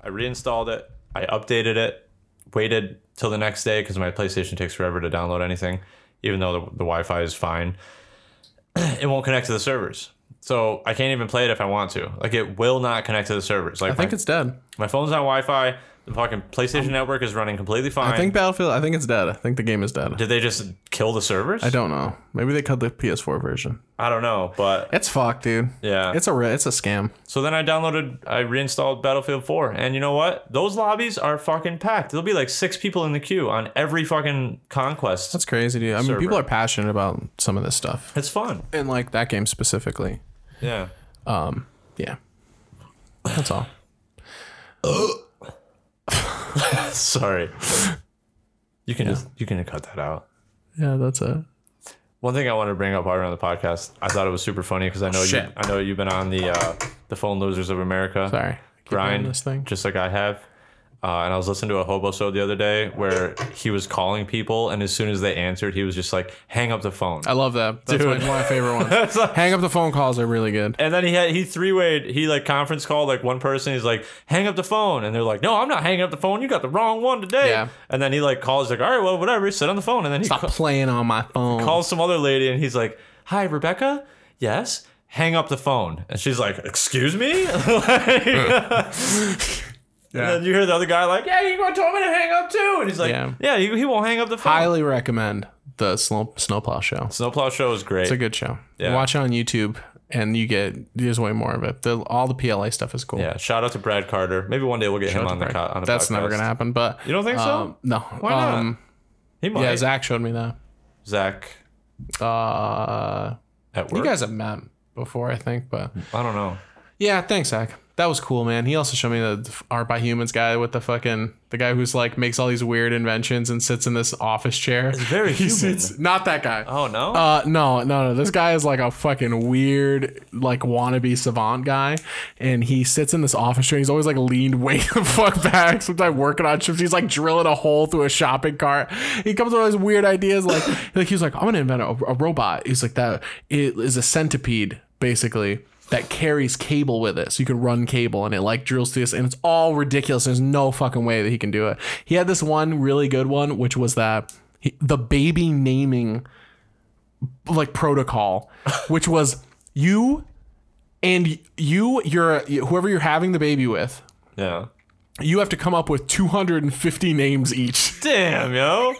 Speaker 1: I reinstalled it I updated it waited till the next day because my PlayStation takes forever to download anything even though the, the Wi-Fi is fine (clears throat) it won't connect to the servers so I can't even play it if I want to like it will not connect to the servers like
Speaker 2: I think
Speaker 1: my,
Speaker 2: it's dead.
Speaker 1: my phone's on Wi-Fi the fucking PlayStation network is running completely fine
Speaker 2: I think Battlefield. I think it's dead. I think the game is dead.
Speaker 1: did they just kill the servers
Speaker 2: I don't know. Maybe they cut the PS4 version.
Speaker 1: I don't know but
Speaker 2: It's fucked, dude.
Speaker 1: Yeah.
Speaker 2: It's a re- it's a scam.
Speaker 1: So then I downloaded, I reinstalled Battlefield 4. And you know what? Those lobbies are fucking packed. There'll be like six people in the queue on every fucking conquest.
Speaker 2: That's crazy, dude. I mean,
Speaker 1: Server.
Speaker 2: people are passionate about some of this stuff,
Speaker 1: It's fun.
Speaker 2: and like that game specifically.
Speaker 1: Yeah. (laughs)
Speaker 2: Um, yeah, that's all.
Speaker 1: Sorry. You can just, you can cut that out.
Speaker 2: Yeah, that's it.
Speaker 1: One thing I wanted to bring up already on the podcast, I thought it was super funny because I know you,
Speaker 2: Oh, Shit.
Speaker 1: I know you've been on the uh, the Phone Losers of America.
Speaker 2: Sorry.
Speaker 1: grind
Speaker 2: this thing.
Speaker 1: just like I have. Uh, and I was listening to a hobo show the other day where he was calling people, and as soon as they answered, he was just like, "Hang up the phone."
Speaker 2: I love that. That's
Speaker 1: Dude.
Speaker 2: like one of my
Speaker 1: (laughs)
Speaker 2: favorite ones. Hang up the phone calls are really good.
Speaker 1: And then he had he three wayed he like conference called like one person he's like hang up the phone and they're like no I'm not hanging up the phone you got the wrong one today
Speaker 2: Yeah.
Speaker 1: and then he like calls like all right well whatever sit on the phone and then he
Speaker 2: Stop
Speaker 1: ca-
Speaker 2: playing on my phone.
Speaker 1: calls some other lady and he's like hi Rebecca yes hang up the phone and she's like excuse me (laughs)
Speaker 2: (laughs)
Speaker 1: Like- and then you hear the other guy like yeah you gonna tell me to hang up too and he's like yeah,
Speaker 2: Yeah.
Speaker 1: he, he won't hang up the phone
Speaker 2: Highly recommend the snow snowplow show.
Speaker 1: Snowplow show is great
Speaker 2: It's a good show.
Speaker 1: Yeah.
Speaker 2: Watch it on YouTube, and you get there's way more of it. The, all the PLA stuff is cool.
Speaker 1: yeah shout out to Brad Carter maybe one day we'll get
Speaker 2: Shout
Speaker 1: him
Speaker 2: out to
Speaker 1: on the,
Speaker 2: Brad.
Speaker 1: co- on the
Speaker 2: That's never
Speaker 1: podcast.
Speaker 2: gonna happen. But
Speaker 1: You don't think so?
Speaker 2: um, No.
Speaker 1: Why not? he might
Speaker 2: Yeah, Zach showed me that.
Speaker 1: Zach
Speaker 2: Uh,
Speaker 1: at work
Speaker 2: you guys have met before, I think, but
Speaker 1: I don't know.
Speaker 2: yeah, thanks, Zach. that was cool, man. He also showed me the Art by Humans guy with the fucking the guy who's like makes all these weird inventions and sits in this office chair. It's
Speaker 1: very
Speaker 2: (laughs) he
Speaker 1: human.
Speaker 2: sits- not that guy.
Speaker 1: Oh no.
Speaker 2: Uh, no, no, no. This guy is like a fucking weird, like wannabe savant guy, and he sits in this office chair. He's always like leaned way (laughs) the fuck back. Sometimes working on trips, he's like drilling a hole through a shopping cart. He comes up with all these weird ideas, like like he was like, I'm gonna invent a, a robot. He's like that it is a centipede basically. That carries cable with it, so you can run cable, and it like drills through this, and it's all ridiculous. There's no fucking way that he can do it. He had this one really good one, which was that he, the baby naming like protocol, which was you and you, your whoever you're having the baby with,
Speaker 1: Yeah.
Speaker 2: you have to come up with 250 names each. (laughs)
Speaker 1: Damn, yo.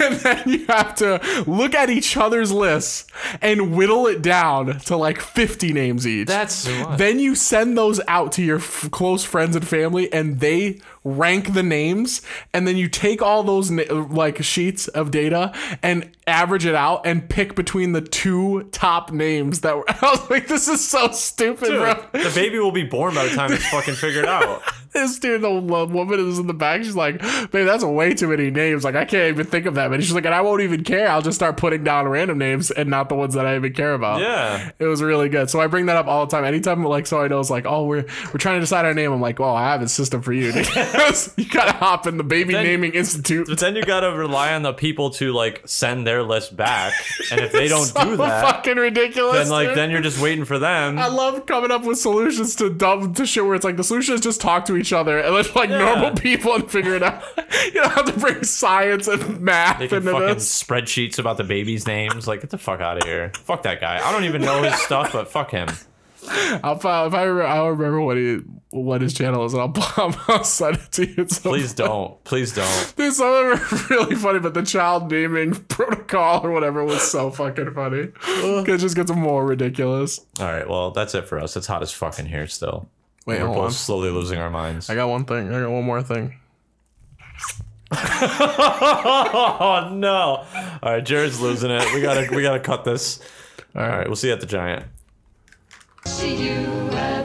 Speaker 2: And then you have to look at each other's lists and whittle it down to like 50 names each.
Speaker 1: That's too much.
Speaker 2: Then you send those out to your f- close friends and family and they rank the names and then you take all those na- like sheets of data and average it out and pick between the two top names that were (laughs) I was like this is so stupid,
Speaker 1: Dude,
Speaker 2: (laughs) bro.
Speaker 1: the baby will be born by the time it's fucking figured out.
Speaker 2: (laughs) This dude, the lo- woman is in the back. She's like, "Man, that's way too many names. Like, I can't even think of that many." She's like, "And I won't even care. I'll just start putting down random names and not the ones that I even care
Speaker 1: (laughs)
Speaker 2: about."
Speaker 1: Yeah.
Speaker 2: it was really good. So I bring that up all the time. Anytime, like, so I know it's like, "Oh, we're we're trying to decide our name." I'm like, "Well, I have a system for you. (laughs) dude." you gotta hop in the baby
Speaker 1: Then-
Speaker 2: naming institute."
Speaker 1: But then you gotta rely on the people to like send their list back, and if they don't
Speaker 2: (laughs) So
Speaker 1: do that,
Speaker 2: fucking ridiculous.
Speaker 1: then like
Speaker 2: dude.
Speaker 1: then you're just waiting for them.
Speaker 2: I love coming up with solutions to dumb to shit where it's like the solution is just talk to each other and let like
Speaker 1: Yeah.
Speaker 2: normal people (laughs) and figure it out. You don't have to bring science and math
Speaker 1: They can
Speaker 2: into
Speaker 1: fucking
Speaker 2: this.
Speaker 1: spreadsheets about the babies' names. Like, get the fuck out of here. Fuck that guy. I don't even know his stuff, but fuck him.
Speaker 2: I'll, fi- if I remember, I'll remember what he what his channel is and I'll, bomb, I'll (laughs) send it to you. So,
Speaker 1: Please don't. Please don't.
Speaker 2: Dude, some of them are (laughs) really funny, but the child naming (laughs) protocol or whatever was so fucking funny. it just gets more ridiculous.
Speaker 1: All right. Well, that's it for us. It's hot as fucking here still.
Speaker 2: Wait,
Speaker 1: we're
Speaker 2: hold
Speaker 1: both
Speaker 2: on.
Speaker 1: slowly losing our minds.
Speaker 2: I got one thing. I got one more thing.
Speaker 1: (laughs) oh no! All right, Jared's losing it. We gotta we gotta cut this. All right, we'll see you at the Giant.
Speaker 10: See you at